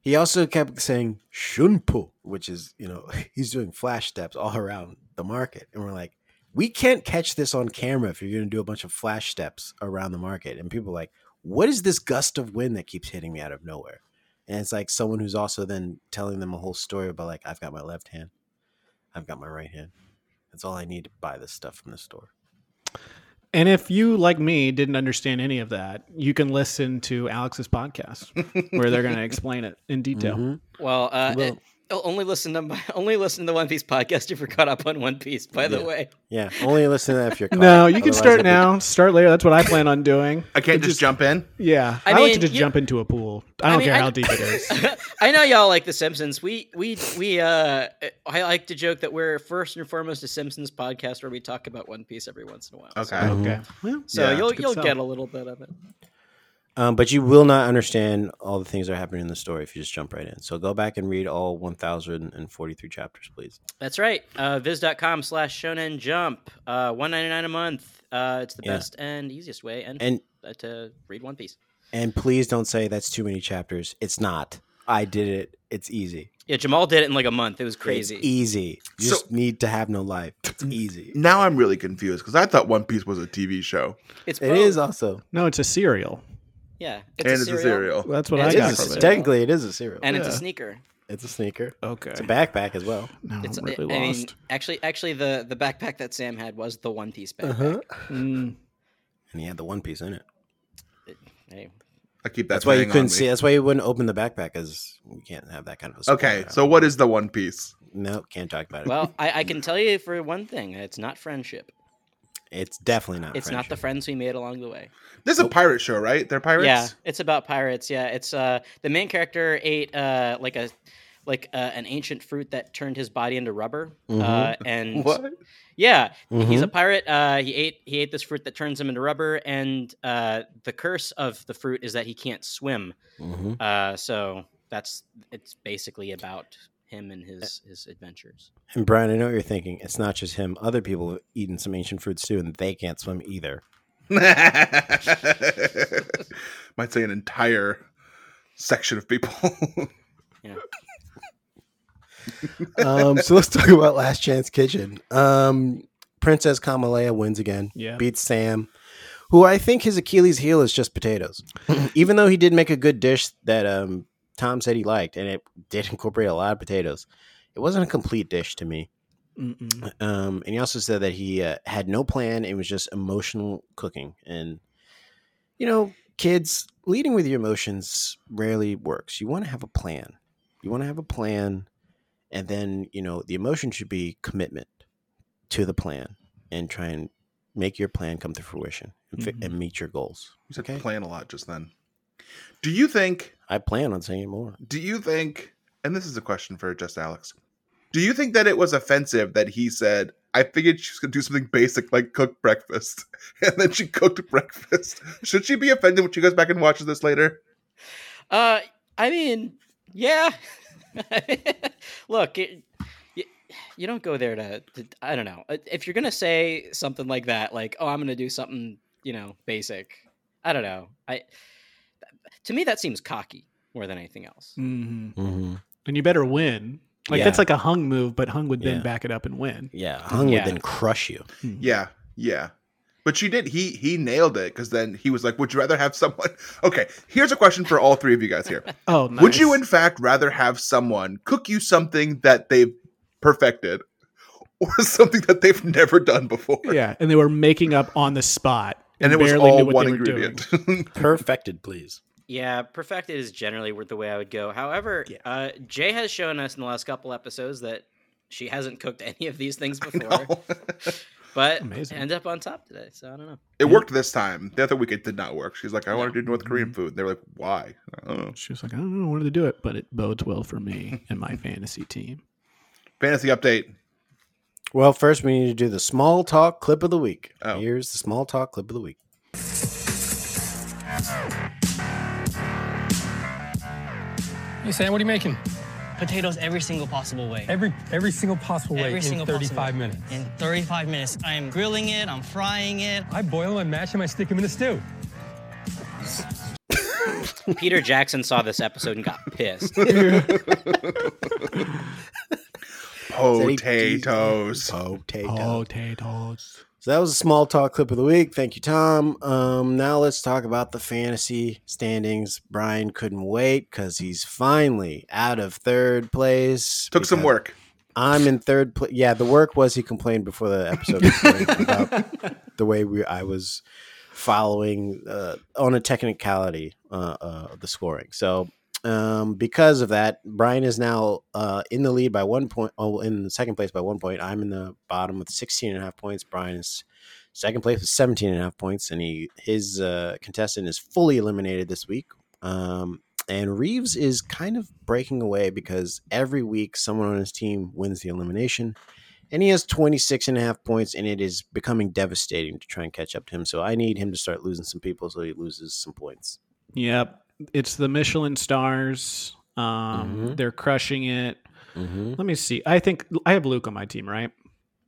[SPEAKER 2] He also kept saying shunpo, which is, you know, he's doing flash steps all around the market. And we're like, we can't catch this on camera if you're going to do a bunch of flash steps around the market. And people are like, what is this gust of wind that keeps hitting me out of nowhere? And it's like someone who's also then telling them a whole story about, like, I've got my left hand, I've got my right hand. That's all I need to buy this stuff from the store.
[SPEAKER 6] And if you, like me, didn't understand any of that, you can listen to Alex's podcast where they're going to explain it in detail.
[SPEAKER 2] Mhm.
[SPEAKER 5] Well, uh,
[SPEAKER 6] Well-
[SPEAKER 5] it- only listen to my, only listen to the One Piece podcast if you're caught up on One Piece. By the
[SPEAKER 2] Yeah.
[SPEAKER 5] way,
[SPEAKER 2] Yeah. Only listen to that if you're caught
[SPEAKER 6] No,
[SPEAKER 2] up.
[SPEAKER 6] you can
[SPEAKER 2] Otherwise
[SPEAKER 6] start
[SPEAKER 2] it'll be-
[SPEAKER 6] now, start later. That's what I plan on doing.
[SPEAKER 3] I can't
[SPEAKER 6] It
[SPEAKER 3] just, jump in.
[SPEAKER 6] Yeah, I,
[SPEAKER 5] I
[SPEAKER 6] like
[SPEAKER 5] mean,
[SPEAKER 6] to just
[SPEAKER 5] you-
[SPEAKER 6] jump into a pool. I don't
[SPEAKER 5] mean,
[SPEAKER 6] care
[SPEAKER 5] I-
[SPEAKER 6] how deep it is.
[SPEAKER 5] I know y'all like The Simpsons. We we we uh, I like to joke that we're first and foremost a Simpsons podcast where we talk about One Piece every once in a while.
[SPEAKER 3] Okay.
[SPEAKER 5] So,
[SPEAKER 2] Okay.
[SPEAKER 6] Well,
[SPEAKER 5] so
[SPEAKER 2] yeah.
[SPEAKER 5] you'll
[SPEAKER 6] Good
[SPEAKER 5] you'll
[SPEAKER 6] sell.
[SPEAKER 5] get a little bit of it.
[SPEAKER 2] Um, but you will not understand all the things that are happening in the story if you just jump right in. So go back and read all 1,043 chapters, please.
[SPEAKER 5] That's right. Uh, viz.com slash shonen jump. Uh, one ninety nine a month. Uh, it's the
[SPEAKER 2] Yeah.
[SPEAKER 5] best and easiest way and,
[SPEAKER 2] And-
[SPEAKER 5] uh, to read One Piece.
[SPEAKER 2] And please don't say that's too many chapters. It's not. I did it. It's easy.
[SPEAKER 5] Yeah, Jamal did it in like a month. It was crazy.
[SPEAKER 2] It's e easy. You
[SPEAKER 3] So-
[SPEAKER 2] just need to have no life. It's easy.
[SPEAKER 3] Now I'm really confused because I thought One Piece was a TV show.
[SPEAKER 5] It's
[SPEAKER 2] It
[SPEAKER 5] both.
[SPEAKER 2] is also.
[SPEAKER 6] No, it's a cereal.
[SPEAKER 5] Yeah,
[SPEAKER 3] and it's a serial.
[SPEAKER 6] That's what I
[SPEAKER 5] And it's
[SPEAKER 2] It
[SPEAKER 5] a
[SPEAKER 6] got
[SPEAKER 2] is a-
[SPEAKER 6] from
[SPEAKER 5] cereal.
[SPEAKER 6] it.
[SPEAKER 2] technically, it is a cereal.
[SPEAKER 5] and Oh. it's a
[SPEAKER 6] Yeah.
[SPEAKER 5] sneaker.
[SPEAKER 2] It's a sneaker.
[SPEAKER 6] Okay.
[SPEAKER 2] It's a backpack as well.
[SPEAKER 6] Now
[SPEAKER 5] It's
[SPEAKER 6] I'm really
[SPEAKER 5] I- I mean,
[SPEAKER 6] lost.
[SPEAKER 5] actually, actually, the the backpack that Sam had was the One Piece backpack.
[SPEAKER 3] Uh-huh.
[SPEAKER 6] Mm.
[SPEAKER 2] And he had the one piece in it.
[SPEAKER 5] Hey,
[SPEAKER 3] I keep that.
[SPEAKER 2] That's why you
[SPEAKER 3] thing on
[SPEAKER 2] couldn't
[SPEAKER 3] me.
[SPEAKER 2] see. That's why you wouldn't open the backpack, because we can't have that kind of a. spoiler
[SPEAKER 3] Okay,
[SPEAKER 2] out.
[SPEAKER 3] so what is the One Piece?
[SPEAKER 2] no, can't talk about it.
[SPEAKER 5] well, I, I can tell you for one thing, it's not friendship.
[SPEAKER 2] it's definitely not.
[SPEAKER 5] it's not the friends we made along the way.
[SPEAKER 3] This is a pirate show, right? They're pirates.
[SPEAKER 5] Yeah, it's about pirates. Yeah, it's uh the main character ate uh like a like uh, an ancient fruit that turned his body into rubber. Uh,
[SPEAKER 2] Mhm.
[SPEAKER 6] Mm-hmm.
[SPEAKER 5] and
[SPEAKER 3] What?
[SPEAKER 5] yeah, he's a
[SPEAKER 2] Mhm.
[SPEAKER 5] pirate. Uh, he ate he ate this fruit that turns him into rubber, and uh, the curse of the fruit is that he can't swim.
[SPEAKER 2] hmm
[SPEAKER 5] Uh, so that's it's basically about him and his his adventures.
[SPEAKER 2] And Brian, I know what you're thinking. It's not just him. Other people have eaten some ancient fruits too, and they can't swim either.
[SPEAKER 3] Might say an entire section of people.
[SPEAKER 5] Yeah.
[SPEAKER 2] Um, so let's talk about Last Chance Kitchen. Um, Princess Kamalea wins again.
[SPEAKER 6] Yeah.
[SPEAKER 2] Beats Sam, who I think his Achilles heel is just potatoes. Even though he did make a good dish that um, Tom said he liked, and it did incorporate a lot of potatoes, it wasn't a complete dish to me.
[SPEAKER 6] Mm-mm.
[SPEAKER 2] Um, and he also said that he uh, had no plan. It was just emotional cooking. And, you know, kids, leading with your emotions rarely works. You want to have a plan. You want to have a plan. And then, you know, the emotion should be commitment to the plan and try and make your plan come to fruition and, fi-
[SPEAKER 6] Mhm.
[SPEAKER 2] and meet your goals.
[SPEAKER 3] You said
[SPEAKER 2] Okay.
[SPEAKER 3] plan a lot just then. Do you think?
[SPEAKER 2] I plan on saying it more.
[SPEAKER 3] Do you think? And this is a question for just Alex. Do you think that it was offensive that he said, "I figured she was gonna do something basic like cook breakfast, and then she cooked breakfast"? Should she be offended when she goes back and watches this later?
[SPEAKER 5] Uh, I mean, yeah. Look, it, you, you don't go there to, to. I don't know. If you're gonna say something like that, like, "Oh, I'm gonna do something," you know, basic. I don't know. I to me that seems cocky more than anything else.
[SPEAKER 6] Mhm.
[SPEAKER 2] Mm-hmm.
[SPEAKER 6] And you better win. Like
[SPEAKER 2] Yeah.
[SPEAKER 6] that's like a hung move, but hung would then
[SPEAKER 2] Yeah.
[SPEAKER 6] back it up and win.
[SPEAKER 2] Yeah. Hung
[SPEAKER 5] Yeah.
[SPEAKER 2] would then crush you.
[SPEAKER 6] Mm-hmm.
[SPEAKER 3] Yeah, yeah. But she did. He he nailed it because then he was like, "Would you rather have someone?" Okay, here's a question for all three of you guys here.
[SPEAKER 6] Oh,
[SPEAKER 3] Would you,
[SPEAKER 6] nice.
[SPEAKER 3] in fact, rather have someone cook you something that they've perfected or something that they've never done before?
[SPEAKER 6] Yeah, and they were making up on the spot,
[SPEAKER 3] And it was
[SPEAKER 6] barely
[SPEAKER 3] all
[SPEAKER 6] knew what
[SPEAKER 3] one
[SPEAKER 6] they were
[SPEAKER 3] ingredient.
[SPEAKER 2] Perfected, please.
[SPEAKER 5] Yeah, perfected is generally where- the way I would go. However, uh, Jay has shown us in the last couple episodes that she hasn't cooked any of these things before, but
[SPEAKER 6] Amazing.
[SPEAKER 5] end up on top today. So I don't know.
[SPEAKER 3] it worked this time. The other week it did not work. She's like, I want to do North Korean food. They're like, why? Uh, I don't know.
[SPEAKER 6] doing. She was like, I don't know, I wanted to do it, but it bodes well for me and my fantasy team.
[SPEAKER 3] Fantasy update.
[SPEAKER 2] Well, first we need to do the small talk clip of the week.
[SPEAKER 3] Oh.
[SPEAKER 2] Here's the small talk clip of the week.
[SPEAKER 18] Hey Sam, what are you making?
[SPEAKER 17] potatoes every single possible way.
[SPEAKER 19] Every every single possible way
[SPEAKER 17] Every
[SPEAKER 19] in
[SPEAKER 17] single
[SPEAKER 19] 35
[SPEAKER 17] possible way.
[SPEAKER 19] minutes.
[SPEAKER 17] In 35 minutes. I'm grilling it, I'm frying it.
[SPEAKER 19] I boil them, I mash them, I stick them in a stew.
[SPEAKER 5] Peter Jackson saw this episode and got pissed.
[SPEAKER 3] Potatoes.
[SPEAKER 4] Oh.
[SPEAKER 2] Potatoes. Potatoes. So that was a small talk clip of the week. Thank you, Tom. Um, now let's talk about the fantasy standings. Brian couldn't wait because he's finally out of third place.
[SPEAKER 3] Took some
[SPEAKER 2] because
[SPEAKER 3] work.
[SPEAKER 2] I'm in third place. Yeah, the work was he complained before the episode was about the way we I was following uh, on a technicality uh, uh, the scoring. So um, because of that, Brian is now uh, in the lead by one point. Oh, in the second place by one point. I'm in the bottom with 16 and a half points. Brian is second place with 17 and a half points, and he his uh, contestant is fully eliminated this week. Um, and Reeves is kind of breaking away because every week someone on his team wins the elimination. And he has 26 and a half points, and it is becoming devastating to try and catch up to him. So I need him to start losing some people so he loses some points.
[SPEAKER 4] Yep. It's the Michelin stars. Um,
[SPEAKER 2] Mm-hmm.
[SPEAKER 4] They're crushing it. Let me see. I think I have Luke on my team, right?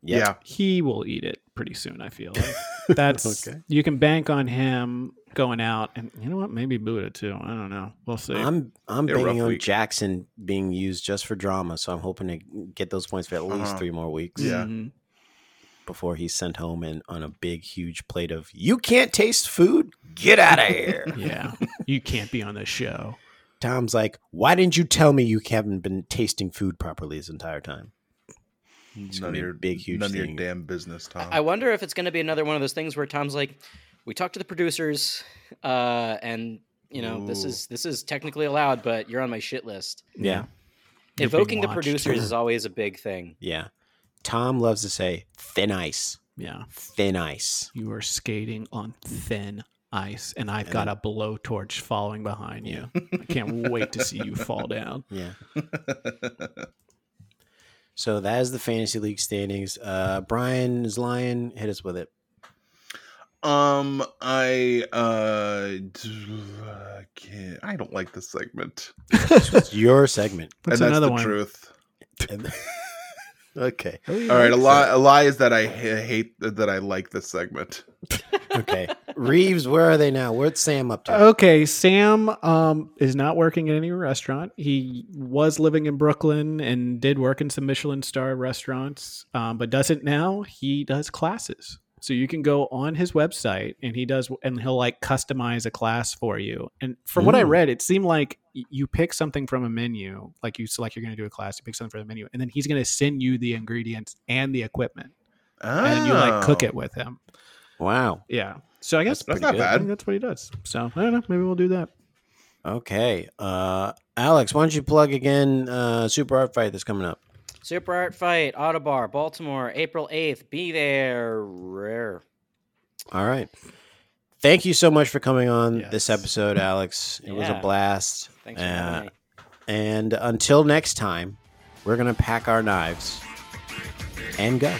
[SPEAKER 3] Yeah. Yeah.
[SPEAKER 4] He will eat it pretty soon, I feel like. That's
[SPEAKER 2] Okay.
[SPEAKER 4] you can bank on him going out and you know what? Maybe Buddha too. I don't know. We'll see.
[SPEAKER 2] I'm I'm
[SPEAKER 4] Yeah, rough
[SPEAKER 2] banking on
[SPEAKER 4] week.
[SPEAKER 2] Jackson being used just for drama, so I'm hoping to get those points for at least
[SPEAKER 3] Uh-huh.
[SPEAKER 2] three more weeks.
[SPEAKER 3] Yeah.
[SPEAKER 2] Before he's sent home and on a big, huge plate of you can't taste food, get out of here.
[SPEAKER 4] yeah. You can't be on this show.
[SPEAKER 2] Tom's like, why didn't you tell me you haven't been tasting food properly this entire time? It's gonna
[SPEAKER 3] None of
[SPEAKER 2] be a
[SPEAKER 3] your
[SPEAKER 2] big, huge
[SPEAKER 3] None of
[SPEAKER 2] thing.
[SPEAKER 3] your damn business, Tom.
[SPEAKER 5] I wonder if it's going to be another one of those things where Tom's like, "We talked to the producers, uh, and you know this
[SPEAKER 3] Ooh.
[SPEAKER 5] is this is technically allowed, but you're on my shit list."
[SPEAKER 2] Yeah. You're being
[SPEAKER 5] Evoking the
[SPEAKER 2] watched.
[SPEAKER 5] producers is always a big thing.
[SPEAKER 2] Yeah. Tom loves to say thin ice.
[SPEAKER 4] Yeah.
[SPEAKER 2] Thin ice.
[SPEAKER 4] You are skating on thin ice, and I've got a blowtorch following behind you. I can't wait to see you fall down.
[SPEAKER 2] Yeah. So that is the fantasy league standings. Uh Brian is lying. Hit us with it.
[SPEAKER 3] Um, I uh, d- uh, can't. I don't like this segment.
[SPEAKER 2] It's your segment.
[SPEAKER 3] and that's the truth.
[SPEAKER 2] And- okay.
[SPEAKER 3] All right, a lie. A lie is that I ha- hate that I like this segment.
[SPEAKER 2] okay. Reeves, where are they now? Where's Sam up to?
[SPEAKER 4] Okay, Sam um, is not working at any restaurant. He was living in Brooklyn and did work in some Michelin star restaurants, um, but doesn't now. He does classes, so you can go on his website and he does, and he'll like customize a class for you. And from what I
[SPEAKER 20] Ooh.
[SPEAKER 4] read, it seemed like y- you pick something from a menu, like you select you're going to do a class, you pick something from the menu, and then he's going to send you the ingredients and the equipment, and you like cook
[SPEAKER 3] Oh.
[SPEAKER 4] it with him.
[SPEAKER 2] Wow.
[SPEAKER 4] Yeah. So I guess
[SPEAKER 3] That's
[SPEAKER 4] pretty
[SPEAKER 3] not
[SPEAKER 4] good. I
[SPEAKER 3] bad.
[SPEAKER 4] think That's what he does. So I don't know. Maybe we'll do that.
[SPEAKER 2] Okay. Uh Alex, why don't you plug again uh Super Art Fight that's coming up?
[SPEAKER 5] Super Art Fight, Autobar, Baltimore, April eighth. Be there. Rare.
[SPEAKER 2] All right. Thank you so much for coming on this episode, Alex. It was a
[SPEAKER 5] Yeah.
[SPEAKER 2] blast. Uh,
[SPEAKER 5] Thanks for having me.
[SPEAKER 2] And until next time, we're going to pack our knives and go.